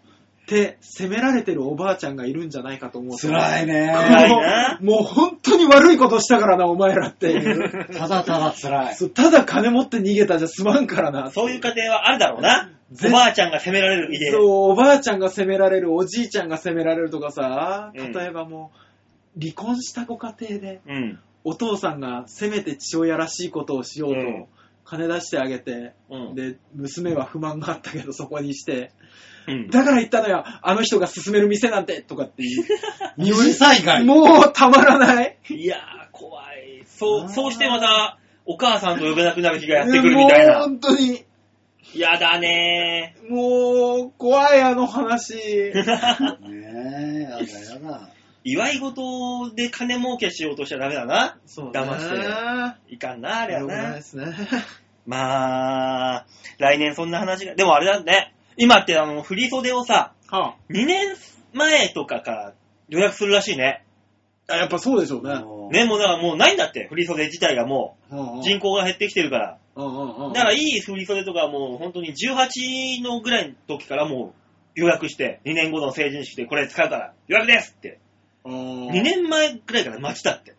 Speaker 3: って、責められてるおばあちゃんがいるんじゃないかと思うと。
Speaker 4: 辛いね。
Speaker 2: 辛いね
Speaker 3: もうもう本当に悪いことしたからな、お前らって いう。
Speaker 4: ただただ辛い。
Speaker 3: そうただ金持って逃げたじゃすまんからな。
Speaker 2: そういう家庭はあるだろうな。お
Speaker 3: ぜ
Speaker 2: ばあちゃんが責められる家。
Speaker 3: そう、おばあちゃんが責められる、おじいちゃんが責められるとかさ、
Speaker 2: うん
Speaker 3: 例えばもう、離婚したご家庭で、
Speaker 2: うん。
Speaker 3: お父さんがせめて父親らしいことをしようと、
Speaker 2: うん
Speaker 3: 金出してあげて、
Speaker 2: うん。
Speaker 3: で、娘は不満があったけど、そこにして、
Speaker 2: うん。
Speaker 3: だから言ったのよ、あの人が勧める店なんて、とかっていう。
Speaker 4: 二次災害。
Speaker 3: もうたまらない。
Speaker 2: いやー、怖い。そう、
Speaker 4: あー
Speaker 2: そうしてまた、お母さんと呼べなくなる日がやってくるみたい
Speaker 3: もう
Speaker 2: な。
Speaker 3: 本当に、
Speaker 2: やだね
Speaker 3: もう、怖い、あの話。
Speaker 2: ー。
Speaker 4: ねえ、やだやだ。
Speaker 2: 祝い事で金儲けしようとしちゃダメだな。
Speaker 3: そう
Speaker 2: 騙して。いかんな、あれは
Speaker 3: 良くない
Speaker 2: な
Speaker 3: で。すね。
Speaker 2: まあ、来年そんな話が、でもあれだね。今ってあの、振り袖をさ、
Speaker 3: は
Speaker 2: 2年前とかから予約するらしいね。
Speaker 3: あ、やっぱそうでしょうね。
Speaker 4: もう
Speaker 2: ね、もうだからもうないんだって、振り袖自体がもう、人口が減ってきてるから。だからいい振り袖とかはもう本当に18のぐらいの時からもう予約して、2年後の成人式でこれ使うから予約ですって。
Speaker 3: 2
Speaker 2: 2年前ぐらいから待ちだって。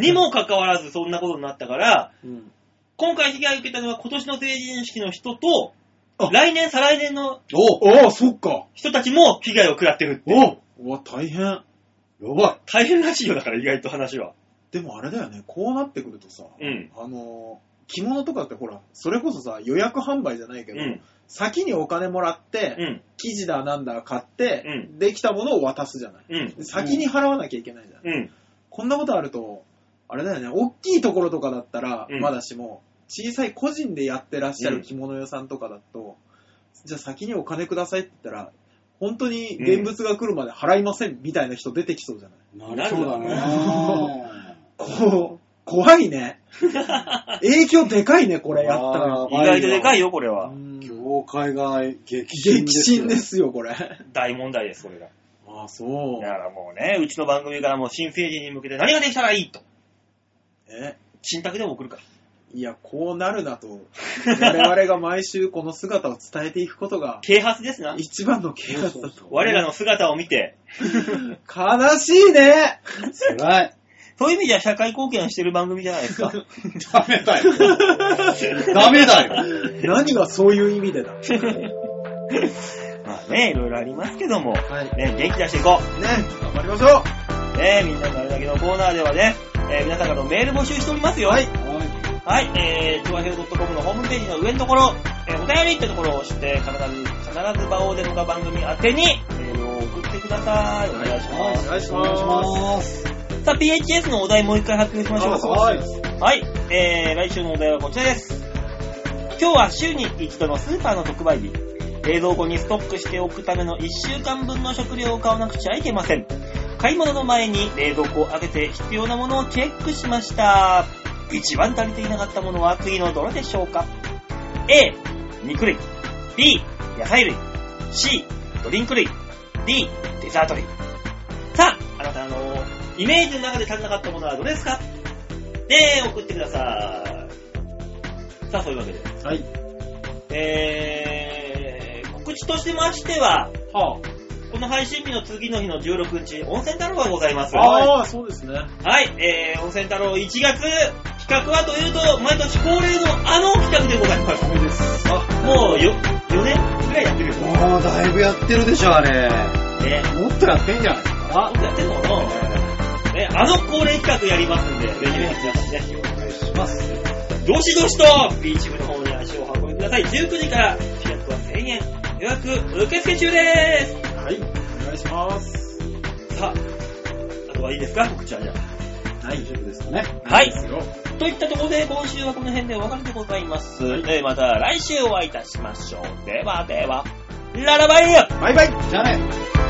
Speaker 2: にもかかわらずそんなことになったから、
Speaker 3: うん、
Speaker 2: 今回被害を受けたのは今年の成人式の人と
Speaker 3: あ、
Speaker 2: 来年再来年の
Speaker 4: お
Speaker 3: ああ、そっか。
Speaker 2: 人たちも被害を食らってるって。
Speaker 3: おうわ、大変。
Speaker 4: やば
Speaker 2: 大変らしいよだから意外と話は。
Speaker 3: でもあれだよね、こうなってくるとさ、
Speaker 2: うん。
Speaker 3: あのー、着物とかってほら、それこそさ、予約販売じゃないけ
Speaker 2: う
Speaker 3: ど、
Speaker 2: ん。
Speaker 3: 先にお金もらって、
Speaker 2: うん。
Speaker 3: 生地だなんだ買って、
Speaker 2: う
Speaker 3: できたものを渡すじゃない。
Speaker 2: うん。
Speaker 3: 先に払わなきゃいけないじゃない。
Speaker 2: うん。
Speaker 3: こんなことあると、あれだよね、大きいところとかだったら、
Speaker 2: うん
Speaker 3: まだしも、小さい個人でやってらっしゃる着物屋さんとかだと、じゃあ先にお金くださいって言ったら、本当に現物が来るまで払いませんみたいな人出てきそうじゃない。
Speaker 4: い。なりそう
Speaker 2: な
Speaker 4: だ
Speaker 2: る
Speaker 4: ね。
Speaker 3: こう、怖い ね。影響でかいね、これ、やったら
Speaker 4: あ。
Speaker 2: 意外とでかい
Speaker 4: よ。
Speaker 2: よこれは。
Speaker 4: 業界が激
Speaker 3: 激
Speaker 4: 震ですよ。
Speaker 3: 震ですよ、これ。
Speaker 2: 大問題です、これが。
Speaker 3: あ、そ
Speaker 2: だからもうね、うちの番組からもう新成人に向けて何ができたらいいと。
Speaker 3: え、
Speaker 2: 新宅でも送るから。
Speaker 3: いや、こうなるなと、我々が毎週この姿を伝えていくことが、
Speaker 2: 啓発ですな。
Speaker 3: 一番の啓発だと。
Speaker 2: 我らの姿を見て、
Speaker 3: 悲しい ね
Speaker 4: 辛い。
Speaker 2: そういう意味では社会貢献をしてる番組じゃない ですか。
Speaker 4: ダメだよ。ダメだよ。
Speaker 3: 何がそういう意味でだね、
Speaker 2: まあね、いろいろありますけども、
Speaker 3: はい
Speaker 2: ね、元気出していこ
Speaker 3: 頑張りましょ
Speaker 2: う。ね、みんなのあれだけのコーナーではね、えー皆さんからのメール募集しておりますよ。はい。はい、えー、チョアヘオ .com のホームページの上のところ、えーお便りってところを押して、必ず、必ず場をでとか番組宛てに、メールを送ってください。お願いし
Speaker 3: う
Speaker 2: ます。
Speaker 3: 願いし
Speaker 4: お願いします。
Speaker 2: さあ、PHS のお題もう一回発表しましょう。
Speaker 3: はい。
Speaker 2: はい、えー、来週のお題はこちらです。今日は週に一度のスーパーの特売日。冷蔵庫にストックしておくための1週間分の食料を買わなくちゃいけません。買い物の前に冷蔵庫を開けて必要なものをチェックしました。一番足りていなかったものは次のどれでしょうか ?A、肉類。B、野菜類。C、ドリンク類。D、デザート類。さあ、あなたのイメージの中で足りなかったものはどれですかで、送ってください。さあ、そういうわけで。
Speaker 3: はい。
Speaker 2: えー、告知としましては、
Speaker 3: は
Speaker 2: この配信日の次の日の16日、温泉太郎がございます。
Speaker 3: あ、ああ、そうですね。
Speaker 2: はい、えー、温泉太郎1月、企画はというと、毎年恒例のあの企画でございます。もうよ、4年ぐらいやってるよ。ね、
Speaker 4: もうだいぶやってるでしょ、あれ。もっとやってんじゃないですか。
Speaker 2: 僕やってんのかなね、あの恒例企画やりますんで、レギュレーションね。
Speaker 4: お願いします。
Speaker 2: どしどしと、ビーチ部の方に足をお運びください。19時から、チケットは1000円。予約受付中で
Speaker 3: はい。お願いします。
Speaker 2: す。さあ、あとはいいですか告知はじゃ
Speaker 4: 大丈夫ですかね。
Speaker 2: あ。はい
Speaker 3: で。すよ。
Speaker 2: といったところで、今週はこの辺でお別れでございます。でまた来週お会いいたしましょう。ではでは。
Speaker 6: ララバイ
Speaker 7: バイバイ
Speaker 2: じゃあね